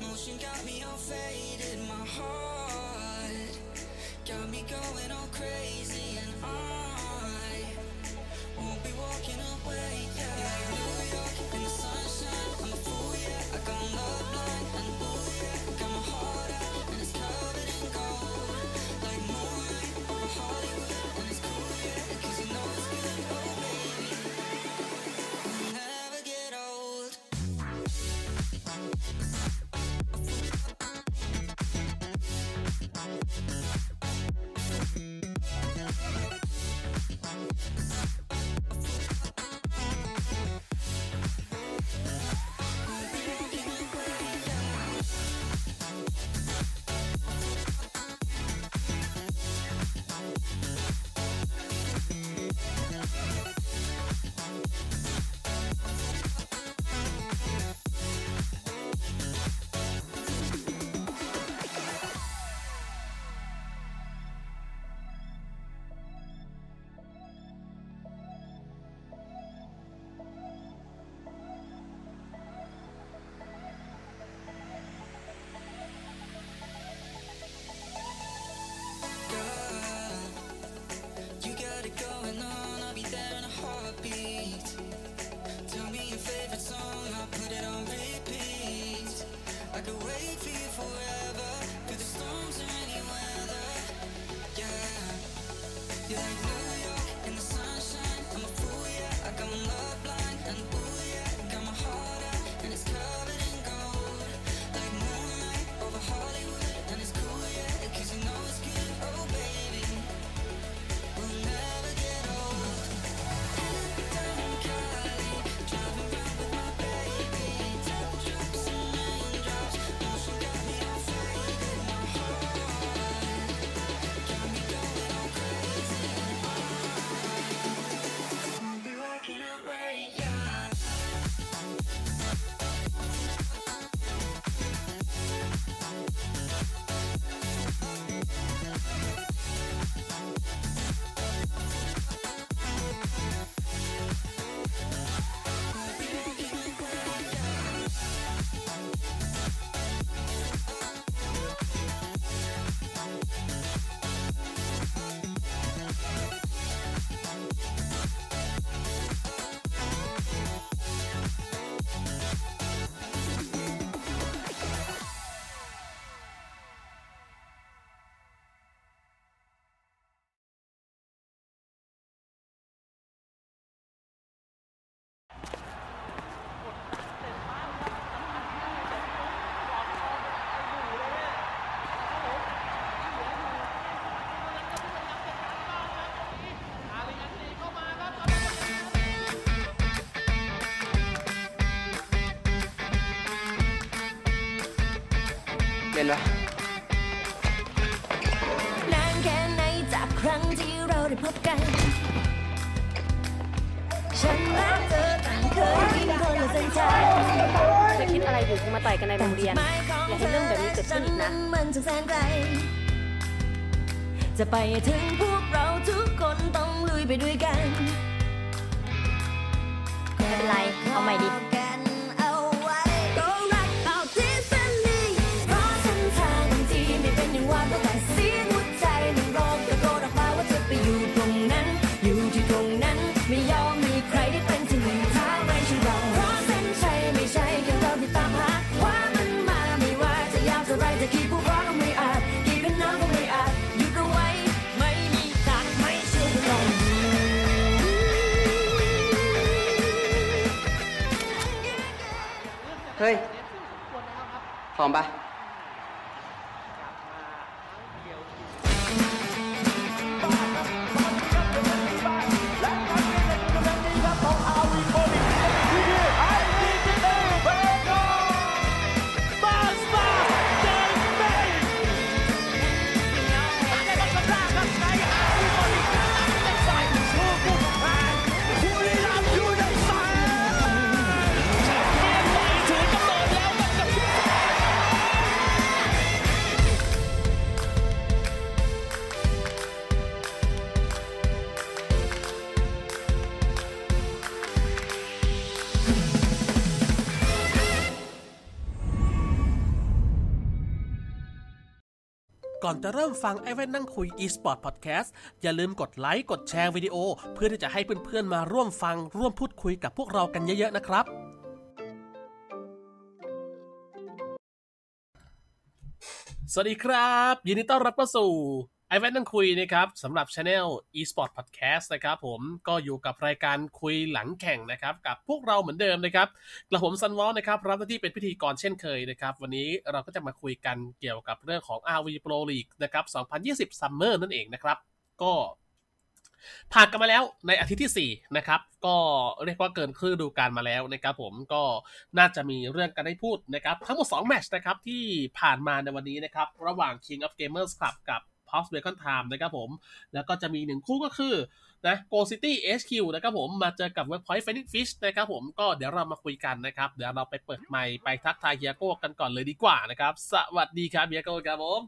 Motion got me all faded, my heart got me going all crazy, and I won't be walking away. Yeah, like New York in the sunshine, I'm a fool. Yeah, I got love blind, and ooh yeah, got my heart out, and it's covered in gold. Like moonlight over Hollywood, and it's cool. Yeah, 'cause you know it's good. Oh baby, I'll never get old. Girl, you got it going on. I'll be there in a heartbeat. Tell me your favorite song. I'll put it on repeat. I could wait for you forever, through the storms or any weather. Yeah, you're like New York in the sunshine. I'm a fool, yeah. I got love blind and ooh yeah, got my heart out and it's covered in gold. Like moonlight over Hollywood and it's cool, yeah, 'cause you know it's good. Oh baby. We'll never get old. Down in Cali, driving round with my baby. Double trips and raindrops, motion got me all faded. My heart got me going all crazy. I'll be walking away, yeah. Lena. นานแค่ไหนจากครั้งที่เราได้พบกัน ฉันรักเธอต่างเคยกินคนละเส้นทาง จะคิดอะไรอยู่มาต่อยกันในโรงเรียน หมายของ อย่า เธอให้เรื่องแบบนี้เกิดขึ้นอีกนะ และฉัมันจะแสนไกล จะไปให้ถึงพวกเราทุกคนต้องลุยไปด้วยกัน ไม่เป็นไร เอาใหม่ดิ กันเอาไว้ก็รักเราที่เส้นนี้เพราะเส้นทางที่ไม่เป็นอย่างว่าเพราะแต่เสียงหัวใจมันร้องตะโกนออกมาว่าจะไปอยู่ตรงนั้น อยู่ที่ตรงนั้นไม่ยอมมีใครได้เป็นที่หนึ่งทางในชีวิตเราเพราะเส้นชัยไม่ใช่แค่เราที่ตามหาว่ามันมาไม่ว่าจะยาวเท่าไรจะกี่ภูเขาก็ไม่อาจกี่เป็นน้ำก็ไม่อาจหยุดเอาไว้ไม่มีทางไม่เชื่อลองดู เฮ้ย พร้อมปะ เ ก่อนจะเริ่มฟังไอ้แว่นนั่งคุย eSport Podcast อย่าลืมกดไลค์ กดแชร์วิดีโอ เพื่อที่จะให้เพื่อนๆมาร่วมฟังร่วมพูดคุยกับพวกเรากันเยอะๆนะครับ สวัสดีครับ ยินดีต้อนรับเข้าสู่ไอแวนนั่งคุยนะครับสำหรับช anel eSport Podcast นะครับผมก็อยู่กับรายการคุยหลังแข่งนะครับ กับพวกเราเหมือนเดิมนะครับกระผมซันวอลนะครับ รับหน้าที่เป็นพิธีกรเช่นเคยนะครับ วันนี้เราก็จะมาคุยกันเกี่ยวกับเรื่องของ RV Pro League นะครับ 2020 Summer นั่นเองนะครับ ก็ผ่านกันมาแล้วในอาทิตย์ที่ 4 นะครับ ก็เรียกว่าเกินครึ่งฤดูกาลมาแล้วนะครับผมก็น่าจะมีเรื่องกันให้พูดนะครับ ทั้งหมด 2 แมตช์นะครับ ที่ผ่านมาในวันนี้นะครับ ระหว่าง King of Gamers Club กับ p o p s b a c o n Time นะครับผม แล้วก็จะมีหนึ่งคู่ก็คือนะ Go City HQ นะครับผมมาเจอกับ Webpoint Phoenix Fish นะครับผมก็เดี๋ยวเรามาคุยกันนะครับ เดี๋ยวเราไปเปิดไมค์ไปทักทายเฮียโก้กันก่อนเลยดีกว่านะครับ สวัสดีครับเฮียโก้ครับผม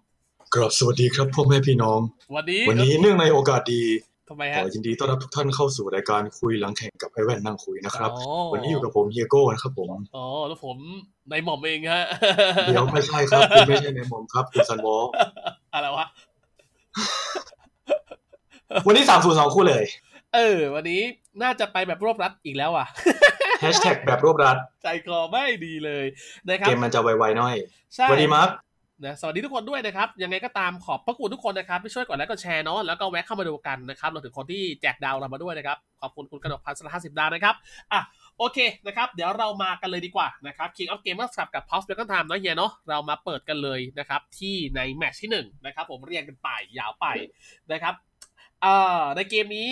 ครับสวัสดีครับพ่อแม่พี่น้อง วันนี้ วันนี้เนื่องในโอกาสดี ทำไม ข ฮะ อยินดีต้อนรับทุกท่านเข้าสู่รายการคุยหลังแข่งกับไอแว่นนั่งคุยนะครับ อ๋อ วันนี้อยู่กับผมเฮียโก้นะครับผม อ๋อ แล้วผมในหม่อมเองฮะ เดี๋ยวไม่ใช่ครับ คุณไม่ใช่ในหมอมครับคุณซันวอล อะไรวะ วันนี้สามศูนย์สองคู่เลย เออ วันนี้น่าจะไปแบบรวบรัดอีกแล้วอ่ะ แฮชแท็กแบบรวบรัด ใจคอไม่ดีเลยนะครับ เกมมันจะไวๆหน่อย ใช่ สวัสดีมาร์ค นะสวัสดีทุกคนด้วยนะครับ ยังไงก็ตามขอบพระคุณทุกคนนะครับที่ช่วยกดไลค์กดแชร์เนาะแล้วก็แวะเข้ามาดูกันนะครับเราถึงคนที่แจกดาวเรามาด้วยนะครับ ขอบคุณคุณกนกพันธ์สละห้าสิบดาวนะครับอ่ะโอเคนะครับ เดี๋ยวเรามากันเลยดีกว่านะครับ King of Gamers กับ p o s e Bacon Time เนาะเฮียเนาะเรามาเปิดกันเลยนะครับ ที่ในแมตช์ที่หนึ่งนะครับ ผมเรียงกันไปยาวไปนะครับเอ่อในเกมนี้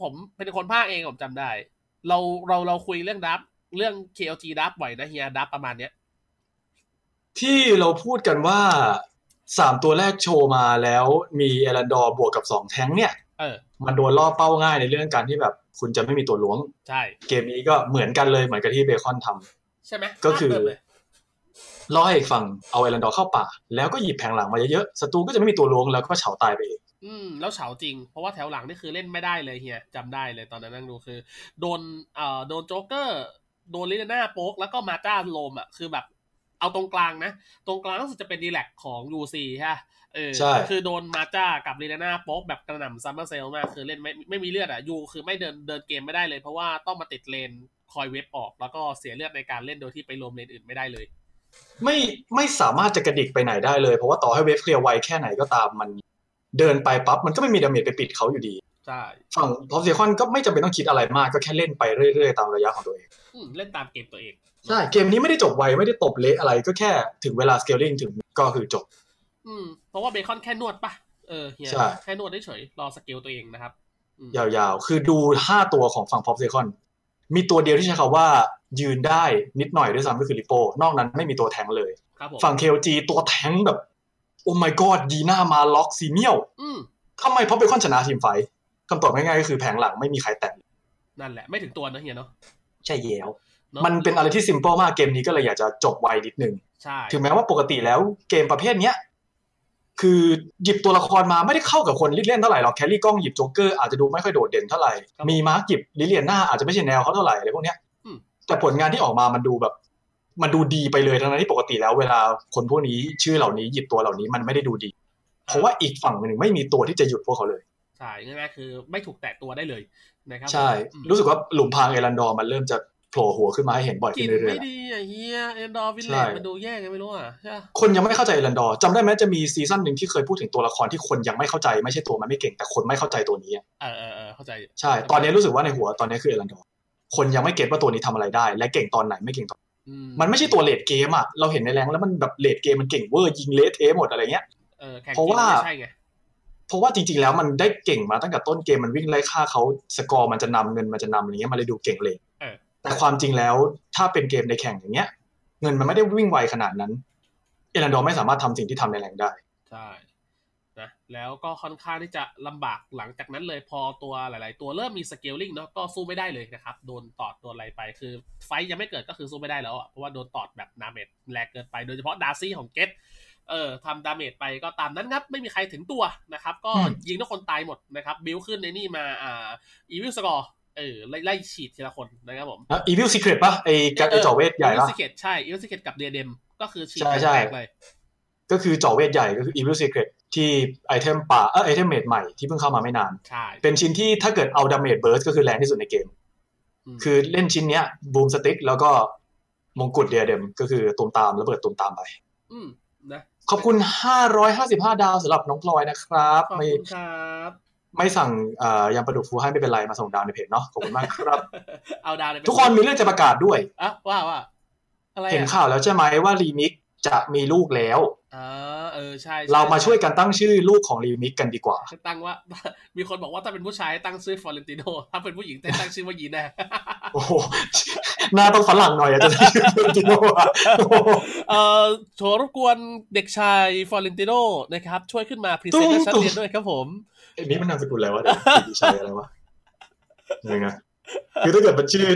ผมเป็นคนภาคเองผมจำได้ เราเราเราคุยเรื่องดับเรื่อง KLG ดับบ่อยนะเฮียดับประมาณเนี้ย ที่เราพูดกันว่าสามตัวแรกโชว์มาแล้วมีเอรันดอร์บวกกับสองแท้งเนี่ย เออ มันโดนล่อเป้าง่ายในเรื่องการที่แบบ คุณจะไม่มีตัวล้วง ใช่ เกมนี้ก็เหมือนกันเลยเหมือนกับที่เบคอนทำ ใช่ไหม ก็คือ ภาพเดิมเลย ล่อให้อีกฝั่งเอาไอรันดอร์เข้าป่า แล้วก็หยิบแผงหลังมาเยอะๆศัตรูก็จะไม่มีตัวล้วงแล้วก็เฉาตายไปเอง อืมแล้วเฉาจริง เพราะว่าแถวหลังนี่คือเล่นไม่ได้เลยเฮียจำได้เลยตอนนั้นนั่งดูคือ โดนเอ่อโดนโจ๊กเกอร์ โดนลิเลน่าโป๊ก แล้วก็มาจ้าโลมอ่ะคือแบบเอาตรงกลางนะ ตรงกลางรู้สึกจะเป็นดีแลกของ UC ฮะเออคือโดนมาจ้ากับลิเลน่าโป๊กแบบกระหน่ำซัมเมอร์เซลมากคือเล่นไม่ไม่มีเลือดอ่ะยูคือไม่เดินเดินเกมไม่ได้เลย เพราะว่าต้องมาติดเลนคอยเว็บออก แล้วก็เสียเลือดในการเล่นโดยที่ไปรวมเลนอื่นไม่ได้เลย ไม่ไม่สามารถจะกระดิกไปไหนได้เลยเพราะว่าต่อให้เวฟเคลียร์ไวแค่ไหนก็ตามมัน เดินไปปั๊บมันก็ไม่มีดาเมจไปปิดเขาอยู่ดี ใช่ ฝั่งพอเซคอนก็ไม่จำเป็นต้องคิดอะไรมากก็แค่เล่นไปเรื่อยๆตามระยะของตัวเอง อืมเล่นตามเกมตัวเอง ใช่เกมนี้ไม่ได้จบไวไม่ได้ตบเละอะไรก็แค่ถึงเวลาสเกลลิงถึงก็คือจบ อืมเพราะว่าเบคอนแค่นวดปะเออเฮีย ใช่ แค่นวดเฉยๆรอสเกลตัวเองนะครับอืม ยาวๆ คือดูห้าตัวของฝั่งพอเซคอนมีตัวเดียวที่ใช้คำว่ายืนได้นิดหน่อยด้วยซ้ำก็คือลิโปนอกนั้นไม่มีตัวแทงเลย ครับผม ฝั่ง KLG ตัวแทงค์แบบ โอ้ my god ดีหน้ามาล็อกซีเมียว อืม ทำไมพอเบคอนชนะทีมไฟท์คำตอบง่ายๆก็คือแผงหลังไม่มีใครแตะ นั่นแหละไม่ถึงตัวนะเฮียเนาะ ใช่แล้ว เอะ มันเป็นอะไรที่ซิมเ l ิลมากเกมนี้ก็เลยอยากจะจบไวนิดนึง ใช่ ถึงแม้ว่าปกติแล้วเกมประเภทเนี้ย คือหยิบตัวละครมาไม่ได้เข้ากับคนเล่นเท่าไหร่หรอกแคลรี่กล้องหยิบโจ๊กเกอร์อาจจะดูไม่ค่อยโดดเด่นเท่าไหร่ มีมาร์กหยิบลิเลียนหน้าอาจจะไม่ใช่แนวเขาเท่าไหร่อะไรพวกเนี้ยแต่ผลงานที่ออกมามันดูแบบ มันดูดีไปเลยทั้งนั้นที่ปกติแล้วเวลาคนพวกนี้ชื่อเหล่านี้หยิบตัวเหล่านี้มันไม่ได้ดูดี เพราะว่าอีกฝั่งหนึ่งไม่มีตัวที่จะหยุดพวกเขาเลย ใช่ง่ายๆคือไม่ถูกแตะตัวได้เลยนะครับ ใช่ อืม รู้สึกว่าหลุมพรางเอรันดอร์มันเริ่มจะโผล่หัวขึ้นมาให้เห็นบ่อย ก ขึ้ ลิ่ น น เรื่อย ไม่ ๆ ดีอ่ะเฮียเอ็นดอร์วินเล ใช่ นมันดูแย่ไงไม่รู้อ่ะใช่ปะ คนยังไม่เข้าใจเอรันดอร์จำได้ไหมจะมีซีซั่นหนึ่งที่เคยพูดถึงตัวละครที่คนยังไม่เข้าใจไม่ใช่ตัวมันไม่เก่งแต่คนไม่เข้าใจตัวนี้อะ เออเออเออเข้าใจ ใช่ ตอนนี้รู้สึกว่าในหัวตอนนี้คือเอรันดอร์คนยังไม่เก็ตว่าตัวนี้ทำอะไรได้ และเก่งตอนไหนไม่เก่งตอน อื มันไม่ใช่ตัวเลดเกมอะเราเห็นในแรงแล้วมันแบบเลดเกมมันเก่งเวอร์ยิงเละเทะหมดอะไรเงี้ย เออแข่ง เพราะว่า ไม่ใช่ไง เพราะว่าจริง ๆ แล้วมันได้เก่งมาตั้งแต่ต้นเกมมันวิ่งไล่ฆ่าเขาสกอร์มันจะนำเงินมันจะนำอะไรเงี้ยมันเลยดูเก่งเลยแต่ความจริงแล้วถ้าเป็นเกมในแข่งอย่างเงี้ย เงินมันไม่ได้วิ่งไวขนาดนั้นเอรันดอร์ไม่สามารถทำสิ่งที่ทำในแรงได้ ใช่นะแล้วก็ค่อนข้างที่จะลำบากหลังจากนั้นเลยพอตัวหลาย ๆ ตัวเริ่มมีสเกลลิงเนาะก็สู้ไม่ได้เลยนะครับโดนตอดโดนอะไรไปคือไฟท์ยังไม่เกิดก็คือสู้ไม่ได้แล้วอ่ะเพราะว่าโดนตอดแบบดาเมจแรงเกินไปโดยเฉพาะดาร์ซี่ของเกตเออทำดาเมจไปก็ตามนั้นครับไม่มีใครถึงตัวนะครับ ก็ อืม ยิงทุกคนตายหมดนะครับบิลขึ้นในนี่มาอ่าอีวิลสกอร์เออไล่ไล่ฉีดทีละคนนะครับผม อ่ะอีวิลซีเครตป่ะไอ้การดไอ้จ่อเวทใหญ่ อีวิ ป่ะ ลสเกตใช่อีวิลสเกตกับเดเดมก็คือฉีด ใช่ใช่ แตกเลย ก ก็คือจ่อเวทใหญ่ก็คือ Evil Secret ที่ไอเทมป่าเออไอเทมเมดใหม่ที่เพิ่งเข้ามาไม่นาน ใช่ เป็นชิ้นที่ถ้าเกิดเอาดาเมจเบิร์สก็คือแรงที่สุดในเกม ม คือเล่นชิ้นเนี้ยบูมสติ๊กแล้วก็มงกุฎเดียเดมก็คือตูมตามระเบิดตูมตามไป มนะ ขอบคุณ 555 ดาวสำหรับน้องพลอยนะครับ ขอบ ไม่ คุณครับ ไม่สั่งเอ่อยำปลาดุกฟูให้ไม่เป็นไรมาส่งดาวในเพจเนาะขอบคุณมากครับ เอาดาวเลยไป ทุกคนมีเรื่องจะประกาศด้วย อ่ะว่าว่าอะไร เห็น อ่ะ ข่าวแล้วใช่ไหมว่ารีมิกจะมีลูกแล้ว อ่าเออใช่ใ เรามาช่วยกันตั้งชื่อลูกของรีมิกกันดีกว่า ตั้งว่า มีคนบอกว่าถ้าเป็นผู้ชายตั้งชื่อฟลอเรนติโนถ้าเป็นผู้หญิงให้ตั้งชื่อว่ายี น่า โอ้โหหน้าต้องฝรั่งหน่อยอะจะได้ชื่อจริงๆว่าโอ้โห เอ่อขอรบกวนเด็กชายฟลอเรนติโนนะครับ ช่วยขึ้นมาพรีเซนต์ชั้นเรียนด้วยครับผม ไอ้นี่มันนามสกุลอะไรวะเดี๋ยวดีชัยอะไรวะยังไงคือถ้าเกิดมันชื่อ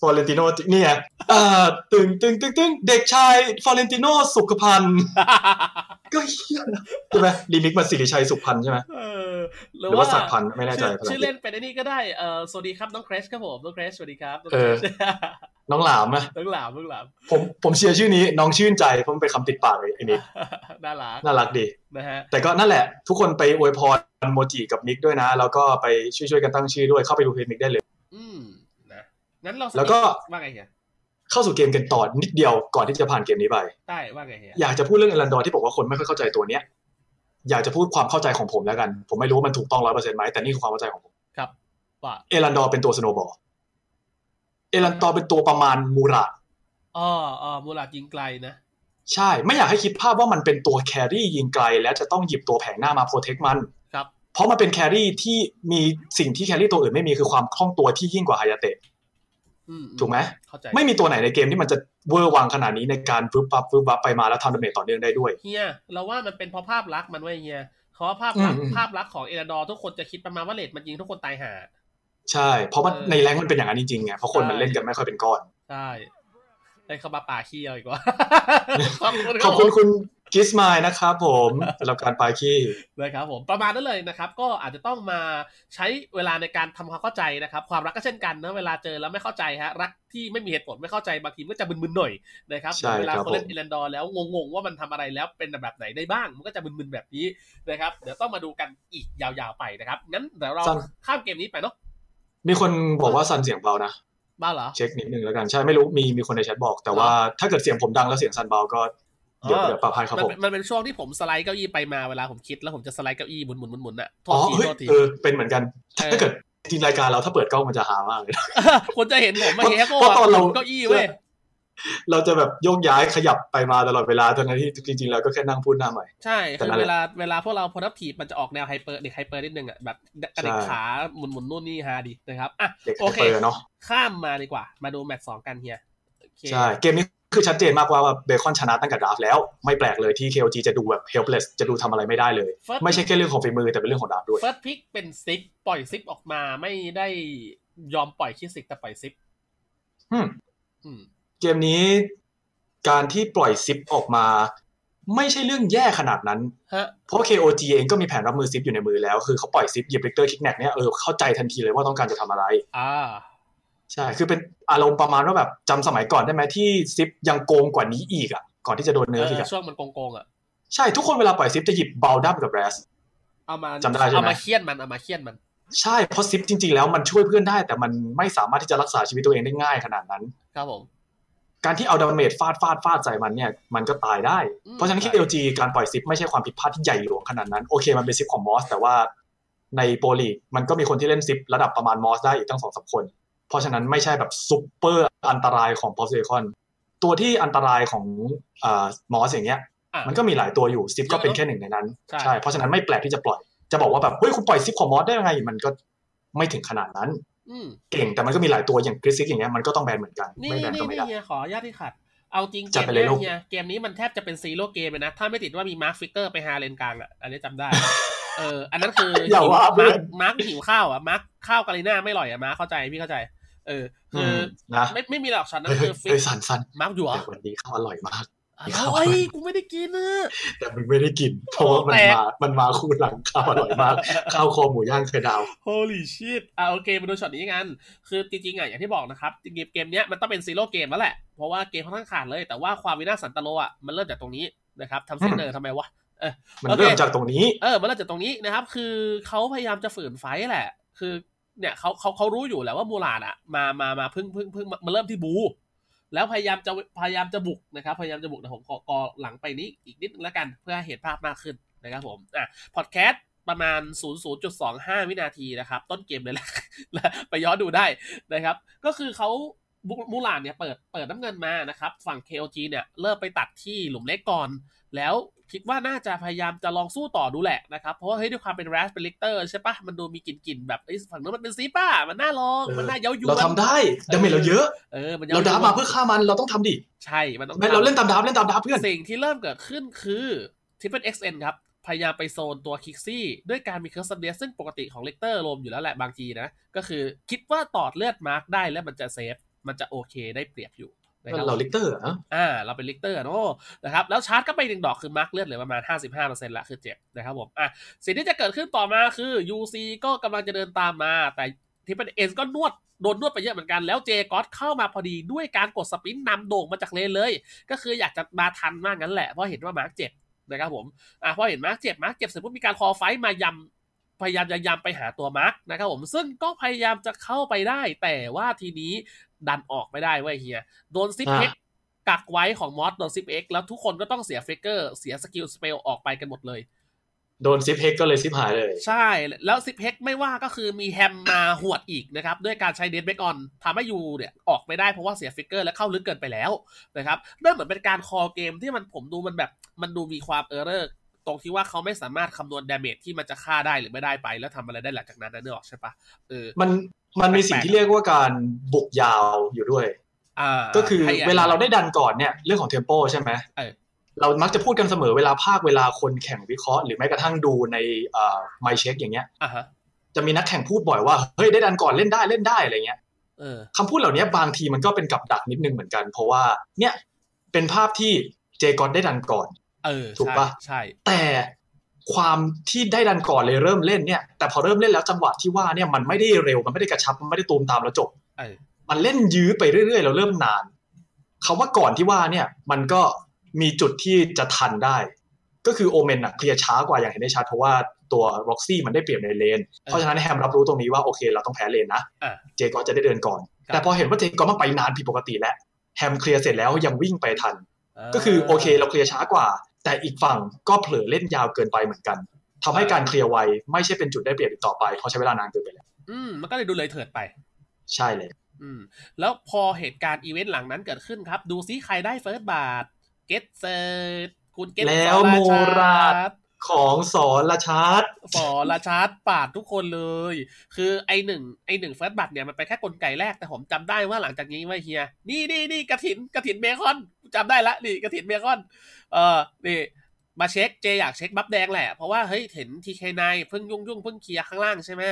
ฟอเรนติโนเนี่ยเอ่อตึงตึงตึงตึงเด็กชายฟอเรนติโนสุขพันธ์ก็เฮี้ยนะใช่ไหมรีมิกมาสิริชัยสุขพันธ์ใช่ไหม เออห ห รือ รือว่า ว่า สักดิ์พันธ์ไม่แน่ใจ ชื่อ ภาษา ชื่ออัง กฤ เล่ ษ นเป็นไอ้นี่ก็ได้เออสวัสดีครับน้องเครชครับผมน้องเครชสวัสดีครับน้อง เอ เคร อ ช น้องหลามอะ น้องหลามน้องหลาม ผมผมเชียร์ชื่อนี้น้องชื่นใจเพราะมันเป็นคำติดปากเลยไอ้นี่ น่ารัก น่ารักดี นะฮะ แต่ก็นั่นแหละ ทุกคนไปอวยพรโมจิกับมิกด้วยนะ แล้วก็ไปช่วยๆกันตั้งชื่อด้วยเข้าไปดูเพจมิกได้เลย อืมนะงั้นเรา แล้วก็ ว่าไงเฮีย เข้าสู่เกมกันต่อนิดเดียวก่อนที่จะผ่านเกมนี้ไป ได้ว่าไงเฮีย อยากจะพูดเรื่องเอรันดอร์ที่บอกว่าคนไม่ค่อยเข้าใจตัวเนี้ยอยากจะพูดความเข้าใจของผมแล้วกัน ผมไม่รู้ว่ามันถูกต้องร้อยเปอร์เซ็นต์ไหมแต่นี่คือความเข้าใจของผม ครับว่า เอรันดอร์เป็นตัวสโนว์บอลเอรันดอร์เป็นตัวประมาณมูราด อ๋ออ๋อมูลาดยิงไกลนะ ใช่ ไม่อยากให้คิดภาพว่ามันเป็นตัวแครี่ยิงไกล แล้วจะต้องหยิบตัวแผงหน้ามาโปรเทคมัน ครับ เพราะมันเป็นแครี่ที่มีสิ่งที่แครี่ตัวอื่นไม่มีคือความคล่องตัวที่ยิ่งกว่าฮายาเตะ อืม ถูกไหม เข้าใจ ไม่มีตัวไหนในเกมที่มันจะเวอร์วังขนาดนี้ในการฟึบฟับฟึบฟับไปมาแล้วทำดาเมจต่อเนื่องได้ด้วย เฮียเราว่ามันเป็นเพราะภาพลักษณ์มันไว้ยเฮียเพราะว่าภาพลักษณ์ อืมอืม ภาพลักษณ์ของเอราดอร์ทุกคนจะคิดประมาณว่าเลดมันยิงทุกคนตายห่า ใช่ เพราะว่า เออ ในแรงค์มันเป็นอย่างนั้นจริงๆไงเพราะคน ใช่ มันเล่นกันไม่ค่อยเป็นก้อน ใช่ได้เข้ามาป่าขี้เอาอีกว่า ขอบคุณ ข รั อบคุณคุณกิสมายนะครับผมสำหรับการปาคี้ นะครับผมประมาณนั้นเลยนะครับ ก็อาจจะต้องมาใช้เวลาในการทำความเข้าใจนะครับ ความรักก็เช่นกันนะเวลาเจอแล้วไม่เข้าใจฮะรักที่ไม่มีเหตุผลไม่เข้าใจบางทีมันก็จะมึนๆหน่อยนะครับเหมือนเวลาคนเล่นเอรันดอร์แล้วงงๆว่ามันทำอะไรแล้วเป็นแบบไหนได้บ้าง มันก็จะมึนๆแบบนี้นะครับ เดี๋ยวต้องมาดูกันอีกยาวๆไปนะครับงั้นเดี๋ยวเราข้ามเกมนี้ไปเนาะ มีคนบอกว่าซันเสียงเบานะ บ้าเหรอ เช็คนิดนึงแล้วกันใช่ไม่รู้มีมีคนในแชทบอก แต่ว่าถ้าเกิดเสียงผมดังแล้วเสียงซันเบาก็เดี๋ยว อ๋อ เดี๋ยวปรับให้ครับ มัน ผม เป็นมันเป็นช่วงที่ผมสไลด์เก้าอี้ไปมาเวลาผมคิดแล้วผมจะสไลด์เก้าอี้หมุนๆหมุนๆน่ะโท อ๋ ษ อ ที เฮ้ย โทษที เออเป็นเหมือนกัน ถ้าเกิดจริงๆรายการเราถ้าเปิดกล้องมันจะหามากเลย คนจะเห็นผมมา เพราะ เฮโก้ เพราะตอนเรา เก้าอี้เว้ย เราจะแบบโยกย้ายขยับไปมาตลอดเวลาทั้งที่จริงๆแล้วก็แค่นั่งพูดหน้าใหม่ ใช่ แต่ คือ นั่นเวแหละลาเวลาพวกเราพอทับถีบมันจะออกแนวไฮเปอร์เด็กไฮเปอร์นิดนึงอ่ะแบบกระดิก ใช่ ขาหมุนหมุนนู่นนี่ฮาดีนะครับอ่ะ เด็ก โอเค เปิดเนาะ ข้ามมาดีกว่า มาดูแมตช์สองกันเฮียโอเค ใช่ เกมนี้คือชัดเจนมากว่าว่าเบคอนชนะตั้งแต่ดราฟต์แล้ว ไม่แปลกเลยที่ KOG จะดูแบบ helpless จะดูทำอะไรไม่ได้เลย เฟิร์ส ไม่ใช่แค่เรื่องของฝีมือแต่เป็นเรื่องของดราฟต์ด้วย เฟิร์สพิกเป็นซิปปล่อยซิปออกมาไม่ได้ยอมปล่อยคิดซิกแต่ปล่อยซิป อืม อืม เกมนี้การที่ปล่อยซิปออกมา ไม่ใช่เรื่องแย่ขนาดนั้น ฮะ เพราะ KOG เองก็มีแผนรับมือซิปอยู่ในมือแล้ว คือเขาปล่อยซิปเหยียบเบรกเตอร์คิกแนกเนี่ยเออเข้าใจทันทีเลยว่าต้องการจะทำอะไร อ่า ใช่ คือเป็นอารมณ์ประมาณว่าแบบจำสมัยก่อนได้ไหมที่ซิปยังโกงกว่านี้อีกอ่ะก่อนที่จะโดนเนื้อ เอ อีก อ อะ ช่วงมันโกงๆอ่ะ ใช่ทุกคนเวลาปล่อยซิปจะหยิบ Baldam กับ Raz เอามา จำได้ใช่ไหม เอามาเคี่ยนมันเอามาเคี่ยนมัน ใช่เพราะซิปจริงๆแล้วมันช่วยเพื่อนได้ แต่มันไม่สามารถที่จะรักษาชีวิตตัวเองได้ง่ายขนาดนั้น ครับผม การที่เอาดาเมจฟาดฟาดฟาดใส่มันเนี่ยมันก็ตายได้ อืม เพราะฉะนั้น KLG การปล่อยซิปไม่ใช่ความผิดพลาดที่ใหญ่หลวงขนาดนั้น โอเคมันเป็นซิปของมอส แต่ว่าในโปรลีกมันก็มีคนที่เล่นซิประดับประมาณมอสได้อีกตั้งสองสามคน เพราะฉะนั้นไม่ใช่แบบซุปเปอร์อันตรายของพอสเซคอนตัวที่อันตรายของมอสอย่างเงี้ย อ่ะ มันก็มีหลายตัวอยู่ซิปก็เป็นแค่หนึ่งในนั้น ใช่ เพราะฉะนั้นไม่แปลกที่จะปล่อย จะบอกว่าแบบเฮ้ยคุณปล่อยซิปของมอสได้ยังไง มันก็ไม่ถึงขนาดนั้น อืม เก่งแต่มันก็มีหลายตัวอย่างกริซิกอย่างเงี้ยมันก็ต้องแบนเหมือนกัน นี่ ไม่แบ นี่ นก็ไม่ นี่ ได้ เฮียขออนุญาตที่ขัด เอาจริงเก จัด ม ไปเลย เนี้ย ลูก เฮียเกมนี้มันแทบจะเป็นซีโร่เกมเลยนะ ถ้าไม่ติดว่ามีมาร์คฟิกเกอร์ไปฮาเลนกลางอ่ะ อันนี้จำได้ เออ อันนั้นคืออย่อาว่าเพื่ มาร์อคน มาร์คหิวข้าวอ่ะ มาร์คข้าวกาลิน่าไม่อร่อยอ่ะ มาร์คเข้าใจพี่เข้าใจ เออ อื คือ ม อ นะ ไม่ไม่มีหรอกฉันนั่ เฮ้ย น เฮ้ คือฟิกยเฮ้ยสันสัน มาร์คอยู่เหร แต่ อ่ะ วันนี้ข้าวอร่อยมาก เดี๋ยว เอ้ยกูไม่ได้กินนะ แต่มึงไม่ได้กิน เพราะว่ามันมามันมาคู่หลังข้าวอร่อย มากข้าวคอหมูย่างเคยดาว โฮลี่ชิตอ่ะโอเคมาดูช็อตนี้กัน คือจริงๆอ่ะอย่างที่บอกนะครับเกมเกมเนี้ยมันต้องเป็นซีโร่เกมแล้วแหละ เพราะว่าเกมค่อนข้างขาดเลย แต่ว่าความวินาศสันตโลอ่ะมันเริ่มจากตรงนี้ นะครับทำเส้นเดินทำไมวะ มัน โอเค เริ่มจากตรงนี้ เออมันเริ่มจากตรงนี้นะครับ คือเขาพยายามจะฝืนไฟท์แหละ คือ เนี่ยเขาเขาเขารู้อยู่แหละว่ามูลาดอะมามามาเพิ่งเพิ่งเพิ่งมามาเริ่มที่บู แล้วพยายามจะพยายามจะบุกนะครับ พยายามจะบุกแต่ผมขอกอหลังไปนี้อีกนิดนึงแล้วกันเพื่อให้เห็นภาพมากขึ้นนะครับผมอ่ะพอดแคสต์ประมาณ 00.25 วินาทีนะครับ ต้นเกมเลยแหละ ไปย้อนดูได้นะครับ ก็คือเขาบุกมูลาดเนี่ยเปิดเปิดน้ำเงินมานะครับ ฝั่ง KOG เนี่ยเริ่มไปตัดที่หลุมเล็กก่อน แล้วคิดว่าน่าจะพยายามจะลองสู้ต่อดูแหละนะครับ เพราะว่าเฮ้ยด้วยความเป็นแรสเป็นลิกเตอร์ใช่ปะมันดูมีกลิ่นๆแบบเอ้ยฝั่งนู้นมันเป็นซีป้ามันน่าลอง เออ มันน่าเย้ายวน เราทำได้ดาเมจเราเยอะ เออมันย้ย เรา วน ดาบมาเพื่อฆ่ามันเราต้องทำดิ ใช่มันต้อง ไม่เราเล่นตามดาบเล่นตามดาบเพื่อน สิ่งที่เริ่มเกิดขึ้นคือทิปเปิลเอ็กซ์เอ็นครับ พยายามไปโซนตัวคิกซี่ด้วยการมีเคิร์สเดียซึ่งปกติของเลกเตอร์รวมอยู่แล้วแหละบางทีนะ ก็คือคิดว่าตอดเลือดมาร์กได้แล้วมันจะเซฟมันจะโอเคได้เปรียบอยู่นะครับ เราลิกเตอร์อะ อ่าเราเป็นลิกเตอร์อะเนอะนะครับแล้วชาร์จก็ไปหนึ่งดอกคือมาร์กเลือดเหลือประมาณ 55%ละคือเจ็บนะครับผมอ่ะสิ่งที่จะเกิดขึ้นต่อมาคือ UC ก็กำลังจะเดินตามมา แต่ทิปเป็นเอ็นก็นวดโดนนวดไปเยอะเหมือนกันแล้วเจก็อตเข้ามาพอดีด้วยการกดสปรินต์นำโด่งมาจากเลนเลย ก็คืออยากจะมาทันมากงั้นแหละเพราะเห็นว่ามาร์กเจ็บนะครับผมอ่ะพอเห็นมาร์กเจ็บมาร์กเจ็บเสร็จปุ๊บมีการคอไฟท์มายำพยายามจะยำไปหาตัวมาร์กนะครับผมซึ่งก็พยายามจะเข้าไปได้ แต่ว่าทีนี้ดันออกไม่ได้เว้ยเฮียโดนซิปเฮ็ก กักไว้ของมอสโดนซิปเอ็กแล้วทุกคนก็ต้องเสียเฟกเกอร์ เสียสกิลสเปลออกไปกันหมดเลย โดนซิปเฮกก็เลยซิปหายเลย ใช่แล้วซิปเอ็กไม่ว่าก็คือมีแฮมมาหวดอีกนะครับ ด้วยการใช้เดนเบกออนทำให้ยูเนี่ยออกไม่ได้เพราะว่าเสียฟิกเกอร์และเข้าลึกเกินไปแล้วนะครับเริ่มเหมือนเป็นการคอเกมที่มันผมดูมันแบบมันดูมีความเออร์เรอร์ตรงที่ว่าเขาไม่สามารถคำนวณดาเมจที่มันจะฆ่าได้หรือไม่ได้ไป แล้วทำอะไรได้หลังจากนั้นนะเนื้อออกใช่ปะเออ มันมันมีสิ่งที่เรียกว่าการบุกยาวอยู่ด้วย อ่า ก็คือ ให้น เวลาเราได้ดันก่อนเนี่ยเรื่องของเทมโปใช่ไหม เออ เรามักจะพูดกันเสมอเวลาภาคเวลาคนแข่งวิเคราะห์หรือแม้กระทั่งดูในไมเช็คอย่างเงี้ย อ่าฮะ จะมีนักแข่งพูดบ่อยว่าเฮ้ยได้ดันก่อนเล่นได้เล่นได้อะไรเงี้ย เออ คำพูดเหล่านี้บางทีมันก็เป็นกับดักนิดนึงเหมือนกัน เพราะว่าเนี่ยเป็นภาพที่เจกอนได้ดันก่อน เออ ถูกปะ ใช่ แต่ความที่ได้ดันก่อนเลยเริ่มเล่นเนี่ย แต่พอเริ่มเล่นแล้วจังหวะที่ว่าเนี่ยมันไม่ได้เร็วมันไม่ได้กระชับมันไม่ได้ตูมตามแล้วจบ ใช่เออ มันเล่นยื้อไปเรื่อยๆแล้วเริ่มนานคำว่าก่อนที่ว่าเนี่ยมันก็มีจุดที่จะทันได้ ก็คือโอเมนอะเคลียร์ช้ากว่าอย่างเห็นได้ชัดเพราะว่าตัวร็อกซี่มันได้เปรียบในเลน เพราะฉะนั้นแฮมรับรู้ตรงนี้ว่าโอเคเราต้องแพ้เลนนะ อ่า เจก็จะได้เดินก่อน ครับ แต่พอเห็นว่าเจก็มันไปนานผิดปกติแล้วแฮมเคลียร์เสร็จแล้วยังวิ่งไปทัน ก็คือโอเคเราเคลียร์ช้ากว่า แต่อีกฝั่งก็เผลอเล่นยาวเกินไปเหมือนกันทำให้การเคลียร์ไวไม่ใช่เป็นจุดได้เปรียบอีกต่อไปเพราะใช้เวลานานเกินไปแล้ว อืมมันก็เลยดูเลยเถิดไป ใช่เลย อืมแล้วพอเหตุการณ์อีเวนต์หลังนั้นเกิดขึ้นครับ ดูซิใครได้เฟิร์สบาทเกตเซอร์คุณเกต แล้วโมราดของสอนละชาร์ด ฟอราชาร์ดปาดทุกคนเลย คือไอหนึ่งไอหนึ่งเฟิร์สบัตเนี่ยมันไปนแค่กลไกแรกแต่ผมจำได้ว่าหลังจากนี้ไว้เฮีย นี่นี่นี่กระถินกระถินเบคอนจำได้ละนี่กระถินเบคอน เออนี่มาเช็คเจอยากเช็คบัฟแดงแหละ เพราะว่าเฮ้ยเห็นทีเคนายเพิ่งยุ่งยุ่งๆเพิ่งเคลียร์ข้างล่างใช่ไหม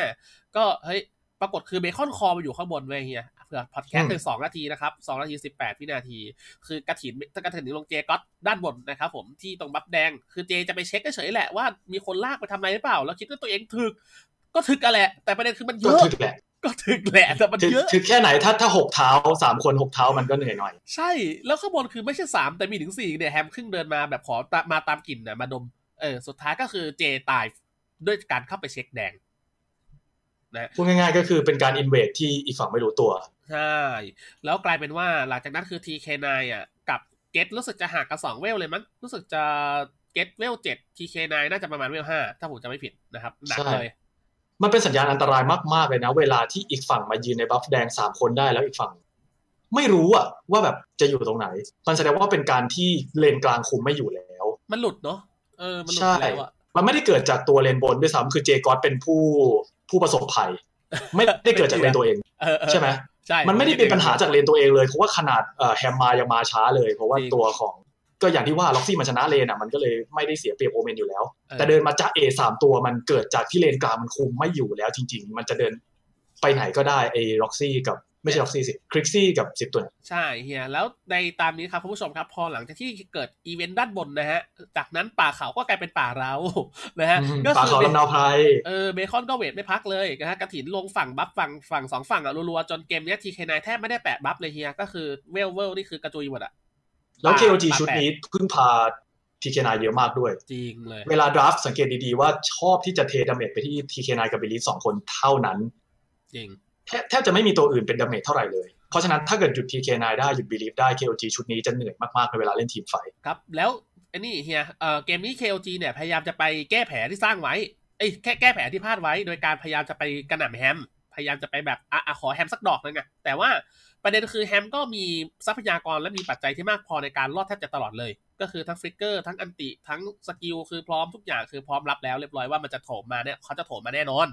ก็เฮ้ยปรากฏคือเบคอนคอมาอยู่ข้างบนเว้ยเฮียเผื่อพอดแคสต์เป็นสองนาทีนะครับสองนาทีสิบแปดวินาที คือกระถินกระถินลงเจก็อตด้านบนนะครับผมที่ตรงบัฟแดง คือเจจะไปเช็คเฉยๆแหละว่ามีคนลากไปทำอะไรหรือเปล่า แล้วคิดว่าตัวเองถึก ก็ถึกอะแหละ แต่ประเด็นคือมันเย ก็ อะ ถึกแหละ ก็ถึกแหละแต่มัน ถึก เยอะ ถึกแค่ไหนถ้าถ้าหกเท้าสามคนหกเท้ามันก็เหนื่อยหน่อย ใช่ แล้วข้างบนคือไม่ใช่สามแต่มีถึงสี่เนี่ยแฮมครึ่งเดินมาแบบขอตามาตามกลิ่นนะมาดม เออ สุดท้ายก็คือเจตายด้วยการเข้าไปเช็คแดง พูดง่ายๆก็คือเป็นการอินเวดที่อีกฝั่งไม่รู้ตัว ใช่ แล้วกลายเป็นว่าหลังจากนั้นคือ TK9 อ่ะ กับเกตรู้สึกจะห่างกันสองเวลเลยมั้งรู้สึกจะเกตเวลเจ็ด TK9 น่าจะประมาณเวลห้าถ้าผมจำไม่ผิดนะครับหนักเลย มันเป็นสัญญาณอันตรายมากๆเลยนะ เวลาที่อีกฝั่งมายืนในบัฟแดงสามคนได้แล้วอีกฝั่ง ไม่รู้อะว่าแบบจะอยู่ตรงไหน มันแสดงว่าเป็นการที่เลนกลางคุมไม่อยู่แล้ว มันหลุดเนาะเออ มันหลุด ใช่ ไปแล้วอะ มันไม่ได้เกิดจากตัวเลนบนด้วยซ้ำคือเจกอตเป็นผู้ผู้ประสบภัย ไม่ได้เกิดจากเลนตัวเอง เออเออ ใช่ไหม ใช่ มันไม่ได้เป็นปัญหาจากเลนตัวเองเลยเพราะว่าขนาดเอ่อแฮมมายังมาช้าเลย เพราะว่า จริง ตัวของก็อย่างที่ว่าล็อกซี่มันชนะเลนอะมันก็เลยไม่ได้เสียเปรียบโอเมนอยู่แล้ว ออ แต่เดินมาจ้าเอสามตัวมันเกิดจากที่เลนกลางมันคุมไม่อยู่แล้วจริง ๆ มันจะเดินไปไหนก็ได้ไอ้ล็อกซี่กับไม่ใช่ล็อกซี่สิคริกซี่กับสิบตัวเนี่ย ใช่เฮียแล้วในตามนี้ครับคุณผู้ชมครับพอหลังจากที่เกิดอีเวนต์ด้านบนนะฮะ จากนั้นป่าเขาก็กลายเป็นป่าเรา นะฮะก็ ป่า คือ เขาลำเนาไพร เออเบคอนก็เวทไม่พักเลยนะฮะกระถินลงฝั่งบัฟฝั่งฝั่งสองฝั่งอะรัวๆ จนเกมเนี้ยทีเคนายแทบไม่ได้แตะบัฟเลยเฮีย ก็คือเวลเวลนี่คือกระจุยหมดอะ แล้ว ป่า KOG ป่า ชุด แปด นี้เพิ่งพา ทีเคนายเยอะมากด้วย จริงเลย เวลาดราฟสังเกตดีๆว่าชอบที่จะเทดาเมจไปที่ทีเคนายกับบิลลี่สองคนเท่านั้น จริง แทบแทบจะไม่มีตัวอื่นเป็นดาเมจเท่าไหร่เลย เพราะฉะนั้นถ้าเกิดหยุด TK9 ได้หยุด Believe ได้ KOG ชุดนี้จะเหนื่อยมากๆในเวลาเล่นทีมไฟท์ ครับ แล้วไอ้นี่เฮียเอ่อเกมนี้ KOG เนี่ยพยายามจะไปแก้แผลที่สร้างไว้เอ้ยแค่แก้แผลที่พลาดไว้ โดยการพยายามจะไปกระหน่ำแฮม พยายามจะไปแบบอ่ะอ่ะขอแฮมสักดอกนึงอะแต่ว่าประเด็นคือแฮมก็มีทรัพยากรและมีปัจจัยที่มากพอในการรอดแทบจะตลอดเลย ก็คือทั้งฟลิกเกอร์ทั้งอันติ ทั้งสกิลคือพร้อมทุกอย่างคือพร้อมรับแล้วเรียบร้อยว่ามันจะโถมมาเนี่ยเขาจะโถมมาแน่นอน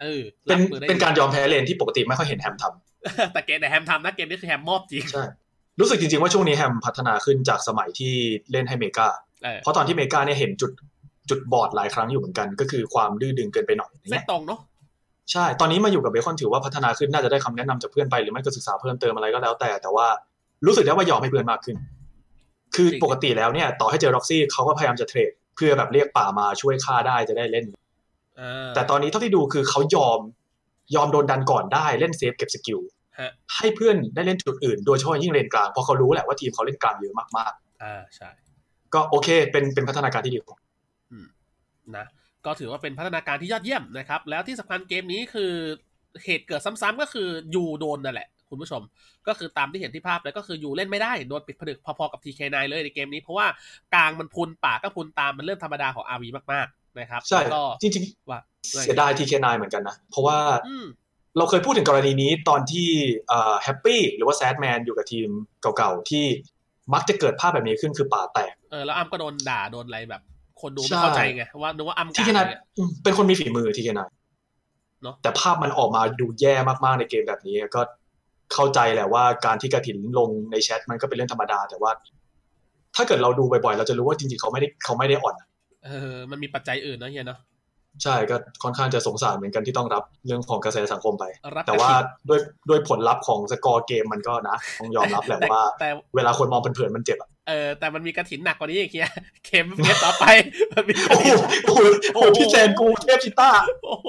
เออ เป็ รั น บมือได้ เป็นการยอมแพ้เลนที่ปกติไม่ค่อยเห็นแฮมท แต่เกมแต่แฮมทำนะเกมนี้คือแฮมมอบจริง ำใช่ รู้สึกจริงๆว่าช่วงนี้แฮมพัฒนาขึ้นจากสมัยที่เล่นให้เมกา เออ เพราะตอนที่เมกาเนี่ยเห็นจุดจุดบอดหลายครั้งอยู่เหมือนกัน ก็คือความดื้อดึงเกินไปหน่อยอย่าง เส้น เงี้ย ตรงเนาะ ใช่ตอนนี้มาอยู่กับเบคอนถือว่าพัฒนาขึ้นน่าจะได้คำแนะนำจากเพื่อนไปหรือไม่ก็ศึกษาเพิ่มเติมอะไรก็แล้วแต่ แต่ว่ารู้สึกได้ว่ายอมให้เพื่อนมากขึ้น คือปกติแล้วเนี่ยต่อให้เจอร็อกซี่เขาก็พยายามจะเทรดเพื่อแบบเรียกป่ามาช่วยฆ่าได้จะได้เล่น เออ แต่ตอนนี้เท่าที่ดูคือเขายอมยอมโดนดันก่อนได้เล่นเซฟเก็บสกิล ฮะ ให้เพื่อนได้เล่นจุดอื่นโดยเฉพาะยิ่งเลนกลางเพราะเขารู้แหละว่าทีมเขาเล่นกลางเยอะมาก อ่าใช่ ๆ ก็โอเคเป็นเป็นพัฒนาการที่ดีของ นะก็ถือว่าเป็นพัฒนาการที่ยอดเยี่ยมนะครับ แล้วที่สำคัญเกมนี้คือเหตุเกิดซ้ำๆก็คือยูโดนนั่นแหละ คุณผู้ชม ก็คือตามที่เห็นที่ภาพแล้วก็คือยูเล่นไม่ได้ โดนปิดผนึกพอๆกับ TK9 เลยในเกมนี้ เพราะว่ากลางมันพุนป่าก็พุนตามมันเรื่องธรรมดาของ RV มากๆนะครับ ใช่ แล้วก็ จริง ว่า ๆ เสียดายทีเคนายเหมือนกันนะ เพราะว่า อืม เราเคยพูดถึงกรณีนี้ตอนที่แฮปปี้หรือว่าแซดแมนอยู่กับทีมเก่าๆ ที่มักจะเกิดภาพแบบนี้ขึ้นคือป่าแตก เออแล้วอ้ํก็โดนด่าโดนอะไรแบบ คนดูไม่เข้าใจไงว่านึกว่าอ้ำ ที กา เคนาย ง เป็นคนมีฝีมือทีเคนาย เนอะ แต่ภาพมันออกมาดูแย่มากๆในเกมแบบนี้ก็เข้าใจแหละว่าการที่กระถินลงในแชทมันก็เป็นเรื่องธรรมดา แต่ว่า ถ้าเกิดเราดูบ่อยๆ เราจะรู้ว่าจริงๆเขาไม่ได้เขาไม่ได้อ่อนอะ เออมันมีปัจจัยอื่นนะเฮียเนาะ ใช่ก็ค่อนข้างจะสงสารเหมือนกันที่ต้องรับเรื่องของกระแสสังคมไป รับ แต่ว่าด้วยด้วยผลลัพธ์ของสกอร์เกมมันก็นะต้องยอมรับแหละ แต่ ว่า แต่ เวลาคนมองเผินๆมันเจ็บอะ เออแต่มันมีกระถินหนักกว่านี้อีกเฮีย เข็ม เม็ดต่อไปมันมีก โอ้ ระถินโหโอ้โหโอ้โหพี่แจนกูเทพชิต้า โอ้โห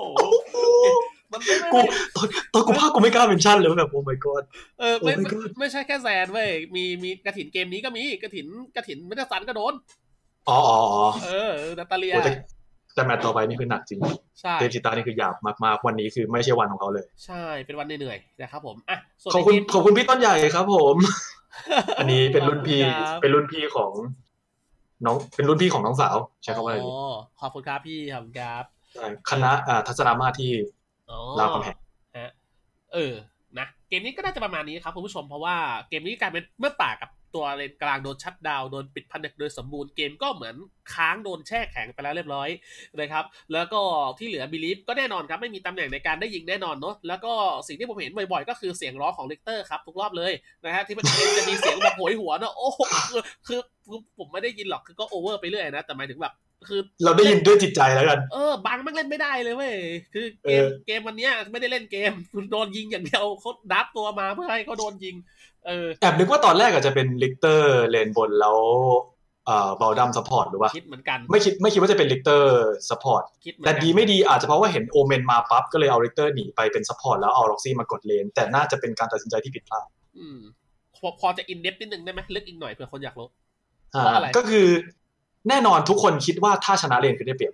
มัน กู กู ตอนตอนกูภาคกูไม่กล้าเมนชั่นเลยแบบโอ้ my god เออไม่ Oh my god ไม่ใช่แค่แซนเว้ยมีมีกระถินเกมนี้ก็มีกระถินกระถินไม่ได้สันก็โดน อ๋ออ๋ออ๋อ เออนาตาเลีย โอ้แต่แต่แมตต์ต่อไปนี่คือหนักจริง ใช่ เดฟจิตานี่คือหยาบมากๆ วันนี้คือไม่ใช่วันของเขาเลย ใช่เป็นวันเหนื่อยๆนะครับผมอ่ะส่วน ขอบคุณ ในเกม ขอบคุณพี่ต้นใหญ่ครับผม อันนี้เป็นรุ่นพี่ ขอบคุณครับ เป็นรุ่นพี่ของน้อง เป็นรุ่นพี่ของน้องสาวใช้คำว่าอะไรดี อ๋อขอบคุณครับพี่ขอบคุณครับ ใช่คณะอ่าทัศนามาสที่ อ๋อ รามคำแหง ฮะเออ นะ เกมนี้ก็น่าจะประมาณนี้ครับคุณผู้ชม เพราะว่าเกมนี้กลายเป็นเมื่อป่ากับตัวเลนกลางโดนชัดดาวน์โดนปิดผนึกโดยสมบูรณ์เกมก็เหมือนค้างโดนแช่แข็งไปแล้วเรียบร้อยนะครับ แล้วก็ที่เหลือบิลิฟก็แน่นอนครับ ไม่มีตำแหน่งในการได้ยิงแน่นอนเนาะ แล้วก็สิ่งที่ผมเห็นบ่อยๆ ก็คือเสียงร้องของเลกเตอร์ครับทุกรอบเลยนะฮะที่มันเกมจะมีเสียงแบบโหยหัวนเนาะโอ้โหคือคือคือผมไม่ได้ยินหรอกคือก็โอเวอร์ไปเรื่อยนะแต่หมายถึงแบบคือ เราได้ยินด้วยจิตใจแล้วกัน เออบางมันเล่นไม่ได้เลยเว้ยคือเกม เออ เกมวันเนี้ยไม่ได้เล่นเกมโดนยิงอย่างเดียวเขาดับตัวมาเพื่อให้เขาโดนยิง เออ แอบนึกว่าตอนแรกอาจจะเป็นลิกเตอร์เลนบนแล้วเอ่อเบลดัมซัพพอร์ตหรือว่า คิดเหมือนกัน ไม่คิดไม่คิดว่าจะเป็นลิกเตอร์ซัพพอร์ต คิดเหมือ แต่ นกั ดีไม่ดีอาจจะเพราะว่าเห็นโอเมนมาปั๊บก็เลยเอาลิกเตอร์หนีไปเป็นซัพพอร์ตแล้วเอาล็อกซี่มากดเลน แต่น่าจะเป็นการตัดสินใจที่ผิดพลาด อืมพอพอจะอินเดปนิดนึงได้ไหมลึกอีกหน่อยเผื่อคนอยากรู้ อ่า เพราะอะไร ก็คือแน่นอนทุกคนคิดว่าถ้าชนะเลนคือได้เปรียบ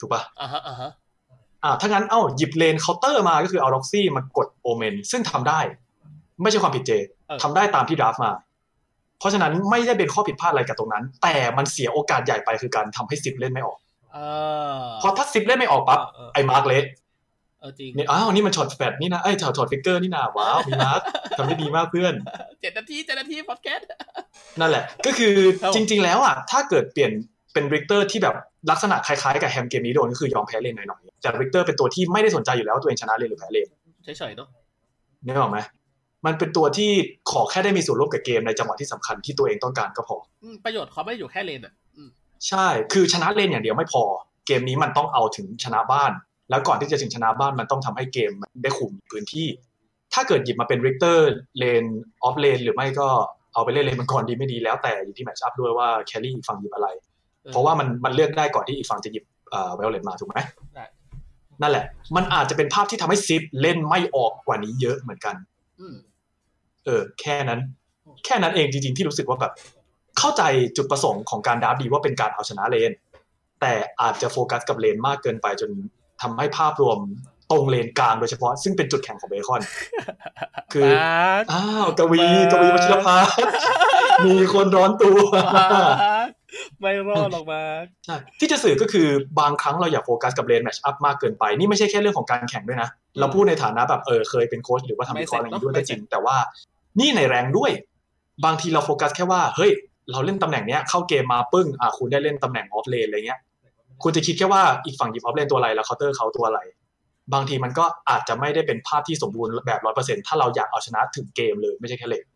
ถูกปะ่ะ อ่าฮะอ่าฮะ อ่าถ้างั้นเอ้าหยิบเลนเคาน์เตอร์มาก็คือเอาล็อกซี่มากดโอเมนซึ่งทำได้ ไม่ใช่ความผิดเจ เออ ทำได้ตามที่ดราฟต์มา เพราะฉะนั้นไม่ได้เป็นข้อผิดพลาดอะไรกับตรงนั้น แต่มันเสียโอกาสใหญ่ไปคือการทำให้ซิปเล่นไม่ออก เออ เพราะถ้าซิปเล่นไม่ออกปั๊บ เออเออ ไอ้มาร์กเละ เออจริง เนี่ยอ้าวนี่มันช็อตแฟดนี่นะไอ้ยช็อตช็อตฟิกเกอร์นี่นะว้าวมีมาร์กทำได้ดีมากเพื่อน เจ็ดนาทีเจ็ดนาทีพอดแคสต์ นั่นแหละ ก็คือ ครับผม จริง ๆ แล้วอ่ะถ้าเกิดเปลี่ยนเป็นริกเตอร์ที่แบบลักษณะคล้ายๆกับแฮมเกมนี้โดนก็คือยอมแพ้เลนหน่อยๆแต่ริกเตอร์เป็นตัวที่ไม่ได้สนใจอยู่แล้วว่าตัวเองชนะเลนหรือแพ้เลน เฉยๆเนาะ นึกออกไหมมันเป็นตัวที่ขอแค่ได้มีส่วนร่วมกับเกมในจังหวะที่สำคัญที่ตัวเองต้องการก็พอ อืมประโยชน์เขาไม่ได้อยู่แค่เลนอ่ะอืม ใช่ คือชนะเลนอย่างเดียวไม่พอ เกมนี้มันต้องเอาถึงชนะบ้าน แล้วก่อนที่จะถึงชนะบ้านมันต้องทำให้เกมมันได้คุมพื้นที่ ถ้าเกิดหยิบมาเป็นริกเตอร์เลนออฟเลนหรือไม่ก็เอาไปเล่นเลนมังกรดีไม่ดีแล้วแต่อยู่ที่แมตช์อัพด้วยว่าแครี่อีกฝั่งหยิบอะไร ออ เพราะว่ามันมันเลือกได้ก่อนที่อีกฝั่งจะหยิบเอ่อเวลเลนมาถูกไหม ได้ นั่นแหละ มันอาจจะเป็นภาพที่ทำให้ซิปเล่นไม่ออกกว่านี้เยอะเหมือนกัน อืม เออ แค่นั้น แค่นั้นเองจริงๆที่รู้สึกว่าแบบ เข้าใจจุดประสงค์ของการดราร์ฟดีว่าเป็นการเอาชนะเลน แต่อาจจะโฟกัสกับเลนมากเกินไปจนทำให้ภาพรวมตรงเลนกลางโดยเฉพาะซึ่งเป็นจุดแข็งของเบคอน คือ อ้าวกวีกวีวชิรพาสมีคนร้อนตัว ไม่รอดหรอกมาร์ค ใช่ที่จะสื่อก็คือบางครั้งเราอย่าโฟกัสกับเลนแมชอัพมากเกินไป นี่ไม่ใช่แค่เรื่องของการแข่งด้วยนะ เราพูดในฐานะแบบเออเคยเป็นโค้ชหรือว่าทำวิเคราะห์อะไรอย่างนี้ด้วยก็จริง แต่ว่านี่ในแรงด้วย บางทีเราโฟกัสแค่ว่า เฮ้ย เราเล่นตำแหน่งเนี้ยเข้าเกมมาปึ้งอ่ะคุณได้เล่นตำแหน่งออฟเลนอะไรเงี้ย คุณจะคิดแค่ว่าอีกฝั่งหยิบออฟเลนตัวอะไรแล้วเคาน์เตอร์เขาตัวอะไร บางทีมันก็อาจจะไม่ได้เป็นภาพที่สมบูรณ์แบบร้อยเปอร์เซ็นต์ถ้าเราอยากเอาชนะถึงเกมเลยไม่ใช่แค่เลน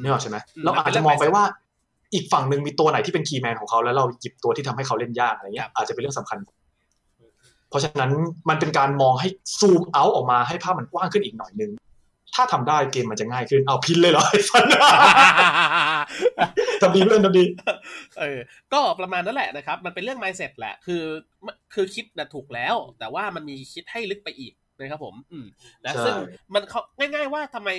นึกออกใช่ไหมเราอาจจะมองไปว่า อีกฝั่งหนึ่งมีตัวไหนที่เป็นคีย์แมนของเขาแล้วเราหยิบตัวที่ทำให้เขาเล่นยากอะไรเงี้ยอาจจะเป็นเรื่องสำคัญ เพราะฉะนั้นมันเป็นการมองให้ซูมเอาออกมาให้ภาพมันกว้างขึ้นอีกหน่อยนึง ถ้าทำได้เกมมันจะง่ายขึ้นเอาพินเลยเหรอไอ้สัน ทำดีเพื่อนทำดี เออ ก็ประมาณนั้นแหละนะครับ มันเป็นเรื่อง mindset แหละ คือ คือคิดนะถูกแล้ว แต่ว่ามันมีคิดให้ลึกไปอีกนะครับผม อืมนะ ใช่ ซึ่งมันเขาง่าย ๆ ว่าทำไม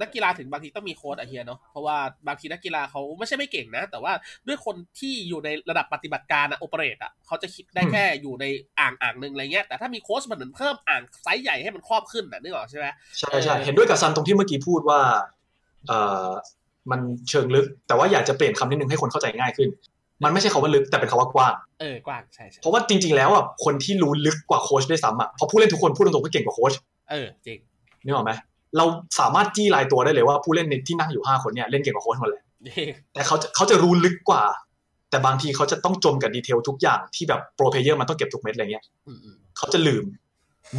นักกีฬาถึงบางทีต้องมีโค้ชอะเฮียเนาะ เพราะว่าบางทีนักกีฬาเขาไม่ใช่ไม่เก่งนะ แต่ว่าด้วยคนที่อยู่ในระดับปฏิบัติการอะโอเปเรตอะเขาจะคิดได้แค่อยู่ในอ่างอ่างหนึ่งอะไรเงี้ย แต่ถ้ามีโค้ชมันเหมือนเพิ่มอ่างไซส์ใหญ่ให้มันครอบขึ้นนะนึกออกใช่ไหม ใช่ใช่เห็นด้วยกับซันตรงที่เมื่อกี้พูดว่าเออมันเชิงลึก แต่ว่าอยากจะเปลี่ยนคำนิดนึงให้คนเข้าใจง่ายขึ้น มันไม่ใช่คำว่าลึกแต่เป็นคำว่ากว้าง เออกว้างใช่ใช่ เพราะว่าจริงๆ แล้วอ่ะคนที่รู้ลึกกว่าโค้ชด้วยซ้ำอ่ะเพราะผู้เล่นทุกคนพูดตรงๆก็เก่งกว่าโค้ช เออจริง นึกออกไหมเราสามารถจี้รายตัวได้เลยว่าผู้เล่นในที่นั่งอยู่ห้าคนเนี่ยเล่นเก่งกว่าโค้ชหมดเลยแต่เขาจะเขาจะรู้ลึกกว่า แต่บางทีเขาจะต้องจมกับดีเทลทุกอย่างที่แบบโปรเพลเยอร์มันต้องเก็บทุกเม็ดอะไรเงี้ย อืมอืม เขาจะลืม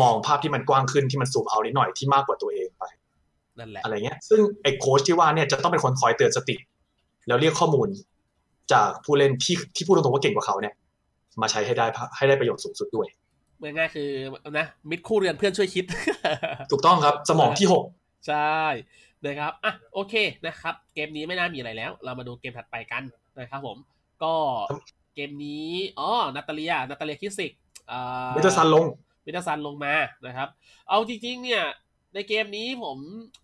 มองภาพที่มันกว้างขึ้นที่มันสูบเอานิดหน่อยที่มากกว่าตัวเองไป นั่นแหละ อะไรเงี้ย ซึ่งไอ้โค้ชที่ว่าเนี่ยจะต้องเป็นคนคอยเตือนสติ แล้วเรียกข้อมูล จากผู้เล่นที่ที่พูดตรงๆว่าเก่งกว่าเขาเนี่ย มาใช้ให้ได้ให้ได้ประโยชน์สูงสุดด้วย เมือง่ายๆคือนะมิตรคู่เรียนเพื่อนช่วยคิด ถูกต้องครับ สมองที่หก ใช่นะครับอ่ะโอเคนะครับ เกมนี้ไม่น่ามีอะไรแล้ว เรามาดูเกมถัดไปกันนะครับผม ก็เกมนี้อ๋อนาตาเลียนาตาเลียคิสิกอ่า มิเตอร์ซันลง วิทยาซันลงมานะครับ เอาจริงๆ เนี่ย ในเกมนี้ผม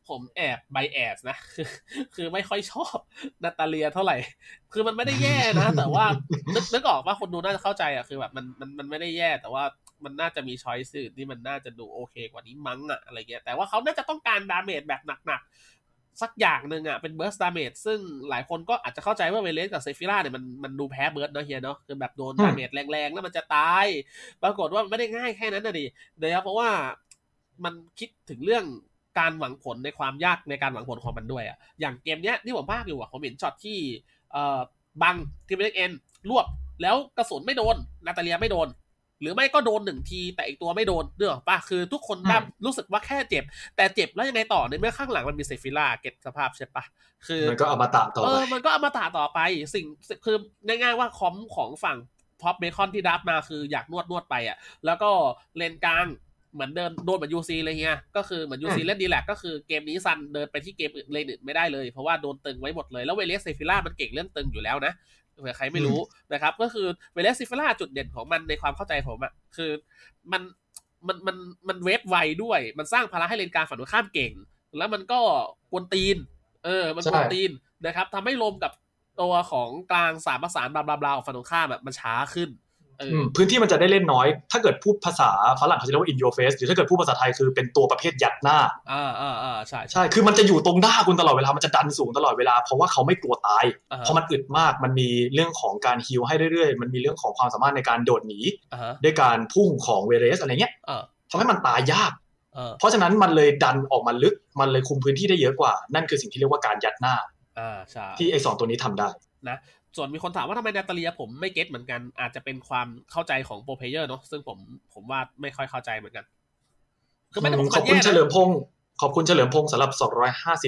ผมแอบไบแอสนะ คือคือไม่ค่อยชอบนาตาเลียเท่าไหร่ คือมันไม่ได้แย่นะ แต่ว่านึกนึกออกว่าคนดูน่าจะเข้าใจอะคือแบบมันมันมันไม่ได้แย่ แต่ว่ามันน่าจะมีช้อยสื่อที่มันน่าจะดูโอเคกว่านี้มั้งอะอะไรเงี้ย แต่ว่าเขาน่าจะต้องการดาเมจแบบหนักๆ สักอย่างหนึ่งอะเป็นเบิร์สดาเมจซึ่งหลายคนก็อาจจะเข้าใจว่าเวเลสกับเซฟิล่าเนี่ยมันมันดูแพ้เบิร์สเนาะเฮียเนาะคือแบบโดนดาเมจแรงๆ แล้วมันจะตาย ปรากฏว่ามันไม่ได้ง่ายแค่นั้นนะดิเดี๋ยวเพราะว่ามันคิดถึงเรื่องการหวังผลในความยากในการหวังผลของมันด้วยอะอย่างเกมเนี้ยที่ผมภาคอยู่อะผมเห็นช็อตที่เอ่อบังทีมเล็กเอ็นรวบแล้วกระสุนไม่โดน นาตาเลียไม่โดน หรือไม่ก็โดนหนึ่งที แต่อีกตัวไม่โดนเนื้ออกป่ะคือทุกคนได้รู้สึกว่าแค่เจ็บ แต่เจ็บแล้วยังไงต่อในเมื่อข้างหลังมันมีเซฟิล่าเก็ตสภาพใช่ปะคือ มันก็อมตะต่อ เอ ไป อ มันก็อมตะต่อไป สิ่งคือง่ายๆว่าคอมของฝั่งพ็อปเบคอนที่ดับมาคืออยากนวดนวดไปอ่ะ แล้วก็เลนกลางเหมือนเดินโดนเหมือนยูซีเลยเฮีย ก็คือเหมือนยูซี อืม เล่นดีแหละก็คือเกมนี้ซันเดินไปที่เกมอื่นเลนอื่นไม่ได้เลย เพราะว่าโดนตึงไว้หมดเลย แล้วเวเลสเซฟิล่ามันเก่งเรื่องตึงอยู่แล้วนะ เผื่อใครไม่รู้นะครับ ก็คือเวเลสซิฟล่าจุดเด่นของมันในความเข้าใจผมอะคือมันมันมันมันเวฟไวด้วย มันสร้างภาระให้เลนกลางฝั่งตรงข้ามเก่ง แล้วมันก็กวนตีน เออ มันกวนตีนนะครับทำให้ลมกับตัวของกลางสามประสานบลาบลาบลาของฝั่งตรงข้ามแบบมันช้าขึ้น เออ อืมพื้นที่มันจะได้เล่นน้อย ถ้าเกิดพูดภาษาฝรั่งเขาจะเรียกว่า in your face หรือถ้าเกิดพูดภาษาไทยคือเป็นตัวประเภทยัดหน้า อ่าอ่าอ่าใช่ ใช่ คือมันจะอยู่ตรงหน้าคุณตลอดเวลา มันจะดันสูงตลอดเวลา เพราะว่าเขาไม่กลัวตาย อ่าฮะเพราะมันอึดมาก มันมีเรื่องของการฮิลให้เรื่อยๆ มันมีเรื่องของความสามารถในการโดดหนี อ่าฮะ ด้วยการพุ่งของเวเรสอะไรเงี้ย อ่า ทำให้มันตายยาก อ่า เพราะฉะนั้นมันเลยดันออกมาลึก มันเลยคุมพื้นที่ได้เยอะกว่า นั่นคือสิ่งที่เรียกว่าการยัดหน้า อ่าใช่ ที่ไอสองตัวนี้ทำได้ ส่วนมีคนถามว่าทำไมนาตาเลียผมไม่เก็ตเหมือนกัน อาจจะเป็นความเข้าใจของโปรเพลเยอร์เนาะซึ่งผมผมว่าไม่ค่อยเข้าใจเหมือนกัน คือไม่ได้ผม ข กั อน บ แย่ คุณ นะ เฉลิมพงศ์ขอบคุณเฉลิมพงศ์สำหรับ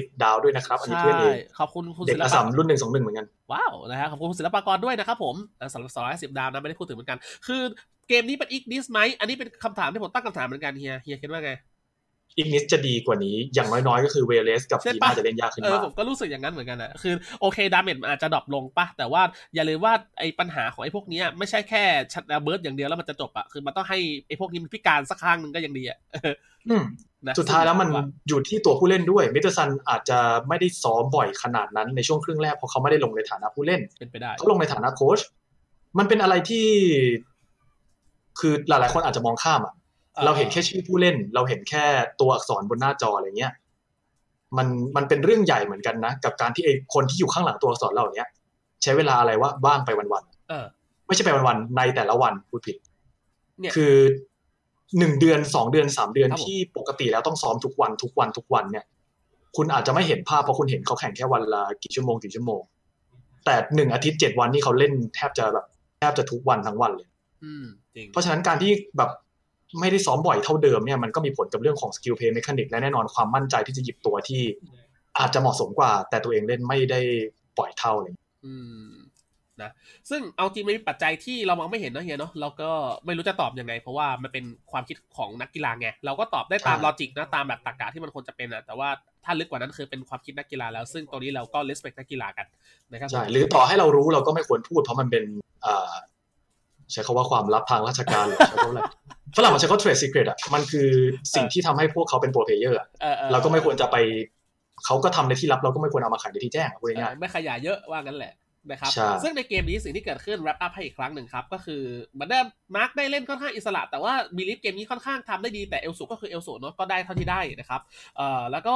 250 ดาวด้วยนะครับ อันนี้ ใช่ เพื่อนเอง ขอบคุณคุณ เด็ก ศิล อา ปะ สามรุ่นหนึ่งสองหนึ่งเหมือนกัน ว้าวนะฮะขอบคุณคุณศิลปากรด้วยนะครับผมสำหรับสองร้อยสิบดาวนะไม่ได้พูดถึงเหมือนกัน คือเกมนี้เป็นอีกดิสไหมอันนี้เป็นคำถามที่ผมตั้งคำถามเหมือนกันเฮียเฮียคิดว่าไง อีกนิดจะดีกว่านี้ อย่างน้อยๆ ก็คือเวเลสกับ ใช่ ที ปะ น่าจะเล่นยากขึ้น เออ มาก ผมก็รู้สึกอย่างนั้นเหมือนกันอะคือโอเคดาเมจมันอาจจะดรอปลงปะแต่ว่าอย่าลืมว่าไอ้ปัญหาของไอ้พวกเนี้ยไม่ใช่แค่ชัดเบิร์ดอย่างเดียวแล้วมันจะจบอะคือมันต้องให้ไอ้พวกนี้มันพิการสักข้างหนึ่งก็ยังดีอะ อืม นะ สุดท้ายแล้วมันอยู่ที่ตัวผู้เล่นด้วยมิเตอร์ซันอาจจะไม่ได้ซ้อมบ่อยขนาดนั้นในช่วงครึ่งแรกเพราะเขาไม่ได้ลงในฐานะผู้เล่น เป็นไปได้ เขาลงในฐานะโค้ช มันเป็นอะไรที่ คือหลายๆ คนอาจจะมองข้ามอ่ะ อ่า เราเห็นแค่ชื่อผู้เล่น เราเห็นแค่ตัวอักษรบนหน้าจออะไรเงี้ย มัน มันเป็นเรื่องใหญ่เหมือนกันนะ กับการที่ไอ้คนที่อยู่ข้างหลังตัวอักษรเราเนี้ย ใช้เวลาอะไรวะบ้างไปวัน เออ ๆ ไม่ใช่ไปวันๆ ในแต่ละวันพูดผิด เนี่ย คือหนึ่งเดือนสองเดือนสามเดือน ครับผม ที่ปกติแล้วต้องซ้อมทุกวันทุกวันทุกวันเนี่ย คุณอาจจะไม่เห็นภาพเพราะคุณเห็นเขาแข่งแค่วันละกี่ชั่วโมงกี่ชั่วโมง แต่หนึ่งอาทิตย์เจ็ดวันนี่เขาเล่นแทบจะแบบแทบจะทุกวันทั้งวันเลย อืมจริง เพราะฉะนั้นการที่แบบไม่ได้ซ้อมบ่อยเท่าเดิมเนี่ยมันก็มีผลกับเรื่องของสกิลเพย์ e มคานิกและแน่นอนความมั่นใจที่จะหยิบตัวที่อาจจะเหมาะสมกว่า แต่ตัวเองเล่นไม่ได้ปล่อยเท่าเลย อืมนะซึ่งเอาจริงมันมีปัจจัยที่เรามองไม่เห็นเนอะเฮียเนาะเราก็ไม่รู้จะตอบยังไง เพราะว่ามันเป็นความคิดของนักกีฬาไงเราก็ตอบได้ตาม ใช่ ลอจิกนะตามแบบตรรกะที่มันควรจะเป็นนะแต่ว่าถ้าลึกกว่านั้นคือเป็นความคิดนักกีฬาแล้ว ซึ่งตรงนี้เราก็เลสเปคนักกีฬากันนะครับ ใช่หรือต่อให้เรารู้เราก็ไม่ควรพูดเพราะมันเป็นอ่าใช้คาว่าความลับทางราชการหรือใช้คำว่าอะไรฝรั่งมันใช้คำว่า trade secret อ่ะมันคือสิ่งที่ทำให้พวกเขาเป็นโปรเพเยอร์ ออออ เราก็ไม่ควรจะไปเขาก็ทำในที่ลับเราก็ไม่ควรเอามาขายในที่แจ้งอะพูด เอ ง่าย อไม่ขยายเยอะว่างั้นแหละนะครับ ใช่ ซึ่งในเกมนี้สิ่งที่เกิดขึ้น wrap up ให้อีกครั้งหนึ่งครับ ก็คือเหมือนเดิมมาร์คได้เล่นค่อนข้างอิสระ แต่ว่ามีลิฟเกมนี้ค่อนข้างทำได้ดีแต่เอลสูก็คือเอลสูเนาะก็ได้เท่าที่ได้นะครับ เอ่อแล้วก็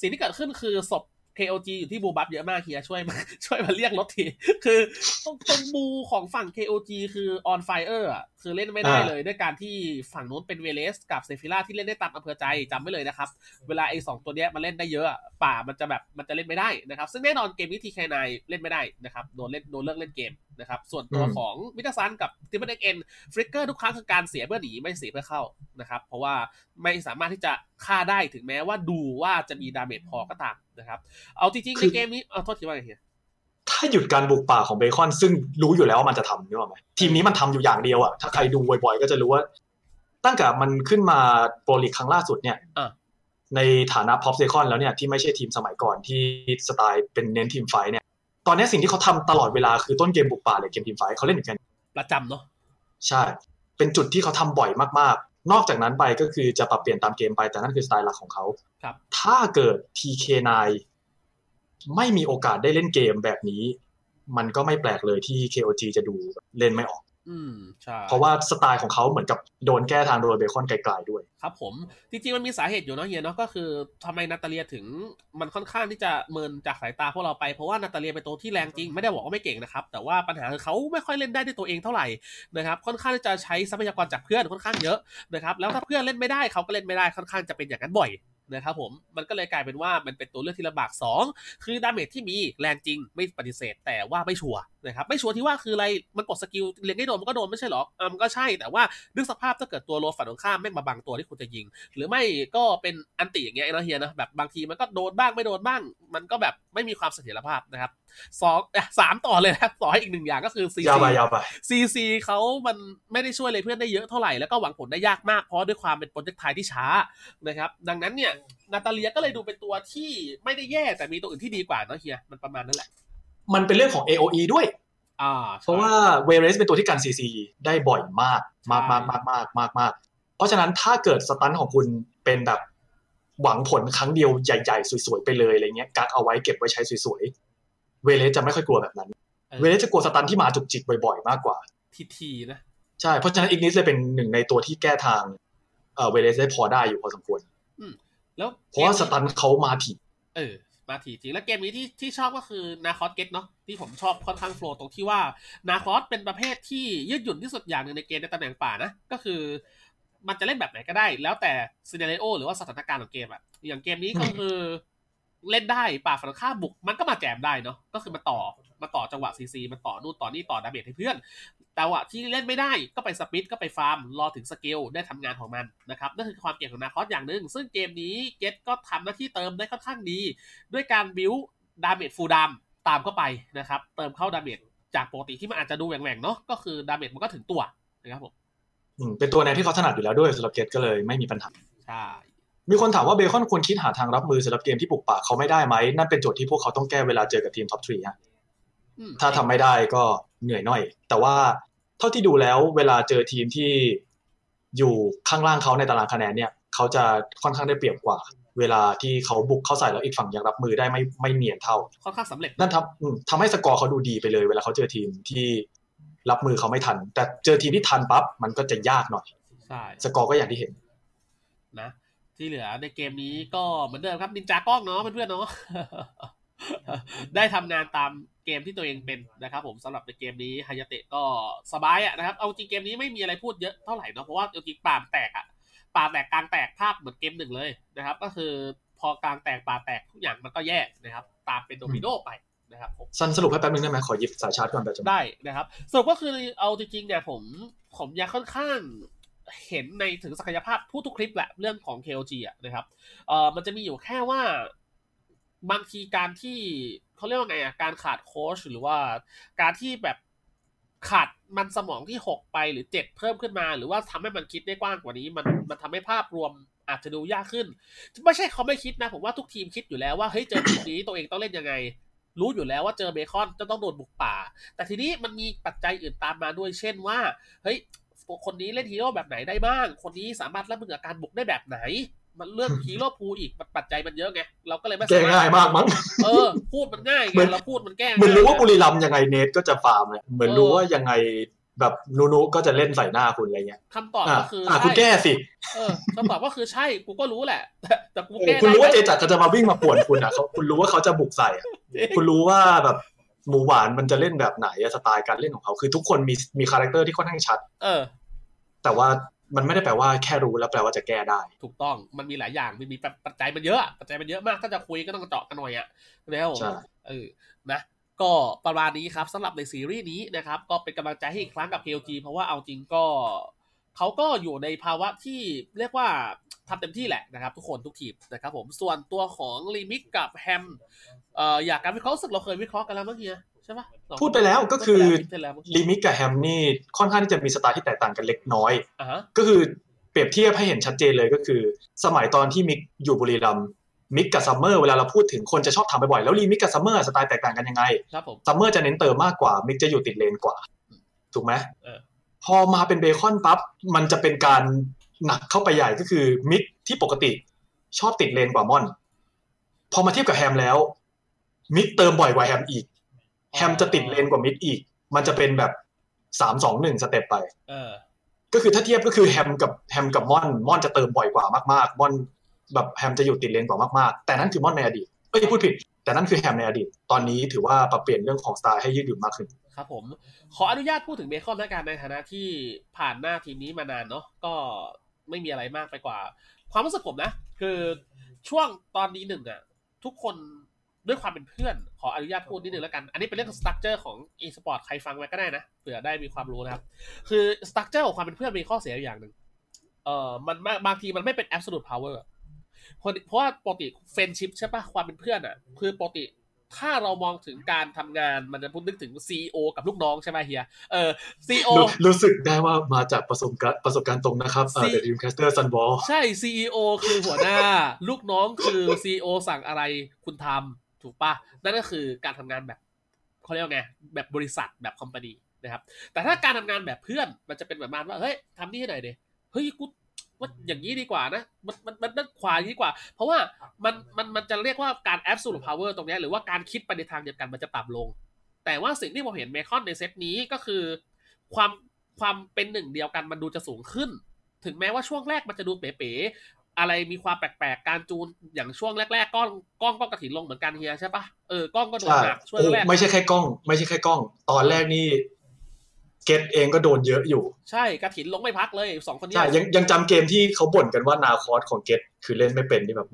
สิ่งที่เกิดขึ้นคือศพ KOG อยู่ที่บูบัฟเยอะมากเฮียช่วยมา ช่วยมาเรียกรถที คือตรงตรงบูของฝั่ง KOG คือ on fire อะคือเล่นไม่ได้ อ่า เลยด้วยการที่ฝั่งนู้นเป็นเวเลสกับเซฟิล่าที่เล่นได้ตามอำเภอใจจำไว้เลยนะครับ เวลาไอ้สองตัวเนี้ยมันเล่นได้เยอะอะป่ามันจะแบบมันจะเล่นไม่ได้นะครับ ซึ่งแน่นอนเกมนี้ทีแคนายเล่นไม่ได้นะครับโดนเล่นโดนเลิกเล่นเกมนะครับส่วนตัว อืม ของมิตาซันกับทิมเบอร์เอ็กเอ็น ฟลิกเกอร์ทุกครั้งคือการเสียเพื่อหนีไม่เสียเพื่อเข้านะครับ เพราะว่าไม่สามารถที่จะฆ่าได้ถึงแม้ว่าดูว่าจะมีดาเมจพอก็ตามนะครับ เอาจริงๆ ในเกมนี้เอาโทษทีว่าไงเฮีย ๆ ถ้าหยุดการบุกป่าของเบคอน ซึ่งรู้อยู่แล้วว่ามันจะทำนี่หรอกไหมทีมนี้มันทำอยู่อย่างเดียวอ่ะถ้าใครดูบ่อยๆก็จะรู้ว่า ตั้งแต่มันขึ้นมาโปรลีกครั้งล่าสุดเนี่ย อ่ะ ในฐานะพ็อปเซคอนแล้วเนี่ยที่ไม่ใช่ทีมสมัยก่อนที่สไตล์เป็นเน้นทีมไฟท์เนี่ย ตอนนี้สิ่งที่เขาทำตลอดเวลาคือต้นเกมบุกป่าหรือเกมทีมไฟท์เขาเล่นอยู่กัน ประจำเนาะ ใช่ เป็นจุดที่เขาทำบ่อยมากๆ นอกจากนั้นไปก็คือจะปรับเปลี่ยนตามเกมไปแต่นั่นคือสไตล์หลักของเขา ครับ ถ้าเกิด TK9 ไม่มีโอกาสได้เล่นเกมแบบนี้ มันก็ไม่แปลกเลยที่ KOG จะดูเล่นไม่ออก อืมใช่ เพราะว่าสไตล์ของเขาเหมือนกับโดนแก้ทางโดยเบคอนไกลๆด้วย ครับผมจริงๆมันมีสาเหตุอยู่เนาะเฮียเนาะก็คือทำไมนาตาเลียถึงมันค่อนข้างที่จะเมินจากสายตาพวกเราไปเพราะว่านาตาเลียเป็นตัวที่แรงจริงไม่ได้บอกว่าไม่เก่งนะครับ แต่ว่าปัญหาคือเขาไม่ค่อยเล่นได้ด้วยตัวเองเท่าไหร่นะครับค่อนข้างที่จะใช้ทรัพยากรจากเพื่อนค่อนข้างเยอะนะครับแล้วถ้าเพื่อนเล่นไม่ได้เขาก็เล่นไม่ได้ค่อนข้างจะเป็นอย่างนั้นบ่อยนะครับผมมันก็เลยกลายเป็นว่ามันเป็นตัวเลือกที่ลำบากสอง คือดาเมจที่มีแรงจริงไม่ปฏิเสธแต่ว่าไม่ชัวร์นะครับไม่ชัวร์ที่ว่าคืออะไรมันกดสกิลเล็งได้โดนมันก็โดนไม่ใช่หรออ่ะมันก็ใช่แต่ว่านึกสภาพถ้าเกิดตัวโลฝันของข้ามแม่งมาบังตัวที่คุณจะยิง หรือไม่ก็เป็นอันติอย่างเงี้ยเนาะเฮียนะแบบบางทีมันก็โดนบ้างไม่โดนบ้าง มันก็แบบไม่มีความเสถียรภาพนะครับสองอ่ะสามต่อเลยนะครับต่อให้อีกหนึ่งอย่างก็คือซี ยาว ซี ไปยาวไป ซีซีเขามันไม่ได้ช่วยอะไรเพื่อนได้เยอะเท่าไหร่ แล้วก็หวังผลได้ยากมาก เพราะด้วยความเป็นโปรเจกต์ไทยที่ช้านะครับ ดังนั้นเนี่ย นาตาเลียก็เลยดูเป็นตัวที่ไม่ได้แย่ แต่มีตัวอื่นที่ดีกว่าเนาะเฮีย มันประมาณนั้นแหละ มันเป็นเรื่องของ AOE ด้วย อ่า เพราะว่าเวเรสเป็นตัวที่กัน CC ได้บ่อยมากมากมากมากมากมากมากเพราะฉะนั้นถ้าเกิดสตันของคุณเป็นแบบหวังผลครั้งเดียวใหญ่ๆ สวยๆ ไปเลยอะไรเงี้ยกักเอาไว้เก็บไว้ใช้สวยๆ เวเรสจะไม่ค่อยกลัวแบบนั้น เวเรสจะกลัวสตันที่มาจุกจิกบ่อยๆ มากกว่า ทีทีนะ ใช่ เพราะฉะนั้นอีกนิดเลยเป็นหนึ่งในตัวที่แก้ทางเอ่อเวเลสได้พอได้อยู่พอสมควร แล้ว เพราะว่าสตันเขามาถี เออ มาทีจริง แล้วเกมนี้ที่ที่ชอบก็คือนาคอสเก็ตเนาะ ที่ผมชอบค่อนข้างโฟล์ตรงที่ว่านาคอสเป็นประเภทที่ยืดหยุ่นที่สุดอย่างหนึ่งในเกมในตำแหน่งป่านะ ก็คือ มันจะเล่นแบบไหนก็ได้ แล้วแต่ซีเนเรโอหรือว่าสถานการณ์ของเกมอะอย่างเกมนี้ก็คือเล่นได้ป่าฝั่งตรงข้ามบุก มันก็มาแจมได้เนาะก็คือมาต่อมาต่อจังหวะซีซีมาต่อนู่นต่อนี่ต่อดาเมจให้เพื่อนแต่ว่าที่เล่นไม่ได้ก็ไปสปิดก็ไปฟาร์มรอถึงสเกลได้ทำงานของมันนะครับนั่นคือความเก่งของนาคอสอย่างหนึ่งซึ่งเกมนี้เกตก็ทำหน้าที่เติมได้ค่อนข้างดี ด้วยการบิวดาเมจฟูลดามตามเข้าไปนะครับ เติมเข้าดาเมจจากปกติที่มันอาจจะดูแหว่งๆเนาะก็คือดาเมจมันก็ถึงตัวนะครับผม อืมเป็นตัวแนวที่เขาถนัดอยู่แล้วด้วยสำหรับเกตก็เลยไม่มีปัญหา ใช่ มีคนถามว่าเบคอนควรคิดหาทางรับมือสำหรับเกมที่ปลุกป่าเขาไม่ได้ไหมนั่นเป็นโจทย์ที่พวกเขาต้องแก้เวลาเจอกับทีมท็อปทรีฮะ อืม ถ้าทำไม่ได้ก็เหนื่อยหน่อย แต่ว่าเท่าที่ดูแล้วเวลาเจอทีมที่อยู่ข้างล่างเขาในตารางคะแนนเนี่ย เขาจะค่อนข้างได้เปรียบกว่า เวลาที่เขาบุกเข้าใส่แล้วอีกฝั่งยังรับมือได้ไม่ไม่เนียนเท่า ค่อนข้างสำเร็จ นั่นทำอืมทำให้สกอร์เขาดูดีไปเลย เวลาเขาเจอทีมที่รับมือเขาไม่ทัน แต่เจอทีมที่ทันปั๊บมันก็จะยากหน่อย ใช่ สกอร์ก็อย่างที่เห็น นะที่เหลือในเกมนี้ก็เหมือนเดิมครับนินจากล้องเนาะเพื่อนๆเนาะ ได้ทำงานตามเกมที่ตัวเองเป็นนะครับผมสำหรับในเกมนี้ฮายาเตะก็สบายอะนะครับ เอาจริงเกมนี้ไม่มีอะไรพูดเยอะเท่าไหร่เนาะเพราะว่าเอาจริงป่ามแตกอะป่ามแตกกลางแตกภาพเหมือนเกมหนึ่งเลยนะครับ ก็คือพอกลางแตกป่ามแตกทุกอย่างมันก็แย่นะครับ ตามเป็นโดมิโนไปนะครับผม สั้นสรุปให้แป๊บนึงได้ไหมขอหยิบสายชาร์จก่อนแบบจะหมด ได้นะครับสรุปก็คือเอาจริงๆเนี่ยผมผมยังค่อนข้างเห็นในถึงศักยภาพพูดทุกคลิปแหละเรื่องของ KOG อะนะครับเออมันจะมีอยู่แค่ว่าบางทีการที่เขาเรียกว่าไงอะการขาดโค้ชหรือว่าการที่แบบขาดมันสมองที่หกไปหรือเจ็ดเพิ่มขึ้นมา หรือว่าทำให้มันคิดได้กว้างกว่านี้ มันมันทำให้ภาพรวมอาจจะดูยากขึ้น ไม่ใช่เขาไม่คิดนะ ผมว่าทุกทีมคิดอยู่แล้วว่าเฮ้ยเจอทีมนี้ตัวเองต้องเล่นยังไง รู้อยู่แล้วว่าเจอเบคอนจะต้องโดนบุกป่า แต่ทีนี้มันมีปัจจัยอื่นตามมาด้วย เช่นว่า เฮ้ย คนนี้เล่นฮีโร่แบบไหนได้บ้าง คนนี้สามารถรับมือกับการบุกได้แบบไหน มันเรื่องฮีโร่พูลอีกมันปัจจัยมันเยอะไง เราก็เลยไม่ แก้ง่ายมากมั้ง เออ พูดมันง่าย เหมื ไง อน เราพูดมันแก้ เหมือนรู้ว่า ง่ย บุรีรัมย์ยังไงเนทก็จะฟาร์มเลยเหมือน เออ รู้ว่ายังไงแบบนูนูก็จะเล่นใส่หน้าคุณอะไรเงี้ย คำตอบ อ่ะ ก็คืออ อ่ะคุณแก้ ใช่ สิ เออคำตอบก็คือใช่ กูก็รู้แหละ แต่แต่กู เออ แก้ คุณ ได้ รู้ว่า ไห เจ ม จัดจะมาวิ่งมาป่วนคุณอ่ะ เขาคุณรู้ว่าเขาจะบุกใส่อะคุณรู้ว่าแบบหมูหวานมันจะเล่นแบบไหนอะสไตล์การเล่นของเขาคือทุกคนมีมีคาแรคเตอร์ที่ค่อนข้างชัด เออ แต่ว่ามันไม่ได้แปลว่าแค่รู้แล้วแปลว่าจะแก้ได้ ถูกต้อง มันมีหลายอย่าง มันมีปัจจัยมันเยอะ ปัจจัยมันเยอะมาก ถ้าจะคุยก็ต้องเจาะกันหน่อยอะแล้ว ใช่ เออ นะ ก็ประมาณนี้ครับสำหรับในซีรีส์นี้นะครับ ก็เป็นกำลังใจให้อีกครั้งกับ KOG เพราะว่าเอาจริงก็ เขาก็อยู่ในภาวะที่เรียกว่าทำเต็มที่แหละนะครับ ทุกคนทุกทีมนะครับผม ส่วนตัวของลิมิกกับแฮม เอ่อ อยากการวิเคราะห์รู้สึกเราเคยวิเคราะห์กันแล้วเมื่อกี้ใช่ปะสองคน พูดไปแล้วก็คือ พูดไปแล้วพูดไปแล้ว ลิมิกกับแฮมนี่ค่อนข้างที่จะมีสไตล์ที่แตกต่างกันเล็กน้อย อ่าฮะ ก็คือเปรียบเทียบให้เห็นชัดเจนเลยก็คือ สมัยตอนที่มิกอยู่บุรีรัมย์มิกกับซัมเมอร์เวลาเราพูดถึงคนจะชอบถามบ่อยๆแล้วลีมิกกับซัมเมอร์สไตล์แตกต่างกันยังไง ครับผม ซัมเมอร์จะเน้นเติมมากกว่ามิกจะอยู่ติดเลนกว่า ถูกไหม เออ พอมาเป็นเบคอนปั๊บมันจะเป็นการหนักเข้าไปใหญ่ก็คือมิกที่ปกติชอบติดเลนกว่ามอน พอมาเทียบกับแฮมแล้ว มิกเติมบ่อยกว่าแฮมอีก แฮมจะติดเลนกว่ามิกอีก มันจะเป็นแบบสามสองหนึ่งสเต็ปไป เออ ก็คือถ้าเทียบก็คือแฮมกับแฮมกับมอนมอนจะเติมบ่อยกว่ามากๆมอนแบบแฮมจะอยู่ติดเลนกว่ามากๆ แต่นั่นคือมอนในอดีตเอ้ยพูดผิด แต่นั่นคือแฮมในอดีต ตอนนี้ถือว่าปรับเปลี่ยนเรื่องของสไตล์ให้ยืดหยุ่นมากขึ้น ครับผมขออนุญาตพูดถึงเบคอนและกันในฐานะที่ผ่านหน้าทีมนี้มานานเนาะก็ไม่มีอะไรมากไปกว่า ความรู้สึกผมนะ คือช่วงตอนนี้หนึ่งอะทุกคนด้วยความเป็นเพื่อน ขออนุญาตพูดนิดนึงแล้วกัน อันนี้เป็นเรื่องสตั๊กเจอร์ของ e s p o r t ใครฟังไว้ก็ได้นะเผื่อได้มีความรู้นะครับ คือสตั๊กเจอร์ของความเป็นเพื่อนมีข้อเสียอยู่อย่างหนึ่งเอ่อมันบางบางทีมันไม่เป็น absolute power คนเพราะว่าปกติเฟนชิพใช่ปะความเป็นเพื่อนอะคือปกติ ถ้าเรามองถึงการทำงานมันจะพูดนึกถึงซีอกับลูกน้องใช่ไหมเฮีย เออซีอ รู้รู้สึกได้ว่ามาจากประสบการณ์ประสบการณ์ตรงนะครับเด See อะดีมแคสเตอร์ซันบอล ใช่ CEO คือหัวหน้า ลูกน้องคือ CEO สั่งอะไรคุณทำถูกปะนั่นก็คือการทำงานแบบเขาเรียกว่าไงแบบบริษัทแบบคอมพานีนะครับ แต่ถ้าการทำงานแบบเพื่อนมันจะเป็นประมาณว่า เฮ้ยทำนี่ให้หน่อยดิเฮ้ยกูว่าอย่างนี้ดีกว่านะ มันมันมันนั่นขวาอย่างนี้ดีกว่า เพราะว่ามันมันมันจะเรียกว่าการ absolute power ตรงเนี้ยหรือว่าการคิดไปในทางเดียวกันมันจะต่ำลง แต่ว่าสิ่งที่ผมเห็นเมคอนในเซตนี้ก็คือ ความความเป็นหนึ่งเดียวกันมันดูจะสูงขึ้น ถึงแม้ว่าช่วงแรกมันจะดูเป๋ๆ อะไรมีความแปลกๆ การจูนอย่างช่วงแรกๆ กล้องกล้องก็กระถินลงเหมือนกันเฮียใช่ปะเออกล้องก็โดน ใช่ หนักช่วง โอ้ แรก ไม่ใช่แค่กล้อง ไม่ใช่แค่กล้อง ตอนแรกนี่เกตเองก็โดนเยอะอยู่ ใช่กระถินลงไม่พักเลยสองคนเนี้ ใช่ยังยังจำเกมที่เขาบ่นกันว่านาคอสของเกตคือเล่นไม่เป็นนี่แบบ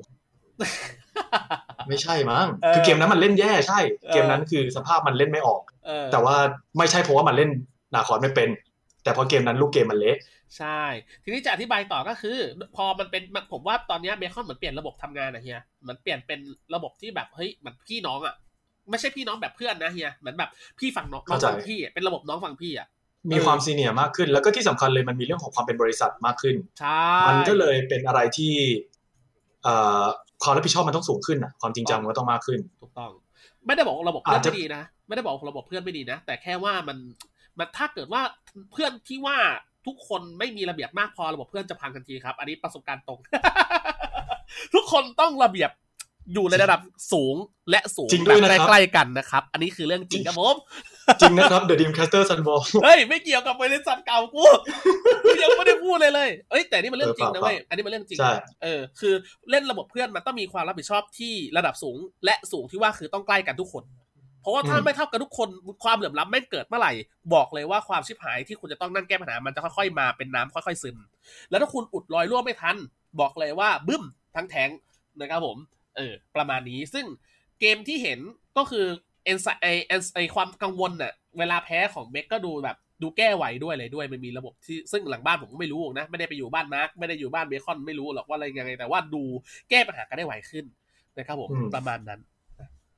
ไม่ใช่มั้งคือเกมนั้นมันเล่นแย่ใช่ เกมนั้นคือสภาพมันเล่นไม่ออก เออ แต่ว่าไม่ใช่เพราะว่ามันเล่นนาคอนไม่เป็น แต่เพอเกมนั้นลูกเกมมันเละ ใช่ ทีนี้จะอธิบายต่อก็คือ พอมันเป็นมันผมว่าตอนเนี้ยเบคอนเหมือนเปลี่ยนระบบทำงานอะเฮียเหมันเปลี่ยนเป็นระบบที่แบบเฮ้ยเหมันพี่น้องอะไม่ใช่พี่น้องแบบเพื่อนนะเฮียเหมือนแบบพี่ฝั่งน้องน้อง เข้าใจ ฝั่งพี่อะเป็นระบบน้องฝั่งพี่อะ มีความซีเนียร์มากขึ้น แล้วก็ที่สำคัญเลยมันมีเรื่องของความเป็นบริษัทมากขึ้น ใช่ มันก็เลยเป็นอะไรที่เอ่อความรับผิดชอบมันต้องสูงขึ้นน่ะความจริงจังมันก็ต้องมากขึ้น ถูกต้อง ไม่ได้บอกว่าระบบเพื่อน อาจจะ ไม่ดีนะ ไม่ได้บอกว่าระบบเพื่อนไม่ดีนะ แต่แค่ว่ามันมันถ้าเกิดว่าเพื่อนที่ว่า ทุกคนไม่มีระเบียบมากพอระบบเพื่อนจะพังทันทีครับ อันนี้ประสบการณ์ตรง ทุกคนต้องระเบียบอยู่ในระดับสูงและสูง จริงด้วยนะครับ แบบใกล้ๆกันนะครับ อันนี้คือเรื่องจริงครับผม จริงนะครับ The Dreamcaster Sunball เฮ้ยไม่เกี่ยวกับบริษัทเก่ากู กูยังไม่ได้พูดเลยเลยเอ้ยแต่นี่มันเรื่องจริงนะเว้ยอันนี้มันเรื่องจริง ใช่ เออคือเล่นระบบเพื่อนมันต้องมีความรับผิดชอบที่ระดับสูง และสูงที่ว่าคือต้องใกล้กันทุกคน เพราะว่าถ้า อืม ไม่เท่ากันทุกคนความเหลื่อมล้ำไม่เกิดเมื่อไหร่ บอกเลยว่าความชิบหายที่คุณจะต้องนั่งแก้ปัญหามันจะค่อยๆมาเป็นน้ำค่อยๆซึม แล้วถ้าคุณอุดรอยรั่วไม่ทัน บอกเลยว่าบึ้มทั้งแทงนะครับผม เออ ประมาณนี้ซึ่งเกมที่เห็นก็คือเอนไซไอเอนไอความกังวลน่ะ เวลาแพ้ของเมกก็ดูแบบดูแก้ไหวด้วยอะไรด้วยมันมีระบบที่ซึ่งหลังบ้านผมก็ไม่รู้หรอกนะ ไม่ได้ไปอยู่บ้านมาร์กไม่ได้อยู่บ้านเบคอนไม่รู้หรอกว่าอะไรยังไง แต่ว่าดูแก้ปัญหากันได้ไวขึ้นนะครับผม อืม ประมาณนั้น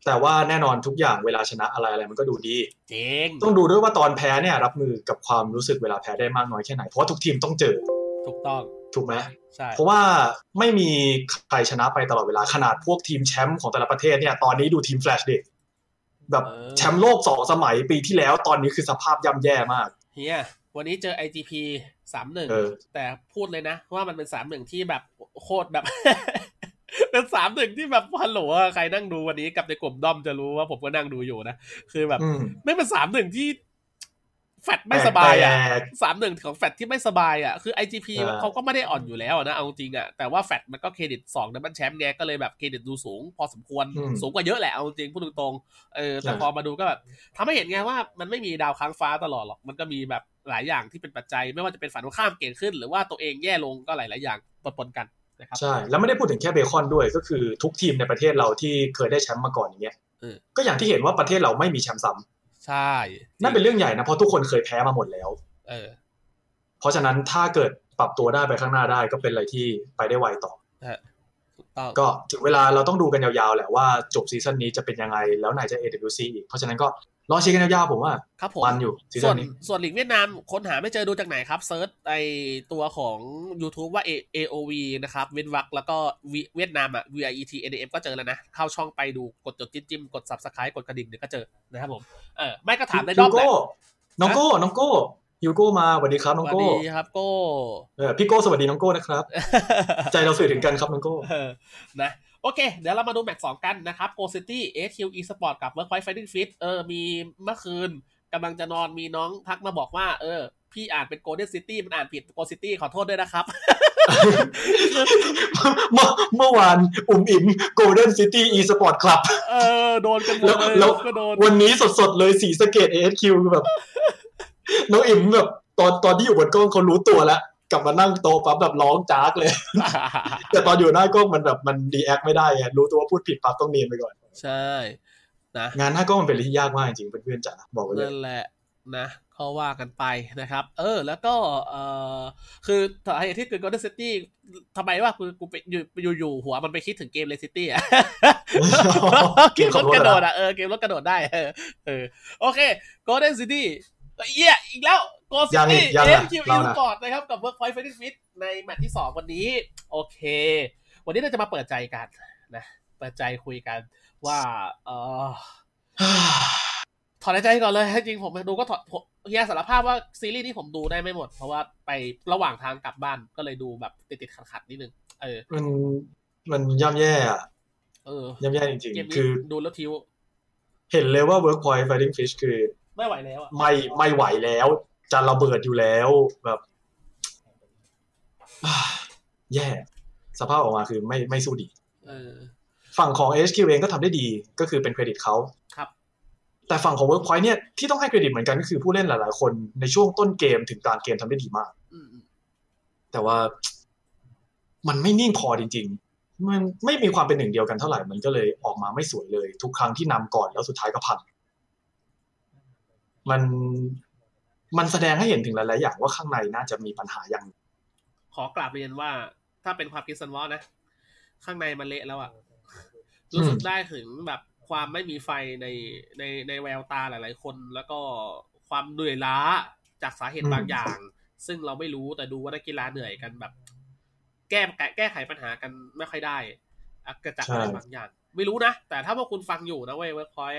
แต่ว่าแน่นอนทุกอย่างเวลาชนะอะไรอะไรมันก็ดูดี เจ๋ง ต้องดูด้วยว่าตอนแพ้เนี่ยรับมือกับความรู้สึกเวลาแพ้ได้มากน้อยแค่ไหน เพราะว่าทุกทีมต้องเจอ ถูกต้อง ถูกไหม ใช่ เพราะว่าไม่มีใครชนะไปตลอดเวลาขนาดพวกทีมแชมป์ของแต่ละประเทศเนี่ยตอนนี้ดูทีมแฟลชเด็กแบบแชมป์โลกสองสมัยปีที่แล้วตอนนี้คือสภาพย่ำแย่มาก เฮียวันนี้เจอ IGP สามหนึ่ง เออ แต่พูดเลยนะ ว่ามันเป็นสามหนึ่งที่แบบโคตรแบบ เป็นสามหนึ่งที่แบบฮัลโหลอะใครนั่งดูวันนี้กับในกลุ่มด้อมจะรู้ว่าผมก็นั่งดูอยู่นะคือแบบ อืม ไม่เป็นสามหนึ่งที่แฟดไม่สบายอ่ะ แปลก สามหนึ่งของแฟดที่ไม่สบายอ่ะคือ IGP ใช่ เขาก็ไม่ได้อ่อนอยู่แล้วอะนะเอาจริงอ่ะแต่ว่าแฟดมันก็เครดิตสองดับเบิลแชมป์ไงก็เลยแบบเครดิตดูสูง พอสมควร อืม สูงกว่าเยอะแหละเอาจริงพูดตรงๆเออแต่ ใช่ พอมาดูก็แบบทำให้เห็นไงว่ามันไม่มีดาวค้างฟ้าตลอดหรอกมันก็มีแบบหลายอย่างที่เป็นปัจจัย ไม่ว่าจะเป็นฝันของข้ามเก่งขึ้น หรือว่าตัวเองแย่ลงก็หลายๆอย่างปนๆกันนะครับ ใช่ แล้วไม่ได้พูดถึงแค่เบคอนด้วยก็คือทุกทีมในประเทศเราที่เคยได้แชมป์มาก่อนอย่างเงี้ย เออ ก็อย่างที่เห็นว่าประเทศเราไม่มีแชมป์ซ้ ใช่ ำนั่นเป็นเรื่องใหญ่นะเพราะทุกคนเคยแพ้มาหมดแล้ว เออ เพราะฉะนั้นถ้าเกิดปรับตัวได้ไปข้างหน้าได้ก็เป็นอะไรที่ไปได้ไวต่อ ถูกต้อง ก็ถึงเวลาเราต้องดูกันยาวๆแหละว่าจบซีซั่นนี้จะเป็นยังไง แล้วไหนจะ AWC อีก เพราะฉะนั้นก็รอเชียร์กันยาวๆผมว่า ครับผม มันอยู่ซี ส่ว ซั่ น นนี้ ส่วนหลีกเวียดนามค้นหาไม่เจอดูจากไหนครับเซิร์ชไอตัวของ YouTube ว่า A- AOV นะครับเว้นวรรคแล้วก็วิเวียดนามอ่ะ VIET NM ก็เจอแล้วนะ เข้าช่องไปดูกดจดจิ้มจิ้มกด Subscribe กดกระดิ่งเดี๋ยวก็เจอนะครับผมเออไม่ก็ถามในรอบแหละ ฮิวโก้น้องโก้ น้องโก้ฮิวโก้มาสวัสดีครับ ส น้อง วัส โก้ ดีครับโก้ เออพี่โก้สวัสดีน้องโก้นะครับ ใจเราสื่อถึงกันครับน้องโก้ เออนะ โอเค เดี๋ยวเรามาดูแมตช์สองกันนะครับ Go City HQ Esport กับ Workpoint Fighting Fit เออ มีเมื่อคืนกำลังจะนอนมีน้องทักมาบอกว่า เออ พี่อ่านเป็น Golden City มันอ่านผิด Go City ขอโทษด้วยนะครับ เมื่อเมื่อวานอุ่มอิ่ม Golden City Esport Club เออ โดนกันหมดเลย แล้วแล้ว ผมก็โดน วันนี้สดๆเลยสีสะเกต ASQ คือแบบ น้องอิ่มแบบตอนตอนที่อยู่บนกล้องเขารู้ตัวแล้ว กลับมานั่งโต๊ะปั๊บแบบร้องจากเลย แต่ตอนอยู่หน้ากล้องมันแบบมันดีแอคไม่ได้ไงรู้ตัวว่าพูดผิดปั๊บต้องเนียนไปก่อน ใช่ นะ งานหน้ากล้องมันเป็นเรื่องที่ยากมากจริงๆเพื่อนๆจ๋าบอกไว้เลย นั่นแหละนะก็ว่ากันไปนะครับ เออ แล้วก็เออคือสาเหตุที่เกิด Golden City ทำไมว่ากูกูไปอยู่อยู่อยู่หัวมันไปคิดถึงเกม Red City อะ เกมรถกระโดดอ่ะเออเกมรถกระโดดได้เออเออโอเค Golden City เอี้ยอีกแล้ว Go ยังอี City กยัง เอ็ อ่ะ มคิว เรา อิ นะ อร์ตนะครับ กับ Workpoint Fighting Fit ในแมตช์ที่ 2 วันนี้ โอเค วันนี้เราจะมาเปิดใจกันนะเปิดใจคุยกันว่าเออถอนหายใจก่อนเลย จริงๆผมดูก็ถอดผมเฮียสารภาพว่าซีรีส์นี้ผมดูได้ไม่หมด เพราะว่าไประหว่างทางกลับบ้านก็เลยดูแบบติดๆขัดๆนิดนึงเออ มันมันย่ำแย่อะ เออย่ ำแย่จริง เกม ๆ นี้ คือ ดูแล้วทิว เห็นเลยว่า Workpoint Fighting Fish คือ ไม่ไหวแล้วอะ ไม่ไม่ไหวแล้ว จะระเบิดอยู่แล้วแบบ แย่ สภาพออกมาคือไม่ไม่สู้ดี เออ ฝั่งของ HQ เองก็ทำได้ดีก็คือเป็นเครดิตเขา ครับ แต่ฝั่งของ Workpoint เนี่ยที่ต้องให้เครดิตเหมือนกันก็คือผู้เล่นหลายๆ คนในช่วงต้นเกมถึงกลางเกมทำได้ดีมาก อืมอืม แต่ว่า มันไม่นิ่งพอจริง ๆ มันไม่มีความเป็นหนึ่งเดียวกันเท่าไหร่ มันก็เลยออกมาไม่สวยเลย ทุกครั้งที่นำก่อนแล้วสุดท้ายก็พัง มันมันแสดงให้เห็นถึงหลาย ๆ อย่างว่าข้างในน่าจะมีปัญหาอย่าง ขอกราบเรียนว่า ถ้าเป็นความคิดสันวอลนะ ข้างในมันเละแล้วอะรู้สึกได้ถึงแบบความไม่มีไฟในในในแววตาหลาย ๆ คน แล้วก็ความเหนื่อยล้าจากสาเหตุบาง อืม อย่าง ซึ่งเราไม่รู้แต่ดูว่านักกีฬาเหนื่อยกันแบบ แก้แก้ไขปัญหากันไม่ค่อยได้อะเกิดจากอะไรบางอย่าง ไม่รู้นะ แต่ถ้าพวกคุณฟังอยู่นะเว้ยเวิร์กพอย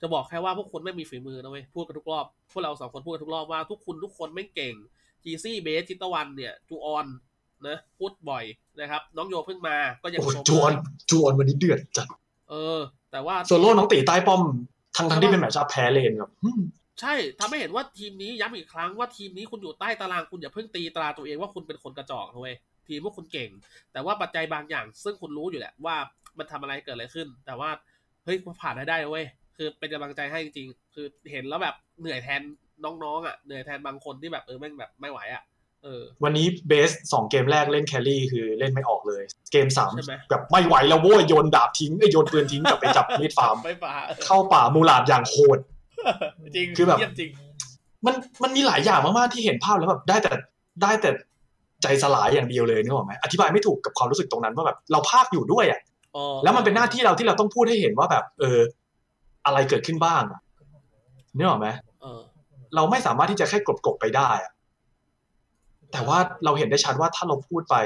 จะบอกแค่ว่าพวกคุณไม่มีฝีมือนะเว้ยพูดกันทุกรอบพวกเราสองคนพูดกันทุกรอบว่าทุกคุณทุกคนไม่เก่ง จ ทีซี่เบสจิตตะวันเนี่ยจูออนนะพูดบ่อยนะครับ น้องโยเพิ่งมาก็ยัง โอ้โห ชม จวนจวนวันนี้เดือดจัด เออ แต่ว่า โซโล่น้องตีใต้ป้อมทั้งทั้งที่เป็นแมตช์อัพแพ้เลนแบบอืม ใช่ทำให้เห็นว่าทีมนี้ย้ำอีกครั้งว่าทีมนี้คุณอยู่ใต้ตารางคุณอย่าเพิ่งตีตราตัวเองว่าคุณเป็นคนกระจอกนะเว้ยทีมพวกคุณเก่ง แต่ว่าปัจจัยบางอย่าง ซึ่งคุณรู้อยู่แหละว่ามันทำอะไรให้เกิดอะไรขึ้น แต่ว่าเฮ้ยมันผ่านได้ได้เว้ยคือเป็นกำลังใจให้จริงๆคือเห็นแล้วแบบเหนื่อยแทนน้องๆอ่ะเหนื่อยแทนบางคนที่แบบเออแม่งแบบไม่ไหวอ่ะเออ วันนี้เบสสองเกมแรกเล่นแครี่คือเล่นไม่ออกเลย เกมสาม ใช่ไหม แบบไม่ไหวแล้วโว้ยโยนดาบทิ้งเอ้ยโยนปืนทิ้งกลับไปจับมีดฟาร์ม ไม่ป่าเออ เข้าป่ามูหลาดอย่างโหด จริง คือแบบ เยี่ยมจริง มันมันมีหลายอย่างมาก ๆ ที่เห็นภาพแล้วแบบได้แต่ได้แต่ใจสลายอย่างเดียวเลยนึกออกไหมอธิบายไม่ถูกกับความรู้สึกตรงนั้นว่าแบบเราภาคอยู่ด้วยอ่ะ อ๋อ แล้วมันเป็นหน้าที่เราที่เราต้องพูดให้เห็นว่าแบบ เออ อะไรเกิดขึ้นบ้างอะนึกออกไหม เออ เราไม่สามารถที่จะแค่กลบกลบๆไปได้อะแต่ว่าเราเห็นได้ชัดว่าถ้าเราพูดไป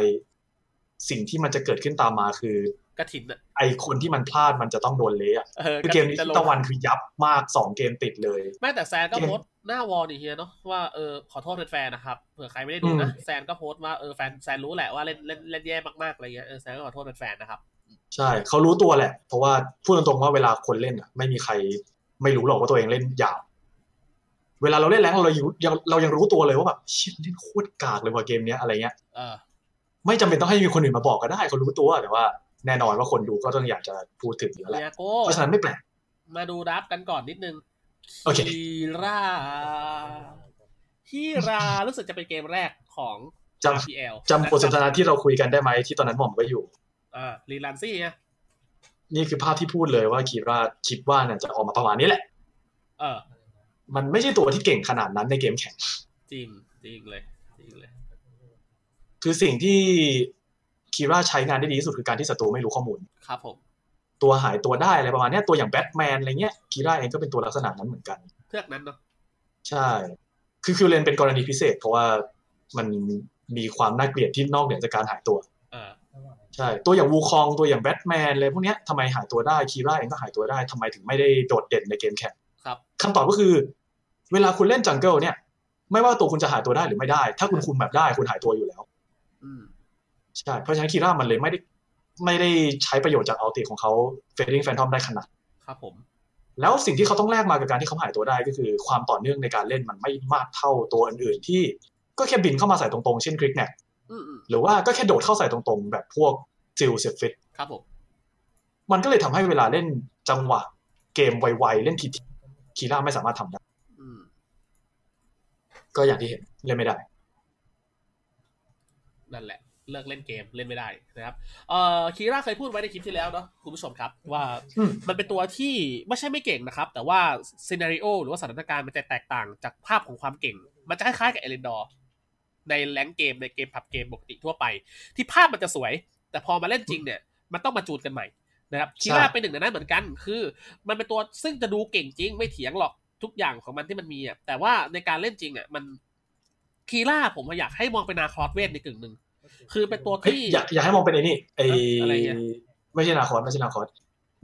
สิ่งที่มันจะเกิดขึ้นตามมาคือ กระถินอ่ะ ไอคนที่มันพลาดมันจะต้องโดนเละอะ เออ คือเกมนี้ ระถิ่จะลง ตะวันคือยับมากสองเกมติดเลย แม่แต่แซนก็โพสต์หน้าวอลนี่เฮียเนาะว่าเออขอโทษแฟนๆนะครับเผื่อใครไม่ได้ดูนะแซนก็โพสต์ว่าเออแฟนแซนรู้แหละว่าเล่นเล่นเล่นแย่มากๆอะไรเงี้ยเออแซนก็ขอโทษแฟนๆนะครับ ใช่เขารู้ตัวแหละ เพราะว่าพูดตรงๆว่าเวลาคนเล่นอ่ะ ไม่มีใครไม่รู้หรอกว่าตัวเองเล่นหยาบเวลาเราเล่นแรงค์เรายังยังเรายังรู้ตัวเลยว่าแบบเชี่ยเล่นโคตรกากเลยว่ะเกมเนี้ยอะไรเงี้ย เออ ไม่จำเป็นต้องให้มีคนอื่นมาบอกก็ได้เขารู้ตัวแต่ว่าแน่นอนว่าคนดูก็ต้องอยากจะพูดถึงอยู่แล้วแหละ เนียโก้ เพราะฉะนั้นไม่แปลก มาดูดับกันก่อนนิดนึง โอเค ฮีราฮีรารู้สึกจะเป็นเกมแรกของ จ PL ำจำบทสนทนาที่เราคุยกันได้ไหมที่ตอนนั้นหม่อมก็อยู่ อ่ารีลันซี่เนี่ย นี่คือภาพที่พูดเลยว่าคีราคิดว่าน่ะจะออกมาประมาณนี้แหละ เออ มันไม่ใช่ตัวที่เก่งขนาดนั้นในเกมแข่ง จริงจริงเลยจริงเลย คือสิ่งที่คีราใช้งานได้ดีที่สุดคือการที่ศัตรูไม่รู้ข้อมูล ครับผม ตัวหายตัวได้อะไรประมาณเนี้ยตัวอย่างแบทแมนอะไรเงี้ยคีราเองก็เป็นตัวลักษณะนั้นเหมือนกัน เทือกนั้นเนาะ ใช่ คือคิวเลนเป็นกรณีพิเศษ เพราะว่ามันมีความน่าเกลียดที่นอกเหนือจากการหายตัว เออ ใช่ ตัวอย่างวูคองตัวอย่างแบทแมนอะไรพวกเนี้ยทำไมหายตัวได้คีราเองก็หายตัวได้ทำไมถึงไม่ได้โดดเด่นในเกมแข่ง ครับ คำตอบก็คือ เวลาคุณเล่นจังเกิลเนี่ย ไม่ว่าตัวคุณจะหายตัวได้หรือไม่ได้ ถ้าคุณคุมแบบได้คุณหายตัวอยู่แล้ว อืม ใช่ เพราะฉะนั้นคีร่ามันเลยไม่ได้ไม่ได้ใช้ประโยชน์จากเอาติของเขาเฟดดิ้งแฟนทอมได้ขนาด ครับผม แล้วสิ่งที่เขาต้องแลกมากับการที่เขาหายตัวได้ก็คือความต่อเนื่องในการเล่นมันไม่มากเท่าตัวอื่นๆ ที่ก็แค่บินเข้ามาใส่ตรงๆ เช่นคลิกแน็ก อืมอืม หรือว่าก็แค่โดดเข้าใส่ตรงๆ แบบพวกซิลเซฟิต ครับผม มันก็เลยทำให้เวลาเล่นจังหวะเกมไวๆ เล่นทีๆคีร่าไม่สามารถทำได้ อืม ก็อย่างที่เห็นเล่นไม่ได้ นั่นแหละ เลิกเล่นเกมเล่นไม่ได้นะครับ เอ่อคีร่าเคยพูดไว้ในคลิปที่แล้วเนาะคุณผู้ชมครับ ว่า อืม มันเป็นตัวที่ไม่ใช่ไม่เก่งนะครับ แต่ว่าซีนารีโอหรือว่าสถานการณ์มันจะแตกต่างจากภาพของความเก่ง มันจะคล้ายๆกับเอเลนดอร์ในแรงเกมในเกมผับเกมปกติทั่วไป ที่ภาพมันจะสวย แต่พอมาเล่นจริงเนี่ย มันต้องมาจูนกันใหม่นะครับคีร่าเป็นหนึ่งในนั้นเหมือนกัน คือ มันเป็นตัวซึ่งจะดูเก่งจริง ไม่เถียงหรอกทุกอย่างของมันที่มันมีอ่ะแต่ว่าในการเล่นจริงอ่ะมันคีร่าผมอยากให้มองเป็นนาคลอสเวทในกึ่งหนึ่งคือเป็นตัว เฮ้ย ที่ อยากอยากให้มองเป็นไอ้นี่ไอ้ อะไรเนี่ย ไม่ใช่นาคอสไม่ใช่นาคอส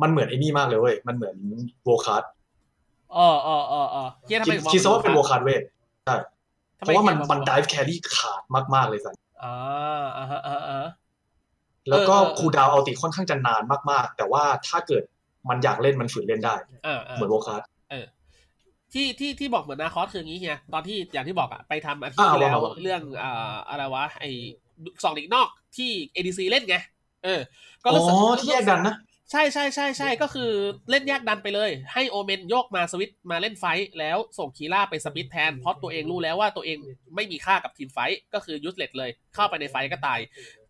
มันเหมือนไอ้นี่มากเลยเว้ยมันเหมือนโวคาร์ด เออเออเออเออเฮียทำไมถึงมอง คิดซะว่าเป็นโวคาร์ดเวท ทำไ เพราะว่ามัน ฮียอง มันดิฟแครี่ขาดมากๆเลยสัน อ่าอ่าฮะอ่าฮะ แล้วก็ เออเออ คูลดาวน์เอาติค่อนข้างจะนานมากๆ แต่ว่าถ้าเกิดมันอยากเล่นมันฝืนเล่นได้ อ่าอ่า เหมือนโวคาร์ด ที่ที่ที่บอกเหมือนนาคอสคืออย่างงี้เฮียตอนที่อย่างที่บอกอะไปทำอาทิตย์ อ่า ที่แล้ว ว่าว่าว่า เรื่องอ่าอะไรวะไอสองเด็กนอกที่ ADC เล่นไงเออ ก็ อ๋ รู้สึก อที่แยกดันนะ ใช่ใช่ใช่ใช่ก็คือเล่นแยกดันไปเลย ให้โอเมนโยกมาสวิตช์มาเล่นไฟท์แล้วส่งคีร่าไปสมิธแทนเพราะตัวเองรู้แล้วว่าตัวเองไม่มีค่ากับทีมไฟท์ก็คือยูสเลตเลยเข้าไปในไฟท์ก็ตาย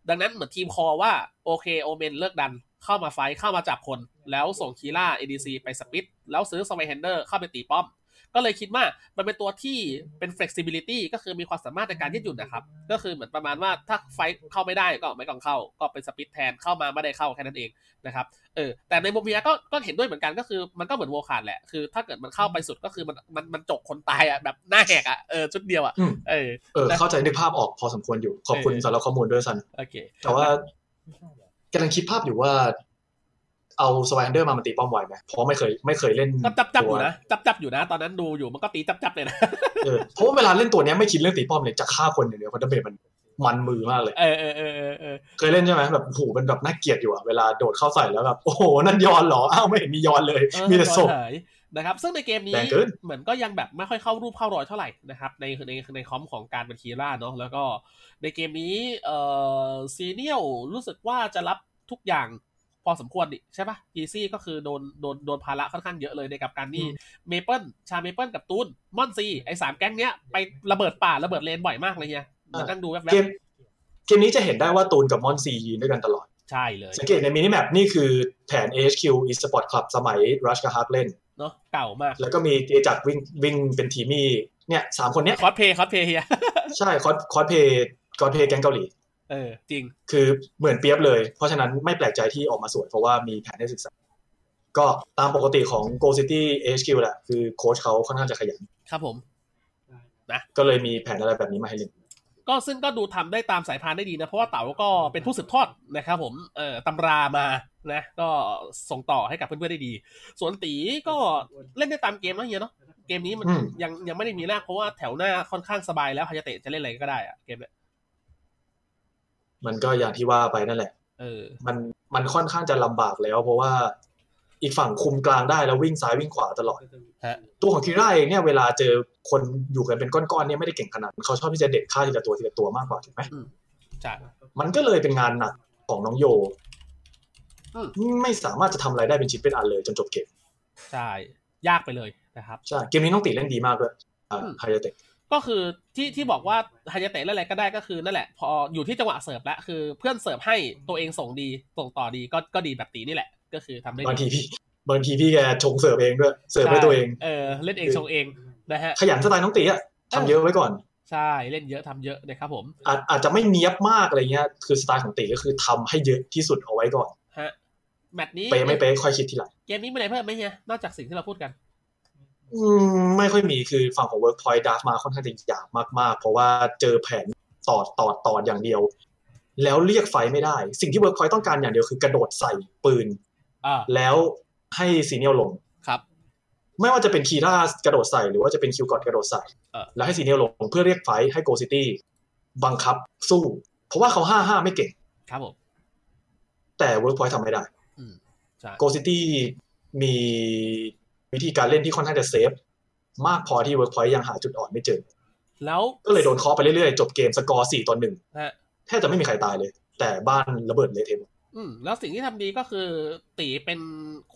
ดังนั้นเหมือนทีมคอว่าโอเคโอเมนเลิกดันเข้ามาไฟท์เข้ามาจับคน แล้วส่งคีร่า ADC ไปสปิดแล้วซื้อสวายแฮนเดอร์เข้าไปตีป้อม ก็เลยคิดว่ามันเป็นตัวที่เป็น flexibility ก็คือมีความสามารถในการยืดหยุ่นนะครับ ก็คือเหมือนประมาณว่าถ้าไฟท์เข้าไม่ได้ก็ไม่ต้องเข้า ก็เป็นสปิดแทนเข้ามาไม่ได้เข้าแค่นั้นเองนะครับเออแต่ในมุมเมียก็ก็เห็นด้วยเหมือนกันก็คือมันก็เหมือนโวคาดแหละคือถ้าเกิดมันเข้าไปสุดก็คือมันมันมันจกคนตายอ่ะแบบหน้าแหกอ่ะเออชุดเดียวอ่ะ อืม เออ เออเข้าใจในภาพออกพอสมควรอยู่ ขอบคุณ เออ สำหรับข้อมูลด้วยสัน โอเค แต่ว่ากำลังคิดภาพอยู่ว่า เอาสวายเดอร์มามันตีป้อมไวไหมเพราะไม่เคยไม่เคยเล่น จับจับจับอตัว ยู่นะจับจับอยู่นะ ตอนนั้นดูอยู่มันก็ตีจับจับเลยนะ เออเพราะว่าเวลาเล่นตัวเนี้ยไม่คิดเรื่องตีป้อมเลยจะฆ่าคนอย่างเดียวเพราะดาเมจมันมันมือมากเลย เออเออเออเออเออ เคยเล่นใช่ไหมแบบโอ้โหมันแบบน่าเกลียดอยู่อะเวลาโดดเข้าใส่แล้วแบบโอ้โหนั่นยอนเหรออ้าวไม่เห็นมียอนเลย เออ มีแต่ศพ หายนะครับ ซึ่งในเกมนี้ แรงเกิน เหมือนก็ยังแบบไม่ค่อยเข้ารูปเข้ารอยเท่าไหร่นะครับในในในคอมของการเป็นคีร่าเนาะแล้วก็ในเกมนี้เอ่อซีเนียลรู้สึกว่าจะรับทุกอย่างพอสมควรนี่ใช่ปะกีซี่ก็คือโดนโดนโดนภาระค่อนข้างเยอะเลยในกับการที่เมเปิลชาเมเปิลกับตูนมอนซีไอ้สามแก๊งเนี้ยไประเบิดป่าระเบิดเลนบ่อยมากเลยเฮียมานั่งดูแว เกม บ เกมนี้จะเห็นได้ว่าตูนกับมอนซียืนด้วยกันตลอด ๆใช่เลย สังเกตในมินิแมปนี่คือแผน AHQ eSport Club สมัยรัชกับฮาร์กเล่น เนาะเก่ามาก แล้วก็มีเกจักรวิ่งวิ่งเป็นทีมี่เนี่ยสามคนเนี้ย คอสเพย์คอสเพย์เฮีย ใช่คอสคอสเพย์คอสเพย์แกงเกาหลี เออจริง คือเหมือนเปรียบเลย เพราะฉะนั้นไม่แปลกใจที่ออกมาสวย เพราะว่ามีแผนให้ศึกษา ก็ตามปกติของ Go City HQ แหละ คือโค้ชเขาค่อนข้างจะขยัน ครับผม ก็เลยมีแผนอะไรแบบนี้มาให้เล่น ก็ซึ่งก็ดูทำได้ตามสายพานได้ดีนะ เพราะว่าเต๋าก็เป็นผู้สืบทอดนะครับผมเอ่อตำรามานะก็ส่งต่อให้กับเพื่อนๆได้ดี ส่วนตีก็เล่นได้ตามเกมนะเฮียเนาะเกมนี้มัน อืม ยังยังไม่ได้มีหน้าเพราะว่าแถวหน้าค่อนข้างสบายแล้วพายาเตะจะเล่นอะไรก็ได้อะเกมเนี้ย มันก็อย่างที่ว่าไปนั่นแหละ เออ มันมันค่อนข้างจะลำบากแล้ว เพราะว่าอีกฝั่งคุมกลางได้แล้ววิ่งซ้ายวิ่งขวาตลอด ฮะ ตัวของคีร่าเองเนี่ยเวลาเจอคนอยู่กันเป็นก้อนๆเนี่ยไม่ได้เก่งขนาดนั้นเขาชอบที่จะเด็ดฆ่าทีละตัวทีละตัวมากกว่าถูกไหม ใช่ มันก็เลยเป็นงานหนักของน้องโย อืม ไม่สามารถจะทำอะไรได้เป็นชิ้นเป็นอันเลยจนจบเกม ใช่ยากไปเลยนะครับ ใช่ เกมนี้น้องตีเล่นดีมากด้วยอ่า อืม ไฮเดรเตะ ก็คือที่ที่บอกว่าฮายาเตะเล่นอะไรก็ได้ก็คือนั่นแหละ พออยู่ที่จังหวะเสิร์ฟแล้วคือเพื่อนเสิร์ฟให้ตัวเองส่งดีส่งต่อดีก็ก็ดีแบบตีนี่แหละ ก็คือทำได้ บาง ดี ทีพี่บางทีพี่แกชงเสิร์ฟเองด้วย เสิร์ฟให้ตัวเอง เออเล่นเองชงเองนะฮะ ขยันสไตล์น้องตีอะทำเยอะไว้ก่อน ใช่เล่นเยอะทำเยอะนะครับผม อาจอาจจะไม่เนี้ยบมากอะไรเงี้ย คือสไตล์ของตีก็คือทำให้เยอะที่สุดเอาไว้ก่อน ฮะแมตช์นี้ เป๊ะไม่เป๊ะค่อยคิดทีหลัง เกมนี้มีอะไรเพิ่มไหมเฮียนอกจากสิ่งที่เราพูดกัน อืมไม่ค่อยมีคือฝั่งของ Workpoint ดาร์มาค่อนข้างจะหยาบมากๆ เพราะว่าเจอแผนตอดตอดตอดอย่างเดียว แล้วเรียกไฟไม่ได้ สิ่งที่ Workpoint ต้องการอย่างเดียวคือกระโดดใส่ปืน อ่า แล้วให้ซีเนียลลง ครับ ไม่ว่าจะเป็นคีร่ากระโดดใส่หรือว่าจะเป็นคิวกอดกระโดดใส่ แล้วให้ซีเนียลลงเพื่อเรียกไฟท์ให้โกซิตี้บังคับสู้ เพราะว่าเขาห้าห้าไม่เก่ง ครับผม แต่เวิร์กพอยท์ทำไม่ได้ อืมใช่ โกซิตี้มีวิธีการเล่นที่ค่อนข้างจะเซฟ มากพอที่เวิร์กพอยท์ยังหาจุดอ่อนไม่เจอ แล้ว ก็เลยโดนเคอไปเรื่อยๆ จบเกมสกอร์สี่ต่อหนึ่ง ฮะ แทบจะไม่มีใครตายเลย แต่บ้านระเบิดเละเทะหมด อืมแล้วสิ่งที่ทำดีก็คือตีเป็น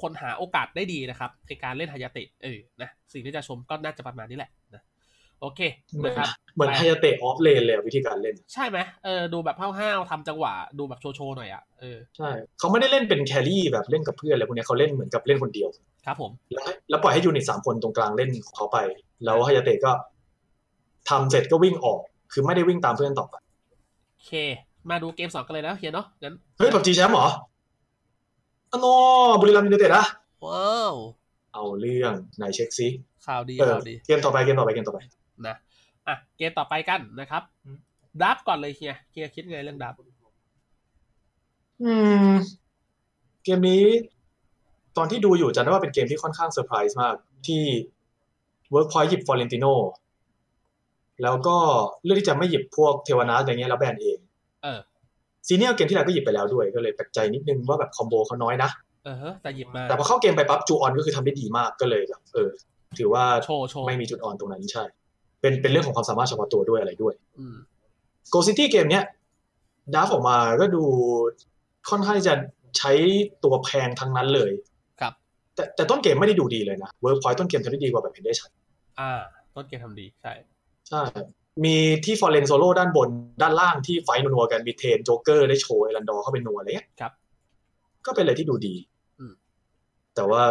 คนหาโอกาสได้ดีนะครับในการเล่นฮายาเตะเออนะสิ่งที่จะชมก็น่าจะประมาณนี้แหละนะโอเค เหมือน นะครับ เหมือนไฮยาเตะออฟเลนเลยอะวิธีการเล่น ใช่ไหมเออดูแบบห้าวๆทำจังหวะดูแบบโชว์ๆหน่อยอ่ะเออ ใช่เขาไม่ได้เล่นเป็นแครี่แบบเล่นกับเพื่อนอะไรพวกเนี้ยเขาเล่นเหมือนกับเล่นคนเดียว ครับผม แล้วให้แล้วปล่อยให้ยูนิตสามคนตรงกลางเล่นของเขาไป แล้วฮายาเตะก็ทำเสร็จก็วิ่งออก คือไม่ได้วิ่งตามเพื่อนต่อไป โอเค มาดูเกมสองกันเลยนะเฮียเนาะงั้น เฮ้ยปับจีแชมป์เหรออ๋อนอบุรีรัมย์ยูไนเต็ดนะ ว้าว เอาเรื่องไหนเช็คซิ ข่าวดี เออ ข่าวดี เกมต่อไปเกมต่อไปเกมต่อไป นะอ่ะเกมต่อไปกันนะครับดับก่อนเลยเฮียเฮียคิดไงเรื่องดับ อืม เกมนี้ ตอนที่ดูอยู่จำได้ว่าเป็นเกมที่ค่อนข้างเซอร์ไพรส์มาก ที่เวิร์กพอยต์หยิบฟอร์เรนติโนแล้วก็เลือกที่จะไม่หยิบพวกเทวานาสอย่างเงี้ยแล้วแบนเอง เออ ซีเนียร์เกมที่แล้วก็หยิบไปแล้วด้วยก็เลยแปลกใจนิดนึงว่าแบบคอมโบเขาน้อยนะ เออเฮ้ยแต่หยิบมา แต่พอเข้าเกมไปปั๊บจูออนก็คือทำได้ดีมากก็เลยแบบเออ ถือว่า โชว์โชว์ ไม่มีจุดอ่อนตรงนั้นใช่ เป็นเป็นเรื่องของความสามารถเฉพาะตัวด้วยอะไรด้วย อืม โกซิตี้เกมเนี้ยดาฟออกมาก็ดูค่อนข้างจะใช้ตัวแพงทั้งนั้นเลย ครับ แต่แต่ต้นเกมไม่ได้ดูดีเลยนะเวิร์กพอยต์ต้นเกมทำได้ดีกว่าแบบเห็นได้ชัด อ่า ต้นเกมทำดีใช่ ใช่ มีที่ฟอร์เรนโซโล่ด้านบนด้านล่างที่ไฟท์นัวๆกันมีเทนโจ๊กเกอร์ได้โชว์ไอรันดอร์เข้าเป็นนัวอะไรเงี้ย ครับ ก็เป็นอะไรที่ดูดี อืม แต่ว่า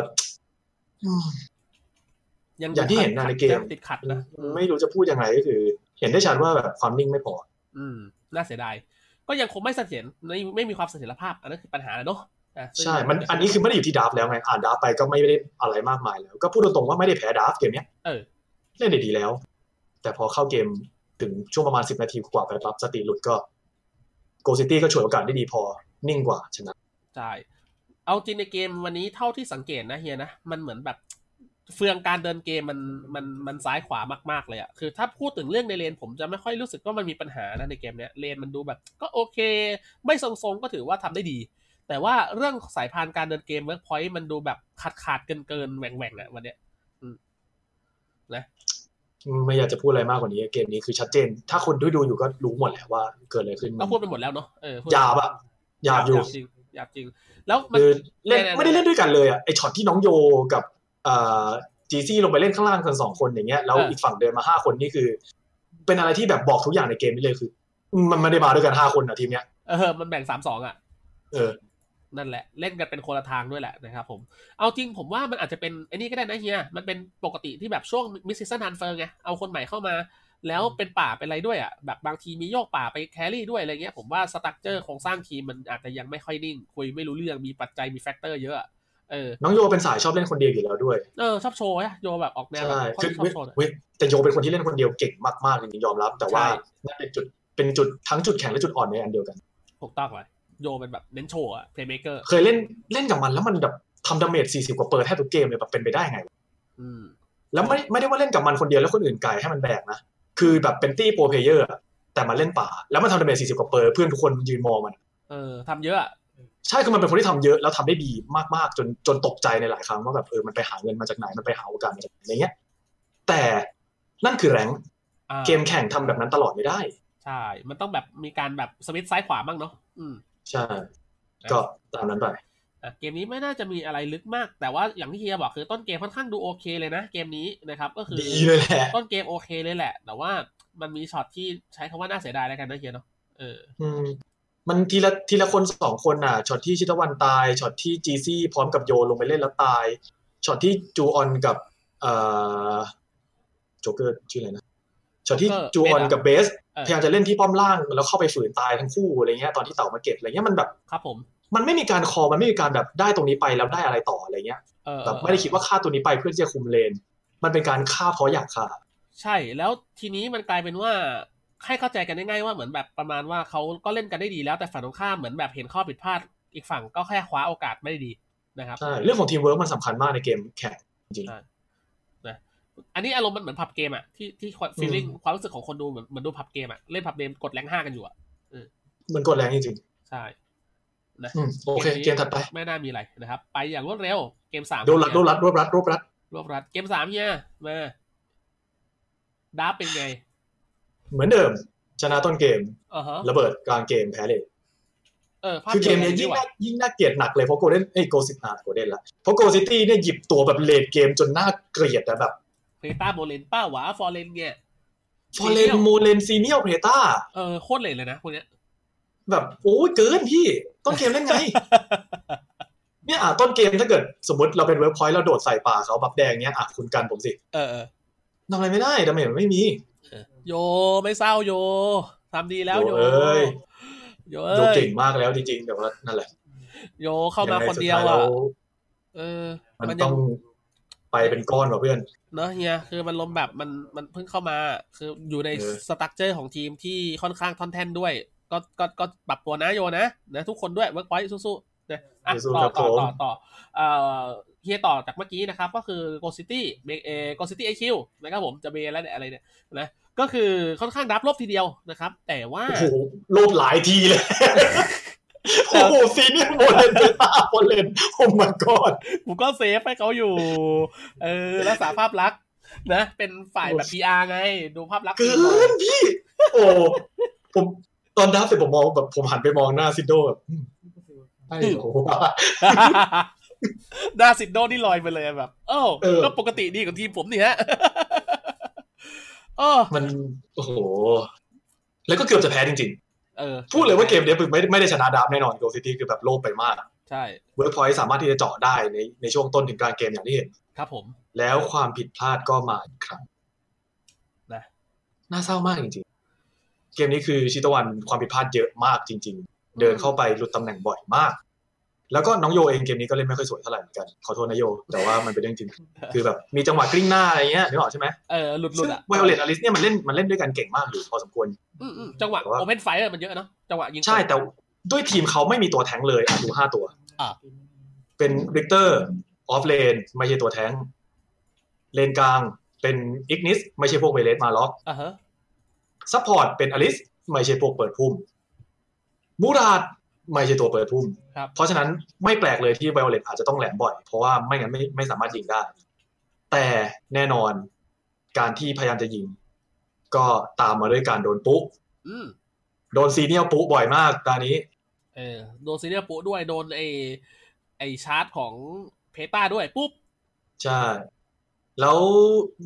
อืม อย่างที่เห็นนะในเกม ติดขัดนะอืม ไม่รู้จะพูดยังไงก็คือ เห็นได้ชัดว่าแบบความนิ่งไม่พอ อืมน่าเสียดาย ก็ยังคงไม่เสถียรไม่ไม่มีความเสถียรภาพ อันนั้นคือปัญหาแล้วเนาะอ่ะซึ่ง ใช่ มันอันนี้คือไม่ได้อยู่ที่ดราฟต์แล้วไง อ่านดราฟต์ไปก็ไม่ได้อะไรมากมายแล้ว ก็พูดตรงๆว่าไม่ได้แพ้ดราฟต์เกมเนี้ย เออ เล่นได้ดีแล้ว แต่พอเข้าเกมถึงช่วงประมาณสิบนาทีกว่าไปปั๊บสติหลุดก็โกซิตี้ก็ฉวยโอกาสได้ดีพอนิ่งกว่าชนะ ใช่ เอาจริงในเกมวันนี้เท่าที่สังเกตนะเฮียนะ มันเหมือนแบบเฟืองการเดินเกมมันมันมันซ้ายขวามากๆเลยอะคือถ้าพูดถึงเรื่องในเลนผมจะไม่ค่อยรู้สึกว่ามันมีปัญหานะในเกมเนี้ยเลนมันดูแบบ ก็โอเค ไม่ทรงๆก็ถือว่าทำได้ดี แต่ว่าเรื่องสายพานการเดินเกมเวิร์กพอยต์มันดูแบบขาดขาดเกินเกินๆแหว่งแหว่งๆอะวันเนี้ย ไม่อยากจะพูดอะไรมากกว่านี้เกมนี้คือชัดเจน ถ้าคนดูดูอยู่ก็รู้หมดแหละว่าเกิดอะไรขึ้น ก็พูดไปหมดแล้วเนาะเออพูด หยาบอะหยาบอยู่ จริงหยาบจริง แล้วมัน คือเล่น แน่ๆ ไม่ได้เล่นด้วยกันเลยอ่ะไอช็อตที่น้องโยกับเอ่อจีซี่ลงไปเล่นข้างล่างกันสองคนอย่างเงี้ยแล้วอีกฝั่งเดินมาห้าคนนี่คือ เป็นอะไรที่แบบบอกทุกอย่างในเกมนี้เลยคือ มันไม่ได้มาด้วยกันห้าคนอ่ะทีมเนี้ย เออมันแบ่งสามสองอ่ะ เออ นั่นแหละเล่นกันเป็นคนละทางด้วยแหละนะครับผม เอาจริงผมว่ามันอาจจะเป็นไอ้นี่ก็ได้นะเฮีย มันเป็นปกติที่แบบช่วงมิสซิสันฮันเฟิร์ไง เอาคนใหม่เข้ามา แล้วเป็นป่าเป็นอะไรด้วยอ่ะแบบบางทีมีโยกป่าไปแครี่ด้วยอะไรเงี้ยผมว่าสตั๊กเจอร์โครงสร้างทีมมันอาจจะยังไม่ค่อยนิ่ง คุยไม่รู้เรื่องมีปัจจัยมีแฟกเตอร์เยอะอะเออ น้องโยเป็นสายชอบเล่นคนเดียวอยู่แล้วด้วย เออชอบโชว์อะโยแบบออกแนวแบ ใช่ บค่อ คือน ข้างชอบโชว์หน่อย เว้ยแต่โยเป็นคนที่เล่นคนเดียวเก่งมากๆจริงๆยอมรับ แต่ว่า ใช่ นั่นเป็นจุดเป็นจุดทั้งจุดแข็งและจุดอ่อนในอันเดียวกัน ถูกต้องเลยโยเป็นแบบเน้นโชว์อะเพลย์เมเกอร์ เคยเล่นเล่นกับมันแล้วมันแบบทำดาเมจสี่สิบกว่าเปอร์แทบทุกเกมเลยแบบเป็นไปได้ไง อืม แล้วไม่ไม่ได้ว่าเล่นกับมันคนเดียวแล้วคนอื่นไก่ให้มันแบกนะ คือแบบเป็นตี้โปรเพลเยอร์อะแต่มันเล่นป่า แล้วมันทำดาเมจ 40 กว่าเปอร์เพื่อนทุกคนยืนมองมัน เออทำเยอะอะ ใช่คือมันเป็นคนที่ทำเยอะแล้วทำได้ดีมาก ๆ จนจนตกใจในหลายครั้งว่าแบบเออมันไปหาเงินมาจากไหน มันไปหาโอกาสมาจากไหนอะไรเงี้ย แต่นั่นคือแรงค์ อ่า เกมแข่งทำแบบนั้นตลอดไม่ได้ ใช่ มันต้องแบบมีการแบบสวิตช์ซ้ายขวาบ้างเนาะอืม ใช่ ก็ตามนั้นไป อ่ะเกมนี้ไม่น่าจะมีอะไรลึกมาก แต่ว่าอย่างที่เฮียบอกคือต้นเกมค่อนข้างดูโอเคเลยนะ เกมนี้นะครับ ก็คือ ดีเลยแหละ ต้นเกมโอเคเลยแหละ แต่ว่ามันมีช็อตที่ใช้คำว่าน่าเสียดายแล้วกันนะเฮียเนาะเออ อืมมันทีละทีละคนสองคนน่ะช็อตที่ชิตวันตายช็อตที่จีซี่พร้อมกับโยลงไปเล่นแล้วตายช็อตที่จูออนกับเอ่อโจกเกอร์ชื่ออะไรนะช็อตที่จูออนกับเบส เออ พยายามจะเล่นที่ป้อมล่างแล้วเข้าไปฝืนตายทั้งคู่อะไรเงี้ยตอนที่เต่ามาเก็บอะไรเงี้ยมันแบบ ครับผม มันไม่มีการคอมันไม่มีการแบบได้ตรงนี้ไปแล้วได้อะไรต่ออะไรเงี้ย เออ แบบไม่ได้คิดว่าฆ่าตัวนี้ไปเพื่อที่จะคุมเลน มันเป็นการฆ่าเพราะอยากฆ่า ใช่แล้วทีนี้มันกลายเป็นว่าให้เข้าใจกันได้ง่ายว่าเหมือนแบบประมาณว่าเขาก็เล่นกันได้ดีแล้วแต่ฝั่งตรงข้ามเหมือนแบบเห็นข้อผิดพลาดอีกฝั่งก็แค่คว้าโอกาสไม่ได้ดีนะครับ ใช่เรื่องของทีมเวิร์กมันสำคัญมากในเกมแข่ง อันนี้อารมณ์มันเหมือนผับเกมอะที่ที่ฟีลลิ่ง อืม ความรู้สึกของคนดูเหมือนเหมือนดูผับเกมอะเล่นผับเกมกดแรงห้ากันอยู่อะ มันกดแรงจริง ใช่นะ ๆอืมโอเค เกมถัดไป ไม่น่ามีอะไรนะครับ ไปอย่างรวดเร็วเกมสาม โดนรัดโดนรัดรวบรัดรวบรัด รวบรัดเกมสามเนี่ยมาดับเป็นไง เหมือนเดิม ชนะต้นเกม อ่าฮะ ระเบิดกลางเกมแพ้เลย เออภาพ คือเกมเนี้ย ดี ยิ่ง ว่ะ น่ายิ่งน่าเกลียดหนักเลยเพราะโกลเด้นเอ้ยโกซิตี้โกลเด้นละเพราะโกซิตี้เนี่ยหยิบตัวแบบเลดเกมจนน่าเกลียดอะแบบ เพตาโมเลนป้าหวาฟอร์เรนเนี่ย ฟอร์เรนโมเลนซีเนียลเพตา เออโคตรเลยเลยนะพวกเนี้ย แบบโอ้ยเกินพี่ ต้นเกมเล่นไง เนี่ยอ่ะต้นเกมถ้าเกิดสมมติเราเป็นเวิร์กพอยต์เราโดดใส่ป่าเขาบับแดงเนี้ยอ่ะคุณกันผมสิ เออเออ ทำอะไรไม่ได้ดาเมจมันไม่มี โยไม่เศร้าโยทำดีแล้วโย โยเอ้ย โย โย เอ้ย เก่งมากแล้วจริงๆแต่ว่านั่นแหละ โยเข้ามาคนเดียว งไงสุท้า อ่ะ แล้ เออ มัน มันยั ต้อง งไปเป็นก้อนว่ะเพื่อน เนอะเฮียคือมันลมแบบมันมันเพิ่งเข้ามา คืออยู่ใน เออ สตั๊กเจอร์ของทีมที่ค่อนข้างท่อนแท่นด้วย ก็ก็ก็ปรับตัวนะโยนะนะทุกคนด้วยเวิร์กพอยต์สู้ๆนะอ่ะ สู้ ต่ ค อ รับ ต่อ ผม ต่อต่อเอ่อเฮียต่อจากเมื่อกี้นะครับ ก็คือโกซิตี้เบเอโกซิตี้ไอคิวนะครับผมจะเบแล้วเนี่ยอะไรเนี่ยนะก็คือค่อนข้างรับรบทีเดียวนะครับ แต่ว่า โอ้โหโลบหลายทีเลย โอ้โหซีเนียร์โมเลนเบต้าโมเลนโอ้ my god ผมก็เซฟให้เขาอยู่ เออรักษาภาพลักษณ์นะ เป็นฝ่ายแบบ PR ไง ดูภาพลักษณ์ดี เกิ หน่อย นพี่ โอ้ผมตอนดับเสร็จผมมองแบบผมหันไปมองหน้าซิโดแบบอืมใช่เหรอวะ ดาซิดโดนี่ลอยไปเลยแบบ เอ้า เออ ก็ปกติดีกับทีมผมนี่ฮะ เออ มันโอ้โห แล้วก็เกือบจะแพ้จริง เออ ๆ พูดเลยว่าเกมเนี้ยไม่ไม่ได้ชนะดับแน่นอนโกซิตี้คือแบบโลบไปมาก ใช่ เวิร์กพอยต์สามารถที่จะเจาะได้ในในช่วงต้นถึงกลางเกมอย่างที่เห็น ครับผม แล้วความผิดพลาดก็มาอีกครั้ง นะ น่าเศร้ามากจริงๆ เกมนี้คือชิตะวันความผิดพลาดเยอะมากจริง ๆ เดินเข้าไปหลุดตำแหน่งบ่อยมาก แล้วก็น้องโยเองเกมนี้ก็เล่นไม่ค่อยสวยเท่าไหร่เหมือนกัน ขอโทษนะโย แต่ว่ามันเป็นเรื่องจริง คือแบบมีจังหวะกลิ้งหน้าอะไรเงี้ยนึกออกใช่ไหม เออหลุดหลุ ซึ่ง ดอ่ะ ไวโอเลตอลิสเนี่ยมันเล่นมันเล่นด้วยกันเก่งมากอยู่พอสมควร อืมอืมจังหวะ แต่ว่า โอเพนไฟร์มันเยอะเนาะจังหวะยิง ใช่แต่ด้วยทีมเขาไม่มีตัวแทงค์เลยอ่ะดูห้าตัว อ่ะ เป็นริกเตอร์ออฟเลนไม่ใช่ตัวแท้งเลนกลางเป็นอิกนิสไม่ใช่พวกเวเลสมาล็อก อ่าฮะ ซัพพอร์ตเป็นอลิสไม่ใช่พวกเปิดพุ่มมูราดไม่ใช่ตัวเปิดพุ่ม ครับ เพราะฉะนั้นไม่แปลกเลยที่ไวโอเลตอาจจะต้องแหลมบ่อย เพราะว่าไม่งั้นไม่ไม่สามารถยิงได้ แต่แน่นอนการที่พยายามจะยิง ก็ตามมาด้วยการโดนปุ๊ อืม โดนซีเนียลปุ๊บ่อยมากตอนนี้ เออโดนซีเนียร์ปุ๊ด้วยโดนไอไอชาร์จของเพต้าด้วยปุ๊บ ใช่ แล้ว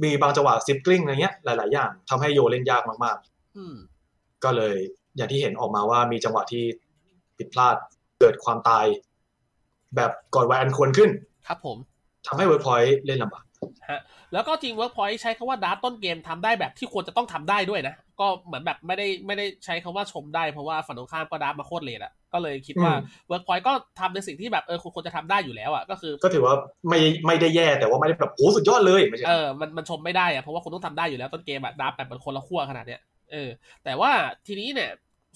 มีบางจังหวะซิปกลิ้งอะไรเงี้ยหลาย ๆ อย่างทำให้โยเล่นยากมาก อืม ๆ ก็เลยอย่างที่เห็นออกมาว่ามีจังหวะที่ผิดพลาดเกิดความตาย แบบก่อนวัยอันควรขึ้น ครับผม ทำให้เวิร์พอยต์เล่นลำบาก แล้วก็จริง Workpoint ใช้คำว่าดาร์ตต้นเกมทำได้แบบที่ควรจะต้องทำได้ด้วยนะ ก็เหมือนแบบไม่ได้ไม่ได้ใช้คำว่าชมได้เพราะว่าฝั่งตรงข้ามก็ดาร์ตมาโคตรเลทอะก็เลยคิดว่า อืม Workpoint ก็ทำในสิ่งที่แบบเออควรจะทำได้อยู่แล้วอะก็คือ ก็ถือว่าไม่ไม่ได้แย่แต่ว่าไม่ได้แบบโอ้สุดยอดเลยไม่ใช่ เออมันมันชมไม่ได้อะเพราะว่าคุณต้องทำได้อยู่แล้วต้นเกมอะดาร์ตแบบมันคนละขั้วขนาดเนี้ยเออแต่ว่าทีนี้เนี่ย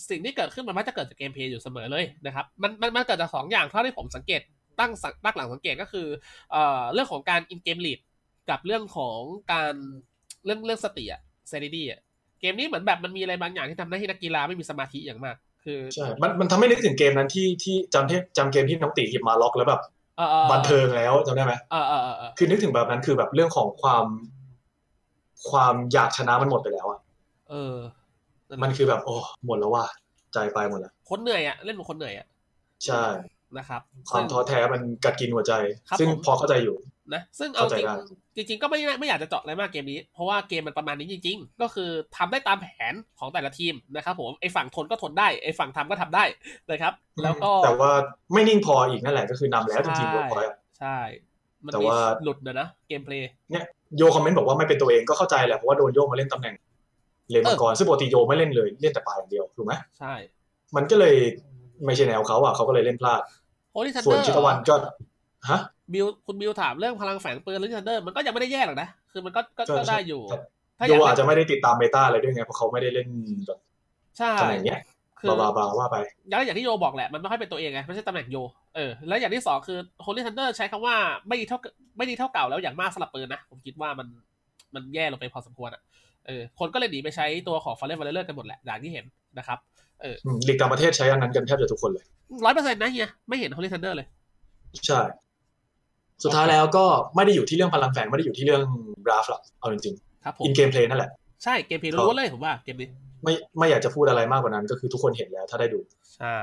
สิ่งที่เกิดขึ้นมันมักจะเกิดจากเกมเพลย์อยู่เสมอเลยนะครับมันมันมันเกิดจากสองอย่างเท่าที่ผมสังเกตตั้งสังตั้งหลังสังเกตก็คือเอ่อเรื่องของการอินเกมลีดกับเรื่องของการเรื่องเรื่องสติอะ sanity อะ เกมนี้เหมือนแบบมันมีอะไรบางอย่างที่ทำให้นักกีฬาไม่มีสมาธิอย่างมาก คือ ใช่ มันมันทำให้นึกถึงเกมนั้นที่ที่จำที่จำเกมที่น้องตีหยิบมาล็อกแล้วแบบ เอ่อเอ่อ บันเทิงแล้วจำได้ไหม เออเออเออเออ คือนึกถึงแบบนั้นคือแบบเรื่องของความความอยากชนะมันหมดไปแล้วอ่ะ เออ มันคือแบบโอ้หมดแล้วว่าใจไปหมดแล้ว คนเหนื่อยอะเล่นเป็นคนเหนื่อยอะ ใช่ นะครับ ความท้อ ซึ่ง แท้มันกัดกินหัวใจ ครับ ซึ่ง ผม พอเข้าใจอยู่ นะซึ่งเอา เข้าใจได้ จริงจริง ๆ ก็ไม่ไม่อยากจะเจาะอะไรมากเกมนี้ เพราะว่าเกมมันประมาณนี้จริง ๆ ก็คือทำได้ตามแผนของแต่ละทีมนะครับผมไอฝั่งทนก็ทนได้ไอฝั่งทำก็ทำได้นะครับ แล้วก็ แต่ว่าไม่นิ่งพออีกนั่นแหละก็คือนำแล้วจริงๆ ใช่ เวิร์กพอยต์อะ ใช่มัน แต่ มี ว่า หลุดเดี๋ยวนะเกมเพลย์ โยคอมเมนต์บอกว่าไม่เป็นตัวเองก็เข้าใจแหละเพราะว่าโดนโยกมาเล่นตำแหน่งเลนมังกรซึ่งปกติโยไม่เล่นเลยเล่นแต่ปลายอย่างเดียวถูกไหม ใช่ มันก็เลยไม่ใช่แนวเขาอ่ะเขาก็เลยเล่นพลาด โอลิทัน ส่ เด วน อร์ ชิตวันก็ฮะ บิวคุณบิวถามเรื่องพลังแฝงปืนโอลิทันเดอร์มันก็ยังไม่ได้แย่หรอกนะ คือมันก็ก็ ใช่ ก็ได้อยู่ ใช่ ถ้าอ โย ยาก อาเล่จน จะไม่ได้ติดตามเมตาอะไรด้วยไงเพราะเขาไม่ได้เล่นแบบ ใช่ ตำแหน่งเนี้ย คือ บาบาบาว่าไป แล้วอย่างที่โยบอกแหละมันไม่ค่อยเป็นตัวเองไงไม่ใช่ตำแหน่งโยเออแล้วอย่างที่สองคือ Holy Thunder ใช้คำว่าไม่ดีเท่าไม่ดีเท่าเก่าแล้วอย่างมากสลับปืนนะ ผมคิดว่ามันมันแย่ลงไปพอสมควรอ่ะเออคนก็เลยหนีไปใช้ตัวของ f a l l e n v a l e r กันหมดแหละอย่างที่เห็นนะครับ อืมลีกต่างประเทศใช้อันนั้นกันแทบจะทุกคนเลย ร้อยเปอร์เซ็นต์นะเฮียไม่เห็น Holy Thunder เลย ใช่ สุดท้ายแล้วก็ไม่ได้อยู่ที่เรื่องพลังแฝงไม่ได้อยู่ที่เรื่องราฟหรอกเอาจริง ครับผ ๆ ม อินเกมเพลย์นั่นแหละ ใช่เกมเพลย์ล้วนๆเลยผมว่าเกมนี้ ไม่ไม่อยากจะพูดอะไรมากกว่านั้น ก็คือทุกคนเห็นแล้วถ้าได้ดู ใช่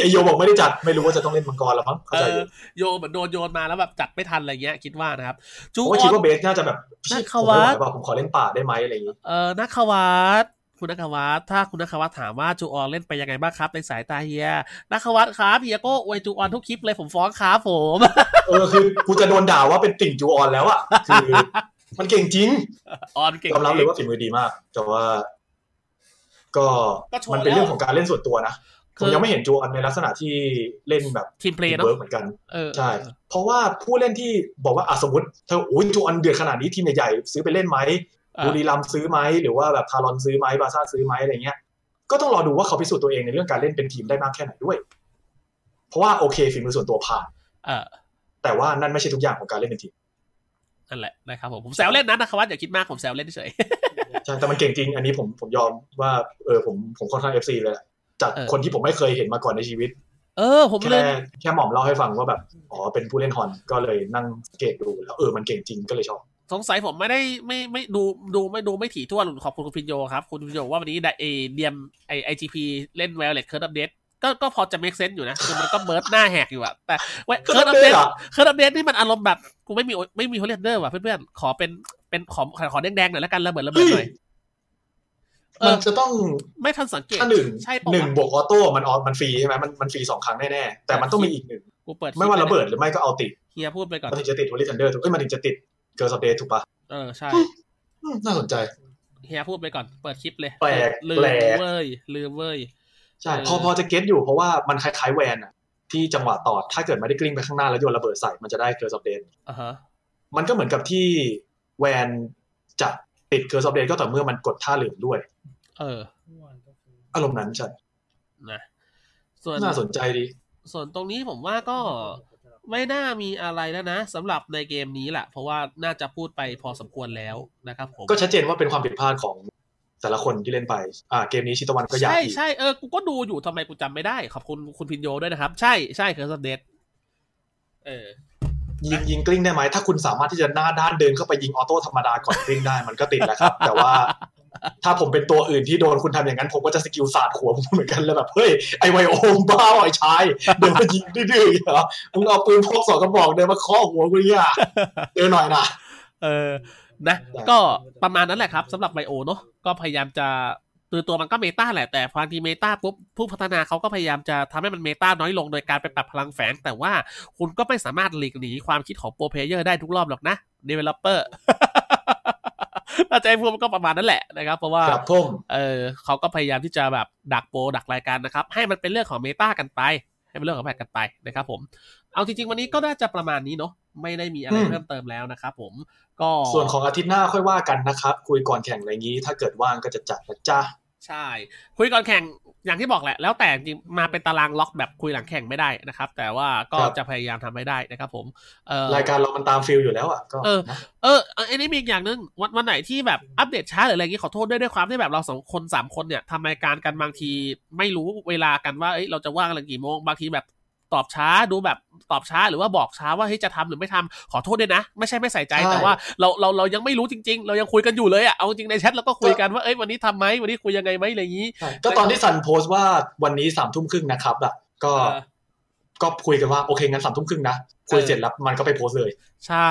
ไอ้โยบอกไม่ได้จัดไม่รู้ว่าจะต้องเล่นมังกรหรอมั้งเข้า เอ ใจ อ อยู่ โยเหมือนโดนโยนมาแล้วแบบจัดไม่ทันอะไรเงี้ยคิดว่านะครับจู ผอมก็คิอดน ว่าเบสน่าจะแบบพี่ น่า ผ เข้าม วั ไม่ดไหวป่ะผมขอเล่นป่าได้ไหมอะไรอย่างงี้ เออนักขวัตคุณนักขวัตถ้าคุณนักขวัตถามว่าจูออนเล่นไปยังไงบ้างครับ ในสายตาเฮียนักขวัตครับเฮียก็อวยจูออนทุกคลิปเลยผมฟ้องครับผม เออคือกูจะโดนด่าว่าเป็นติ่งจูออนแล้วอะคือ มันเก่งจริง ออนเก่ง ยอมรับเลยว่าฝีมือดีมาก แต่ว่า ก็ ก็โชว์ มันเป็น แล้ว เรื่องของการเล่นส่วนตัวนะ ค ผมยังไม่เห็นจูออนในลักษณะที่เล่นแบบ ทีมเพลย์เนาะ เวิร์กเหมือนกัน เออ ใช่ เพราะว่าผู้เล่นที่บอกว่าอะสมมติเธอโอ้ยจูออนเดือดขนาดนี้ทีมใหญ่ๆซื้อไปเล่นไหม เออ บุรีรัมย์ซื้อไหมหรือว่าแบบพารอนซื้อไหมบาร์ซ่าซื้อไหมอะไรเงี้ย ก็ต้องรอดูว่าเขาพิสูจน์ตัวเองในเรื่องการเล่นเป็นทีมได้มากแค่ไหนด้วย เพราะว่าโอเคฝีมือส่วนตัวผ่าน เออ แต่ว่านั่นไม่ใช่ทุกอย่างของการเล่นเป็นทีม นั่นแหละนะครับผมผมแซวเล่นนะนักขวัตอย่าคิดมากผมแซวเล่นเฉย ใช่แต่มันเก่งจริง อันนี้ผมผมยอมว่าเออผมผมค่อนข้างเอฟซีเลยแหละจาก เออ คนที่ผมไม่เคยเห็นมาก่อนในชีวิต เออ ผมเล แค่ ย แค่หม่อมเล่าให้ฟังว่าแบบอ๋อเป็นผู้เล่นฮอนก็เลยนั่งสังเกตดูแล้วเออมันเก่งจริงก็เลยชอบ สงสัยผมไม่ได้ไม่ไม่ดูดูไม่ดูไม่ถี่ถ้วนขอบคุณคุณพินโยครับคุณพินโยว่าวันนี้ไดเอเดียมไอไอจีพีเล่นไวโอเลตเคิร์ดอัปเดตก็ก็พอจะ make sense อยู่นะ คือมันก็เบิร์ดหน้าแหกอยู่อะแต่เว้ย Curve Curve Update Update เหรอ Curve Update นี่มันอารมณ์แบบ กูไม่มีไม่มีโฮเลนเดอร์ว่ะเพื่อนๆ ขอเป็นเป็นขอขอแดงๆหน่อยแล้วกันระเบิดระเบิดหน่อย เอ มัน อ จะต้อง ไม่ทันสังเกต ถ้าหนึ่ง ใช่ปะ หนึ่งบ วะ วกออโต้มันออมันฟรีใช่ไหมมันมันฟรีสองครั้งแน่ๆ แต่มันต้องมีอีกหนึ่ง กูเปิด ไม่ว่าระเบิดหรือไม่ก็เอาติด เฮียพูดไปก่อน มันถึงจะติดวอลลิทันเดอร์ถูกเอ้ยมันถึงจะติดเกิร์ลสเดย์ถูกปะ เออใช่ อืมน่าสนใจ เฮียพูดไปก่อนเปิดคลิปเลย แปลก ลืม แปลก เว้ยลืมเว้ย ใช่ เออ พอพอจะเก็ตอยู่เพราะว่ามันคล้ายๆแวนอะที่จังหวะต่อถ้าเกิดไม่ได้กลิ้งไปข้างหน้าแล้วโยนระเบิดใส่มันจะได้เกิร์ลสเดย์ อ่ะฮะ มันก็เหมือนกับที่แวนจะติดเกิร์ลสเดย์ก็ต่อเมื่อมันกดท่าเหลืองด้วย เออ อารมณ์นั้นใช่ นะส่วน น่าสนใจดี ส่วนตรงนี้ผมว่าก็ ไม่น่ามีอะไรแล้วนะสำหรับในเกมนี้แหละเพราะว่าน่าจะพูดไปพอสมควรแล้วนะครับผม ก็ชัดเจนว่าเป็นความผิดพลาดของแต่ละคนที่เล่นไป อ่า เกมนี้ชิตะวันก็อยาก ใช่ อีก ใช่เออ กูก็ดูอยู่ทำไมกูจำไม่ได้ ขอบคุณคุณพินโยด้วยนะครับ ใช่ใช่เคอร์สเดดเออ ยิงยิงกลิ้งได้ไหมถ้าคุณสามารถที่จะหน้าด้านเดินเข้าไปยิงออโต้ธรรมดาก่อนกลิ้งได้มันก็ติดแหละ ครับ แต่ว่า ถ้าผมเป็นตัวอื่นที่โดนคุณทำอย่างนั้น ผมก็จะสกิลศาสตร์หัวผมเหมือนกันแล้วแบบเฮ้ยไอไวโอมบ้าเหรอไอชายเดินไปยิงดื้อๆเหรอมึงเอาปืนพกสองกระบอกเดินมาเคาะหัวกูเนี่ยเดินหน่อยนะ เออ นะ ก็ประมาณนั้นแหละครับสำหรับไบโอเนอะก็พยายามจะคือตัวมันก็เมตาแหละ แต่พอทีเมตาปุ๊บผู้พัฒนาเขาก็พยายามจะทำให้มันเมตาน้อยลงโดยการไปปรับพลังแฝง แต่ว่าคุณก็ไม่สามารถหลีกหนีความคิดของโปรเพลเยอร์ได้ทุกรอบหรอกนะ developer ถ้าใจะให้พูดมันก็ประมาณนั้นแหละนะครับ เพราะว่า ครับผม เออเขาก็พยายามที่จะแบบดักโปรดักรายการนะครับ ให้มันเป็นเรื่องของเมตากันไป ให้เป็นเรื่องของแพทกันไปนะครับผม เอาจริงๆ วันนี้ก็น่าจะประมาณนี้เนาะไม่ได้มีอะไรเพิ่มเติมแล้วนะครับผมก็ ส่วนของอาทิตย์หน้าค่อยว่ากันนะครับ คุยก่อนแข่งอะไรงี้ ถ้าเกิดว่างก็จะจัดนะจ๊ะ ใช่ คุยก่อนแข่งอย่างที่บอกแหละ แล้วแต่จริงๆมาเป็นตารางล็อกแบบคุยหลังแข่งไม่ได้นะครับ แต่ว่าก็ ครับ จะพยายามทำให้ได้นะครับผมเออ รายการเรามันตามฟิลอยู่แล้วอ่ะก็ เออ เออเอออันนี้มีอีกอย่างหนึงวันวันไหนที่แบบอัปเดตช้าหรืออะไรอย่างงี้ขอโทษด้วยด้วยความที่แบบเราสองคนสามคนเนี่ยทำรายการกันบางทีไม่รู้เวลากันว่าเอ้ยเราจะว่างอะไรกี่โมงบางทีแบบตอบช้าดูแบบตอบช้าหรือว่าบอกช้าว่าเฮ้ยจะทำหรือไม่ทำขอโทษด้วยนะ ไม่ใช่ไม่ใส่ใจแต่ว่าเราเราเรายังไม่รู้จริง ๆ เรายังคุยกันอยู่เลยอะเอาจริงในแชทเราก็คุยกันว่าเอ้ยวันนี้ทำไหมวันนี้คุยยังไงไหมอะไรอย่างงี้ ใช่ก็ตอนที่ซันโพสต์ว่าวันนี้สามทุ่มครึ่งนะครับอ่ะก็ เออ ก็คุยกันว่าโอเคงั้นสามทุ่มครึ่งนะคุยเสร็จแล้วมันก็ไปโพสต์เลย ใช่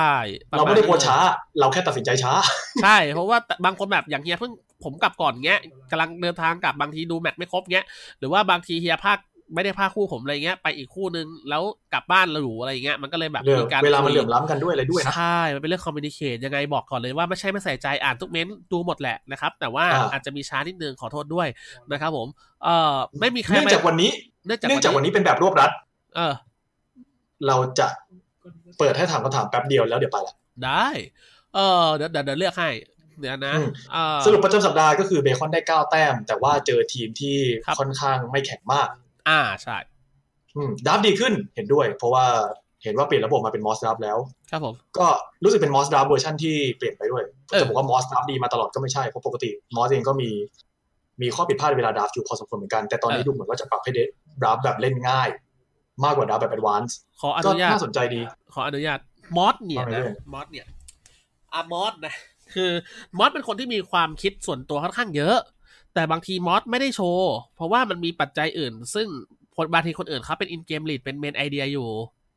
ปะ เรา ณ ไม่ได้โพส นั้นเลยต์ช้า เราแค่ตัดสินใจช้า ใช่ เพราะว่าบางคนแบบอย่างเฮียเพิ่งผมกลับก่อนเงี้ยกำลังเดินทางกลับบางทีดูแมตช์ไม่ครบเงี้ยหรือว่าบางทีเฮียภาคไม่ได้ภาคคู่ผมอะไรเงี้ยไปอีกคู่นึงแล้วกลับบ้านเราอยู่อะไรเงี้ยมันก็เลยแบบ เรื่อง มีการ เวลามันเหลื่อม คุย ล้ำกันด้วยอะไรด้วยนะ ใช่ มันเป็นเรื่องคอมมิวนิเคชยังไงบอกก่อนเลยว่าไม่ใช่ไม่ใส่ใจอ่านทุกเม้นต์ดูหมดแหละนะครับ แต่ว่า อ่า อาจจะมีช้านิดนึงขอโทษด้วยนะครับผมเอ่อไม่มีใคร เนื่องจากวันนี้ เนื่องจาก เนื่องจาก วั วัน น นี้ นี้เป็นแบบรวบรัด เออ เราจะเปิดให้ถามคำถามแป๊บเดียวแล้วเดี๋ยวไปละ ได้เออเดี๋ยวเดี๋ยวเดี๋ยวเลือกให้เดี๋ยวนะ อืม เออ สรุปประจำสัปดาห์ก็คือเบคอนได้เก้าแต้ม แต่ว่าเจอทีมที่ ครับ ค่อนข้างไม่แข็งมาก อ่าใช่ อืมดับดีขึ้นเห็นด้วย เพราะว่าเห็นว่าเปลี่ยนระบบมาเป็นมอสดับแล้ว ครับผม ก็รู้สึกเป็นมอสดับเวอร์ชันที่เปลี่ยนไปด้วย เออ จะบอกว่ามอสดับดีมาตลอดก็ไม่ใช่เพราะปกติมอสเองก็มี มีข้อผิดพลาดเวลาดับอยู่พอสมควรเหมือนกัน แต่ตอนนี้ดูเหมือนว่าจะปรับให้ดับแบบเล่นง่าย มากกว่าดับแบบแอดวานซ์ ขออ ก็ นุญาต น่าสนใจดี ขออนุญาตมอสเนี่ย ว่าไง นะ เรื่อง มอสเนี่ยอะมอสนะ คือมอสเป็นคนที่มีความคิดส่วนตัวค่อนข้างเยอะ แต่บางทีมอสไม่ได้โชว์ เพราะว่ามันมีปัจจัยอื่น ซึ่งคนบางทีคนอื่นเขาเป็นอินเกมลีดเป็นเมนไอเดียอยู่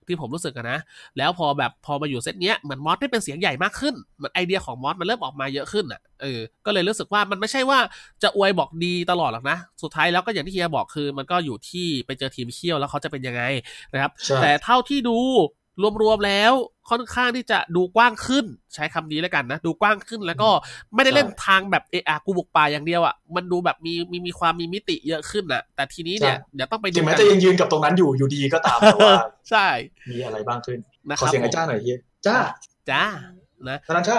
ที่ผมรู้สึกอะนะ แล้วพอแบบพอมาอยู่เซตเนี้ยเหมือนมอสได้เป็นเสียงใหญ่มากขึ้นเหมือนไอเดียของมอสมันเริ่มออกมาเยอะขึ้นอ่ะเออก็เลยรู้สึกว่ามันไม่ใช่ว่าจะอวยบอกดีตลอดหรอกนะ สุดท้ายแล้วก็อย่างที่เฮียบอกคือ มันก็อยู่ที่ไปเจอทีมเคี่ยวแล้วเขาจะเป็นยังไงนะครับ ใช่ แต่เท่าที่ดูรวมๆแล้วค่อนข้างที่จะดูกว้างขึ้น ใช้คำนี้แล้วกันนะ ดูกว้างขึ้นแล้วก็ไม่ได้เล่นทางแบบเออากูบุกป่าอย่างเดียวอ่ะมันดูแบบมีมีมีความมีมิติเยอะขึ้นนะแต่ทีนี้เนี่ยเดี๋ยวต้องไปดู ถึงแม้ กัน จะยังยืนกับตรงนั้นอยู่อยู่ดีก็ตามแต่ว่า ใช่ มีอะไรบ้างขึ้น นะค ขอ รับ เสียง ผ ไอ้ ม จ้าหน่อยเฮียจ้า จ้านะ ธนันชา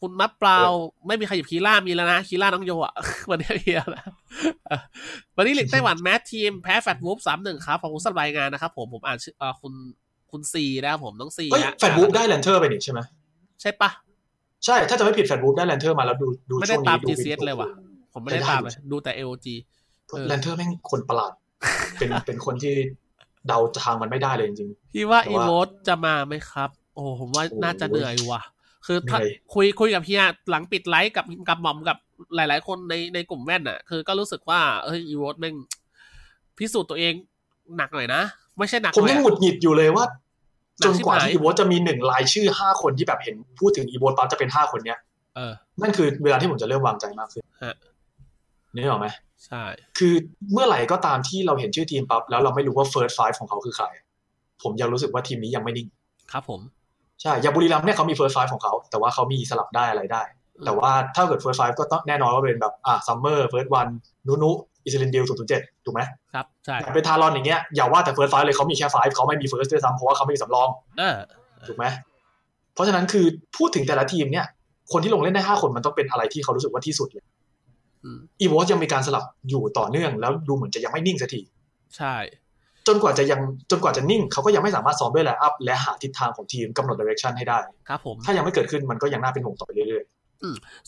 คุณมัดเปล่าไม่มีใครหยิบคีล่ามีแล้วนะคีล่าน้องโยอ่ะ วันนี้เฮียนะ เออวัน นี้หลีกไต้หวันแมททีมแพ้แฟตวูฟสามหนึ่งครับขอบคุณสำหรับรายงานนะครับผมผมอ่านชื่อเอ่อคุณคุณซีนะครับผมน้องซี เฮ้ย นะ แฟนบูฟได้แลนเทอร์ไปนี่ใช่ไหม ใช่ปะ ใช่ถ้าจะไม่ผิดแฟนบูฟได้แลนเทอร์มาแล้วดูดู ไม่ ช่ ได้ วง ตามนี้ดู GCS เลยว่ะ ผมไม่ได้ตามเลย ดูแต่ AOG เออ แลนเทอร์แม่งคนประหลาด เป็นเป็นคนที่เดาทางมันไม่ได้เลยจริง พี่ว่า แต่ อี ว่า โวตจะมาไหมครับ โอ้ผมว่า โอ้ย น่าจะเหนื่อยว่ะ คือถ้า เหนื่อย คุยคุยกับเฮียหลังปิดไลฟ์กับกับหม่อมกับหลาย ๆ คนในในกลุ่มแว่นอ่ะ คือก็รู้สึกว่าเฮ้ยอีโวตแม่งพิสูจน์ตัวเองหนักหน่อยนะ ไม่ใช่หนัก ๆ ผหน่มอ ยั ย งห อะ งุดหงิดอยู่เลยว่า หนั จ ก น ชิบ กว่า หาย ที่อีโวตจะมีหนึ่งรายชื่อห้าคนที่แบบเห็นพูดถึงอีโวตปั๊บจะเป็นห้าคนเนี้ย เออ นั่นคือเวลาที่ผมจะเริ่มวางใจมากขึ้น ฮะ นี่หรอกไหม ใช่ คือเมื่อไหร่ก็ตามที่เราเห็นชื่อทีมปั๊บแล้วเราไม่รู้ว่าเฟิร์สไฟของเขาคือใคร ผมยังรู้สึกว่าทีมนี้ยังไม่นิ่ง ครับผม ใช่อย่างบุรีรัมย์เนี่ยเขามีเฟิร์สไฟของเขา แต่ว่าเขามีสลับได้อะไรได้ แต่ว่าถ้าเกิดเฟิร์สไฟก็ต้องแน่นอนว่าเป็นแบบอ่ะซัมเมอร์เฟิร์สวันนุนุอิสเลนเดลศูนย์ศูนย์เจ็ดถูกไหม ครับใช่ แต่เป็นทารอนอย่างเงี้ยอย่าว่าแต่เฟิร์สไฟเลยเขามีแค่ไฟเขาไม่มีเฟิร์สด้วยซ้ำเพราะว่าเขาไม่มีสำรอง เออ ถูกไหมเพราะฉะนั้นคือพูดถึงแต่ละทีมเนี่ย คนที่ลงเล่นได้ห้าคนมันต้องเป็นอะไรที่เขารู้สึกว่าที่สุดเลย อืม อีโวสยังมีการสลับอยู่ต่อเนื่องแล้วดูเหมือนจะยังไม่นิ่งสักที ใช่ จนกว่าจะยังจนกว่าจะนิ่งเขาก็ยังไม่สามารถซ้อมด้วยแลอัพและหาทิศทางของทีมกำหนดดิเรกชันให้ได้ ครับผม ถ้ายังไม่เกิดขึ้นมันก็ยังน่าเป็นห่วงต่อไปเรื่อย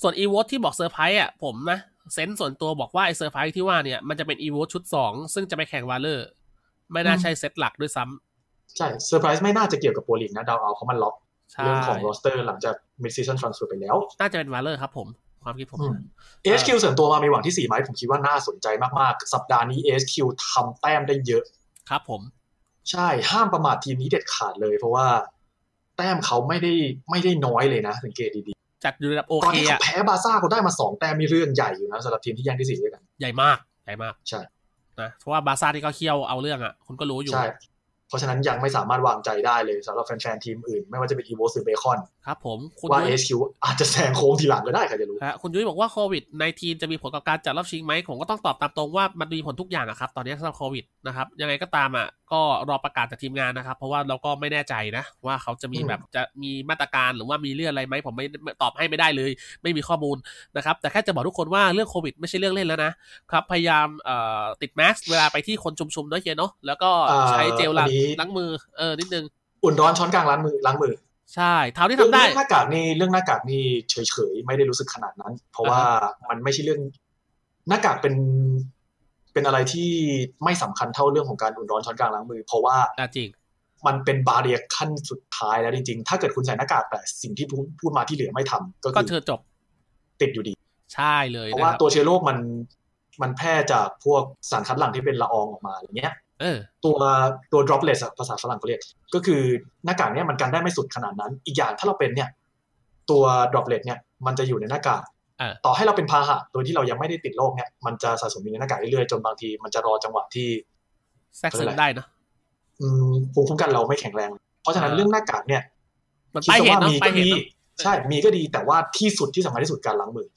ส่วนอีวอที่บอกเซอร์ไพรส์อ่ะผมนะ เซนส์ส่วนตัวบอกว่าไอเซอร์ไพรส์ที่ว่าเนี่ยมันจะเป็นอีวอชุด 2 ซึ่งจะไปแข่งวาเลอร์ไม่น่าใช่เซตหลักด้วยซ้ำ ๆ ใช่เซอร์ไพรส์ไม่น่าจะเกี่ยวกับโปรลิงนะดาวเอาเขามันล็อก ใช่ เรื่องของโรสเตอร์หลังจากมิดซีซันทรานสเฟอร์ไปแล้ว น่าจะเป็นวาเลอร์ครับผม ความคิดผม อืม นะ AHQ เสริมตัวมามีหวังที่4ไหมผมคิดว่าน่าสนใจมากๆ สัปดาห์นี้ AHQ ทำแต้มได้เยอะ ครับผม ใช่ห้ามประมาททีมนี้เด็ดขาดเลย เพราะว่าแต้มเขาไม่ได้ไม่ได้น้อยเลยนะสังเกตดี จัดอยู่ระดับโอ ๆตอ เคน ที่เขา อ่ะ แพ้บาร์ซ่าเขาได้มาสองแต้มมีเรื่องใหญ่อยู่นะสำหรับทีมที่แย่งที่สี่ด้วยกัน ใหญ่มากใหญ่มาก ใช่ นะเพราะว่าบาร์ซ่าที่เขาเคี่ยวเอาเรื่องอ่ะคุณก็รู้อยู่ ใช่ เพราะฉะนั้นยังไม่สามารถวางใจได้เลยสำหรับแฟนๆทีมอื่น ไม่ว่าจะเป็นอีโวหรือเบคอน ครับผมคุณ ว่า ยุ้ย AHQ อาจจะแซงโค้งทีหลังก็ได้ใครจะรู้ ฮะคุณยุ้ยบอกว่าโควิดในทีจะมีผลกับการจัดรอบชิงไหมผมก็ต้องตอบตามตรงว่ามันมีผลทุกอย่างนะครับ ตอนนี้สำหรับโควิดนะครับยังไงก็ตามอ่ะก็รอประกาศจากทีมงานนะครับ เพราะว่าเราก็ไม่แน่ใจนะ ว่าเขาจะมี อืม แบบจะมีมาตรการหรือว่ามีเรื่องอะไรไหมผมไม่ไม่ตอบให้ไม่ได้เลย ไม่มีข้อมูลนะครับ แต่แค่จะบอกทุกคนว่าเรื่องโควิดไม่ใช่เรื่องเล่นแล้วนะครับพยายามเอ่อติดแมสก์เวลาไปที่คนชุมๆน้อยเฮียเนาะแล้วก็ใช้เจลล้าง อ่ออันนี้ ล้างมือเออนิดนึง อุ่นร้อนช้อนกลางล้างมือล้างมือ ใช่เท่าที่ เรื่ ทำ อง ได้ หน้ากากนี่เรื่องหน้ากากนี่เฉยๆไม่ได้รู้สึกขนาดนั้น เพราะว่ามันไม่ใช่เรื่องหน้ากากเป็นเป็นอะไรที่ไม่สำคัญเท่าเรื่องของการอุ่นร้อนช้อนกลางล้างมือ เพราะว่า อ่ะจริง มันเป็นบาเรียขั้นสุดท้ายแล้วจริงๆ ถ้าเกิดคุณใส่หน้ากากแต่สิ่งที่พูดพูดมาที่เหลือไม่ทำก็ ก็ คือ เธอจบ ติดอยู่ดี ใช่เลย เพราะ นะ ว่า ครับ ตัวเชื้อโรคมันมันแพร่จากพวกสารคัดหลั่งที่เป็นละอองออกมาอะไรเงี้ย เออ ตัวตัว droplet อะภาษาฝรั่งเขาเรียก ก็คือหน้ากากเนี่ยมันกันได้ไม่สุดขนาดนั้น อีกอย่างถ้าเราเป็นเนี่ย ตัว droplet เนี่ยมันจะอยู่ในหน้ากาก เออ ต่อให้เราเป็นพาหะโดยที่เรายังไม่ได้ติดโรคเนี่ยมันจะสะสมอยู่ในหน้ากากเรื่อยๆจนบางทีมันจะรอจังหวะที่ แทรกซึมได้เนอะ อืมภูมิคุ้มกันเราไม่แข็งแรง เพราะฉะนั้น เออ เรื่องหน้ากากเนี่ย มัน คิด ไป ซะ เห็น ว่า เนาะ มี ไป ก็ เห็น ดี เนอะ ใช่มีก็ดีแต่ว่าที่สุดที่สำคัญที่สุดการล้างมือ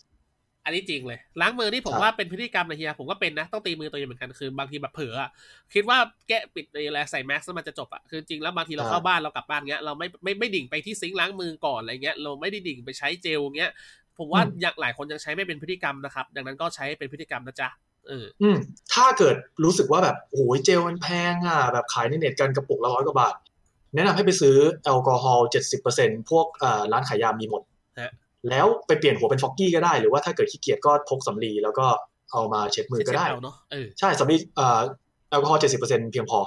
อันนี้จริงเลย ล้างมือนี่ผม ครับ ว่าเป็นพฤติกรรมนะเฮียผมก็เป็นนะ ต้องตีมือตัวเองเหมือนกันคือบางทีแบบเผลออะคิดว่าแกะปิดอะไรใส่แมสก์แล้วมันจะจบอะคือจริงแล้วบางทีเราเข้าบ้านเรากลับบ้านเงี้ยเราไม่ไม่ไม่ดิ่งไปที่ซิงค์ล้างมือก่อนอะไรเงี้ยเราไม่ได้ดิ่งไปใช้เจลเงี้ยผมว่าอย่างหลายคนยังใช้ไม่เป็นพฤติกรรมนะครับ ดังนั้นก็ใช้ให้เป็นพฤติกรรมนะจ๊ะเออ อืมถ้าเกิดรู้สึกว่าแบบโอ้ยเจลมันแพงอ่ะแบบขายในเน็ตกันกระปุกละร้อยกว่าบาท แนะนำให้ไปซื้อแอลกอฮอล์เจ็ดสิบเปอร์เซ็นพวกเอ่อร้านขายยามีหมด แล้วไปเปลี่ยนหัวเป็นฟอกกี้ก็ได้ หรือว่าถ้าเกิดขี้เกียจก็พกสำลีแล้วก็เอามาเช็ดมือก็ เช็ด ได้ เอาเนาะเออ ใช่สำลีเอ่อแอลกอฮอล์เจ็ดสิบเปอร์เซ็นเพียงพอ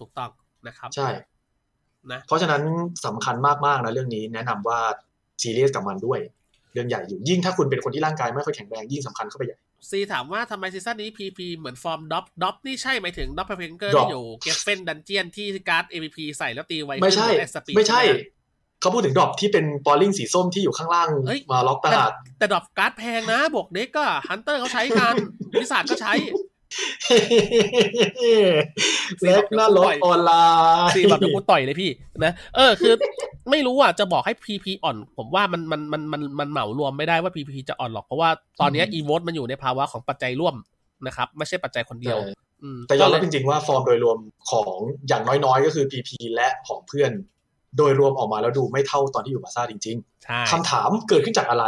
ถูกต้องนะครับ ใช่ นะ เพราะฉะนั้นสำคัญมากๆนะเรื่องนี้แนะนำว่าซีเรียสกับมันด้วย เรื่องใหญ่อยู่ยิ่งถ้าคุณเป็นคนที่ร่างกายไม่ค่อยแข็งแรงยิ่งสำคัญเข้าไปใหญ่ ซีถามว่าทำไมซีซั่นนี้ PP เหมือนฟอร์มด็อปด็อปนี่ใช่หมายถึงด็อปเพนเกอร์ Dop ที่อยู่เกฟเฟนดันเจียนที่การ์ด MVP ใส่แล้วตีไว ไม่ใช่ ขึ้นและสปีด ไม่ใช่ ห เขาพูดถึงดรอปที่เป็นบอลลิงสีส้มที่อยู่ข้างล่าง เอ้ย มาล็อกต แต่ ลาด แต่ดรอปการ์ดแพงนะ บวกเด็กก็ฮันเตอร์เขาใช้ กัน วิสาดก็ใช้ เล็กหน้าล็อกออนไลน์ สีแบบเดี๋ยวกูต่อยเลยพี่นะเออคือ ไม่รู้อ่ะจะบอกให้ PP อ่อน ผมว่ามันมันมันมันมันเหมารวมไม่ได้ว่า PP จะอ่อนหรอกเพราะว่าตอนเนี้อีโวตมันอยู่ในภาวะของปัจจัยร่วมนะครับ ไม่ใช่ปัจจัยคนเดียวอืม แต่ยอมรับ ก็ จ เลย ริงๆว่าฟอร์มโดยรวมของอย่างน้อยๆ ก็คือ PP และของเพื่อน โดยรวมออกมาแล้วดูไม่เท่าตอนที่อยู่บาร์ซ่าจริง ใช่ ๆคำถามเกิดขึ้นจากอะไร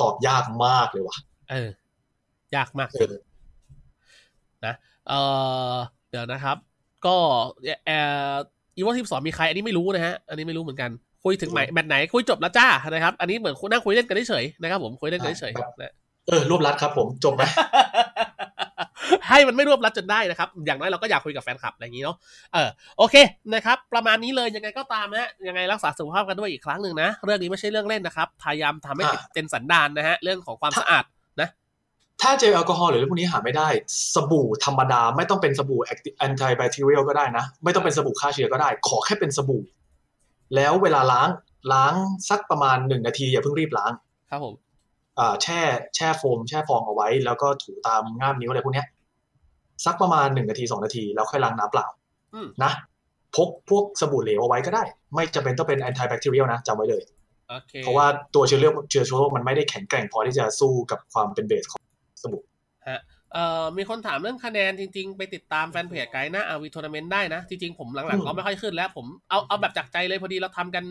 ตอบยากมากเลยว่ะ เออยากมาก เออ เออเดี๋ยวนะครับ ก็เอออีวอทีมสองมีใคร อันนี้ไม่รู้นะฮะ อันนี้ไม่รู้เหมือนกัน คุยถึงไหนแมตช์ไหนคุยจบแล้วจ้านะครับ อันนี้เหมือนคุยนั่งคุยเล่นกันเฉยๆนะครับผมคุยเล่นกันเฉย ครับ ๆนะ เออรวบรัดครับผมจบไหม ให้มันไม่รวบรัดจนได้นะครับ อย่างน้อยเราก็อยากคุยกับแฟนคลับอะไรอย่างนี้เนาะ เออโอเคนะครับ ประมาณนี้เลยยังไงก็ตามนะฮะยังไงรักษาสุขภาพกันด้วยอีกครั้งหนึ่งนะ เรื่องนี้ไม่ใช่เรื่องเล่นนะครับพยายามทำให้ติดเป็นสันดานนะฮะเรื่องของความสะอาดนะ ถ้าเจลแอลกอฮอล์หรืออะไรพวกนี้หาไม่ได้ สบู่ธรรมดาไม่ต้องเป็นสบู่แอนตี้แบคทีเรียลก็ได้นะ ไม่ต้องเป็นสบู่ฆ่าเชื้อก็ได้ ขอแค่เป็นสบู่ แล้วเวลาล้างล้างสักประมาณหนึ่งนาทีอย่าเพิ่งรีบล้าง ครับผม อ่าแช่แช่โฟม แช่ฟองเอาไว้ แล้วก็ถูตามง่ามนิ้วอะไรพวกเนี้ยสักประมาณหนึ่งนาทีสองนาที แล้วค่อยล้างน้ำเปล่า อืม นะพกพวกสบู่เหลวเอาไว้ก็ได้ ไม่จำเป็นต้องเป็นแอนตี้แบคทีเรียลนะจำไว้เลย โอเค เพราะว่าตัวเชื้อเลือดเชื้อโรคมันไม่ได้แข็งแกร่งพอที่จะสู้กับความเป็นเบสของสบู่ เอ่อมีคนถามเรื่องคะแนนจริงๆ ไปติดตามแฟนเพจไกด์หน้าอาวีทัวร์นาเมนต์ได้นะ จริงๆ ผมหลังๆ ก็ไม่ค่อยขึ้นแล้ว ผมเอาเอาแบบจากใจเลยพอดีเราทำกัน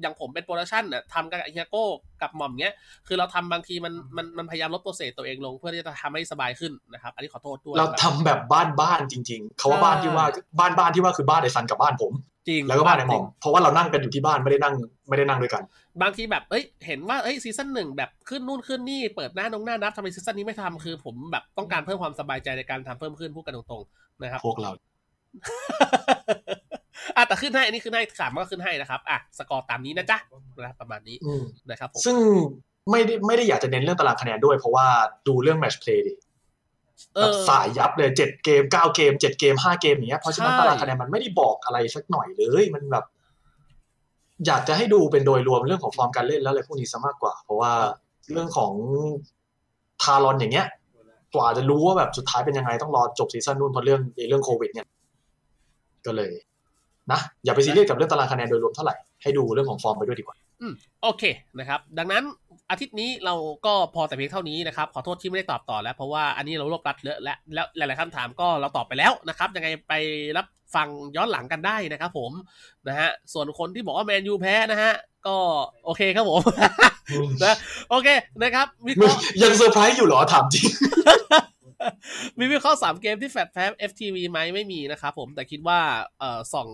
อย่างผมเป็นโปรดักชันเนี่ยทำกับไอเฮียโก้กับหม่อมเนี้ยคือเราทำบางทีมันมันมันพยายามลดโปรเซสตัวเองลงเพื่อที่จะทำให้สบายขึ้นนะครับอันนี้ขอโทษด้วย เรา แบบ ทำแบบบ้านบ้านๆจริง ๆเขาว่าบ้านที่ว่าบ้านบ้านๆที่ว่าคือบ้านไอซันกับบ้านผม จริง แล้วก็บ้านไอหมองเพราะว่าเรานั่งกันอยู่ที่บ้านไม่ได้นั่งไม่ได้นั่งด้วยกัน บางทีแบบ เอ้ย เห็นว่า เอ้ย ซีซั่นหนึ่งแบบขึ้นนู่นขึ้นนี่ เปิดหน้านงหน้านับทำไมซีซั่นนี้ไม่ทำคือผมแบบต้องการเพิ่มความสบายใจในการทำเพิ่มขึ้นพูดกันตรงๆนะครับ พวกเรา อ่ะแต่ขึ้นให้ อันนี้ขึ้นให้ถามก็ขึ้นให้นะครับ อ่ะ สกอร์ตามนี้นะจ๊ะนะครับประมาณนี้ อืม นะครับผม ซึ่งไม่ได้ไม่ได้อยากจะเน้นเรื่องตารางคะแนนด้วยเพราะว่าดูเรื่องแมตชเพลย์ดิ เอ แบอบสายยับเลยเจ็ดเกมเก้าเกมเจ็ดเกมห้าเกมอย่างเงี้ยเพราะฉะนั้น ใช่ ตารางคะแนนมันไม่ได้บอกอะไรสักหน่อยเลยมันแบบ อยากจะให้ดูเป็นโดยรวมเรื่องของฟอร์มการเล่นแล้วอะไรพวกนี้ซะมากกว่า เพราะว่าเรื่องของทารอนอย่างเงี้ย กว่าจะรู้ว่าแบบสุดท้ายเป็นยังไงต้องรอจบซีซั่นนู่นเพราะเรื่องเรื่องโควิด เนี่ย ก็เลย นะอย่าไปซีเรียสกับเรื่องตารางคะแนนโดยรวมเท่าไหร่ให้ดูเรื่องของฟอร์มไปด้วยดีกว่า อืมโอเคนะครับ ดังนั้นอาทิตย์นี้เราก็พอแต่เพียงเท่านี้นะครับ ขอโทษที่ไม่ได้ตอบต่อแล้ว เพราะว่าอันนี้เรารวบรัดเยอะและแล้วหลาย ๆคำถามก็เราตอบไปแล้วนะครับ ยังไงไปรับฟังย้อนหลังกันได้นะครับผมนะฮะส่วนคนที่บอกว่าแมนยูแพ้นะฮะ ก็โอเคครับผม นะโอเคนะครับวิเค มึง ราะห์ ยังเซอร์ไพรส์อยู่เหรอถามจริง มีวิเคราะห์สามเกมที่แฟดแพ้ FTV ไหมไม่มีนะครับผมแต่คิดว่าเอ่อสอง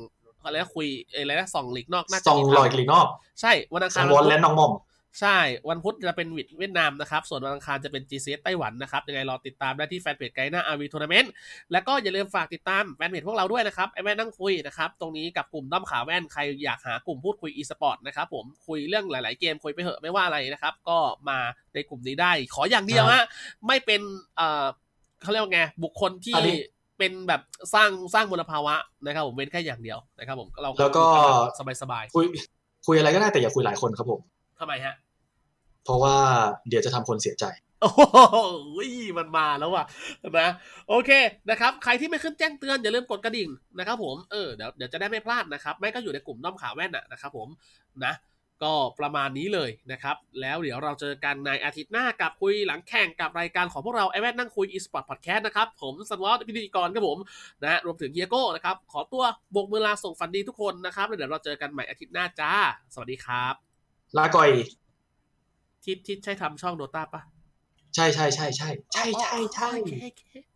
อะไรนะคุยเอยอะไรนะสองหลีกนอกน่าจะ ซอง มี ลอยกลีนอก ใช่วันอัง สั คาง ร วอนและน้องมอม ใช่ วันพุธจะเป็นเวียดนามนะครับ ส่วนวันอังคารจะเป็น GCS ไต้หวันนะครับ ยังไงรอติดตามได้ที่แฟนเพจไกด์หน้า RV Tournament แล้วก็อย่าลืมฝากติดตามแฟนเพจพวกเราด้วยนะครับไอแว่นนั่งคุยนะครับ ตรงนี้กับกลุ่มด้อมขาแว่น ใครอยากหากลุ่มพูดคุย e-sport นะครับผม คุยเรื่องหลาย ๆ เกมคุยไปเหอะไม่ว่าอะไรนะครับ ก็มาในกลุ่มนี้ได้ ขออย่างเดียวฮะ ไม่เป็นเอ่อเขาเรียกว่าไง บุคคลที่ อันนี้ เป็นแบบสร้างสร้างมลภาวะนะครับผม เว้นแค่อย่างเดียวนะครับผม เรา แล้วก็ สบาย คุยคุยอะไรก็ได้แต่อย่าคุยหลายคนครับผม ๆทำไมฮะ เพราะว่าเดี๋ยวจะทำคนเสียใจ โอ้โหมันมาแล้วว่ะนะโอเคนะครับ ใครที่ไม่ขึ้นแจ้งเตือนอย่าลืมกดกระดิ่งนะครับผมเออเดี๋ยวเดี๋ยวจะได้ไม่พลาดนะครับ ไม่ก็อยู่ในกลุ่มน้อมขาวแว่นน่ะนะครับผมนะ ก็ประมาณนี้เลยนะครับ แล้วเดี๋ยวเราเจอกันในอาทิตย์หน้ากับคุยหลังแข่งกับรายการของพวกเราไอแว่นนั่งคุย e-sport podcast นะครับ ผมสล็อตพิธีกรครับผมนะฮะรวมถึงเฮียโก้นะครับ ขอตัวโบกมือลาส่งฝันดีทุกคนนะครับแล้วเดี๋ยวเราเจอกันใหม่อาทิตย์หน้าจ้า สวัสดีครับ ลาก่อย ที่ที่ใช่ทำช่องโดตาปะ ใช่ใช่ใช่ใช่ใช่ใช่ใช่ okay, okay.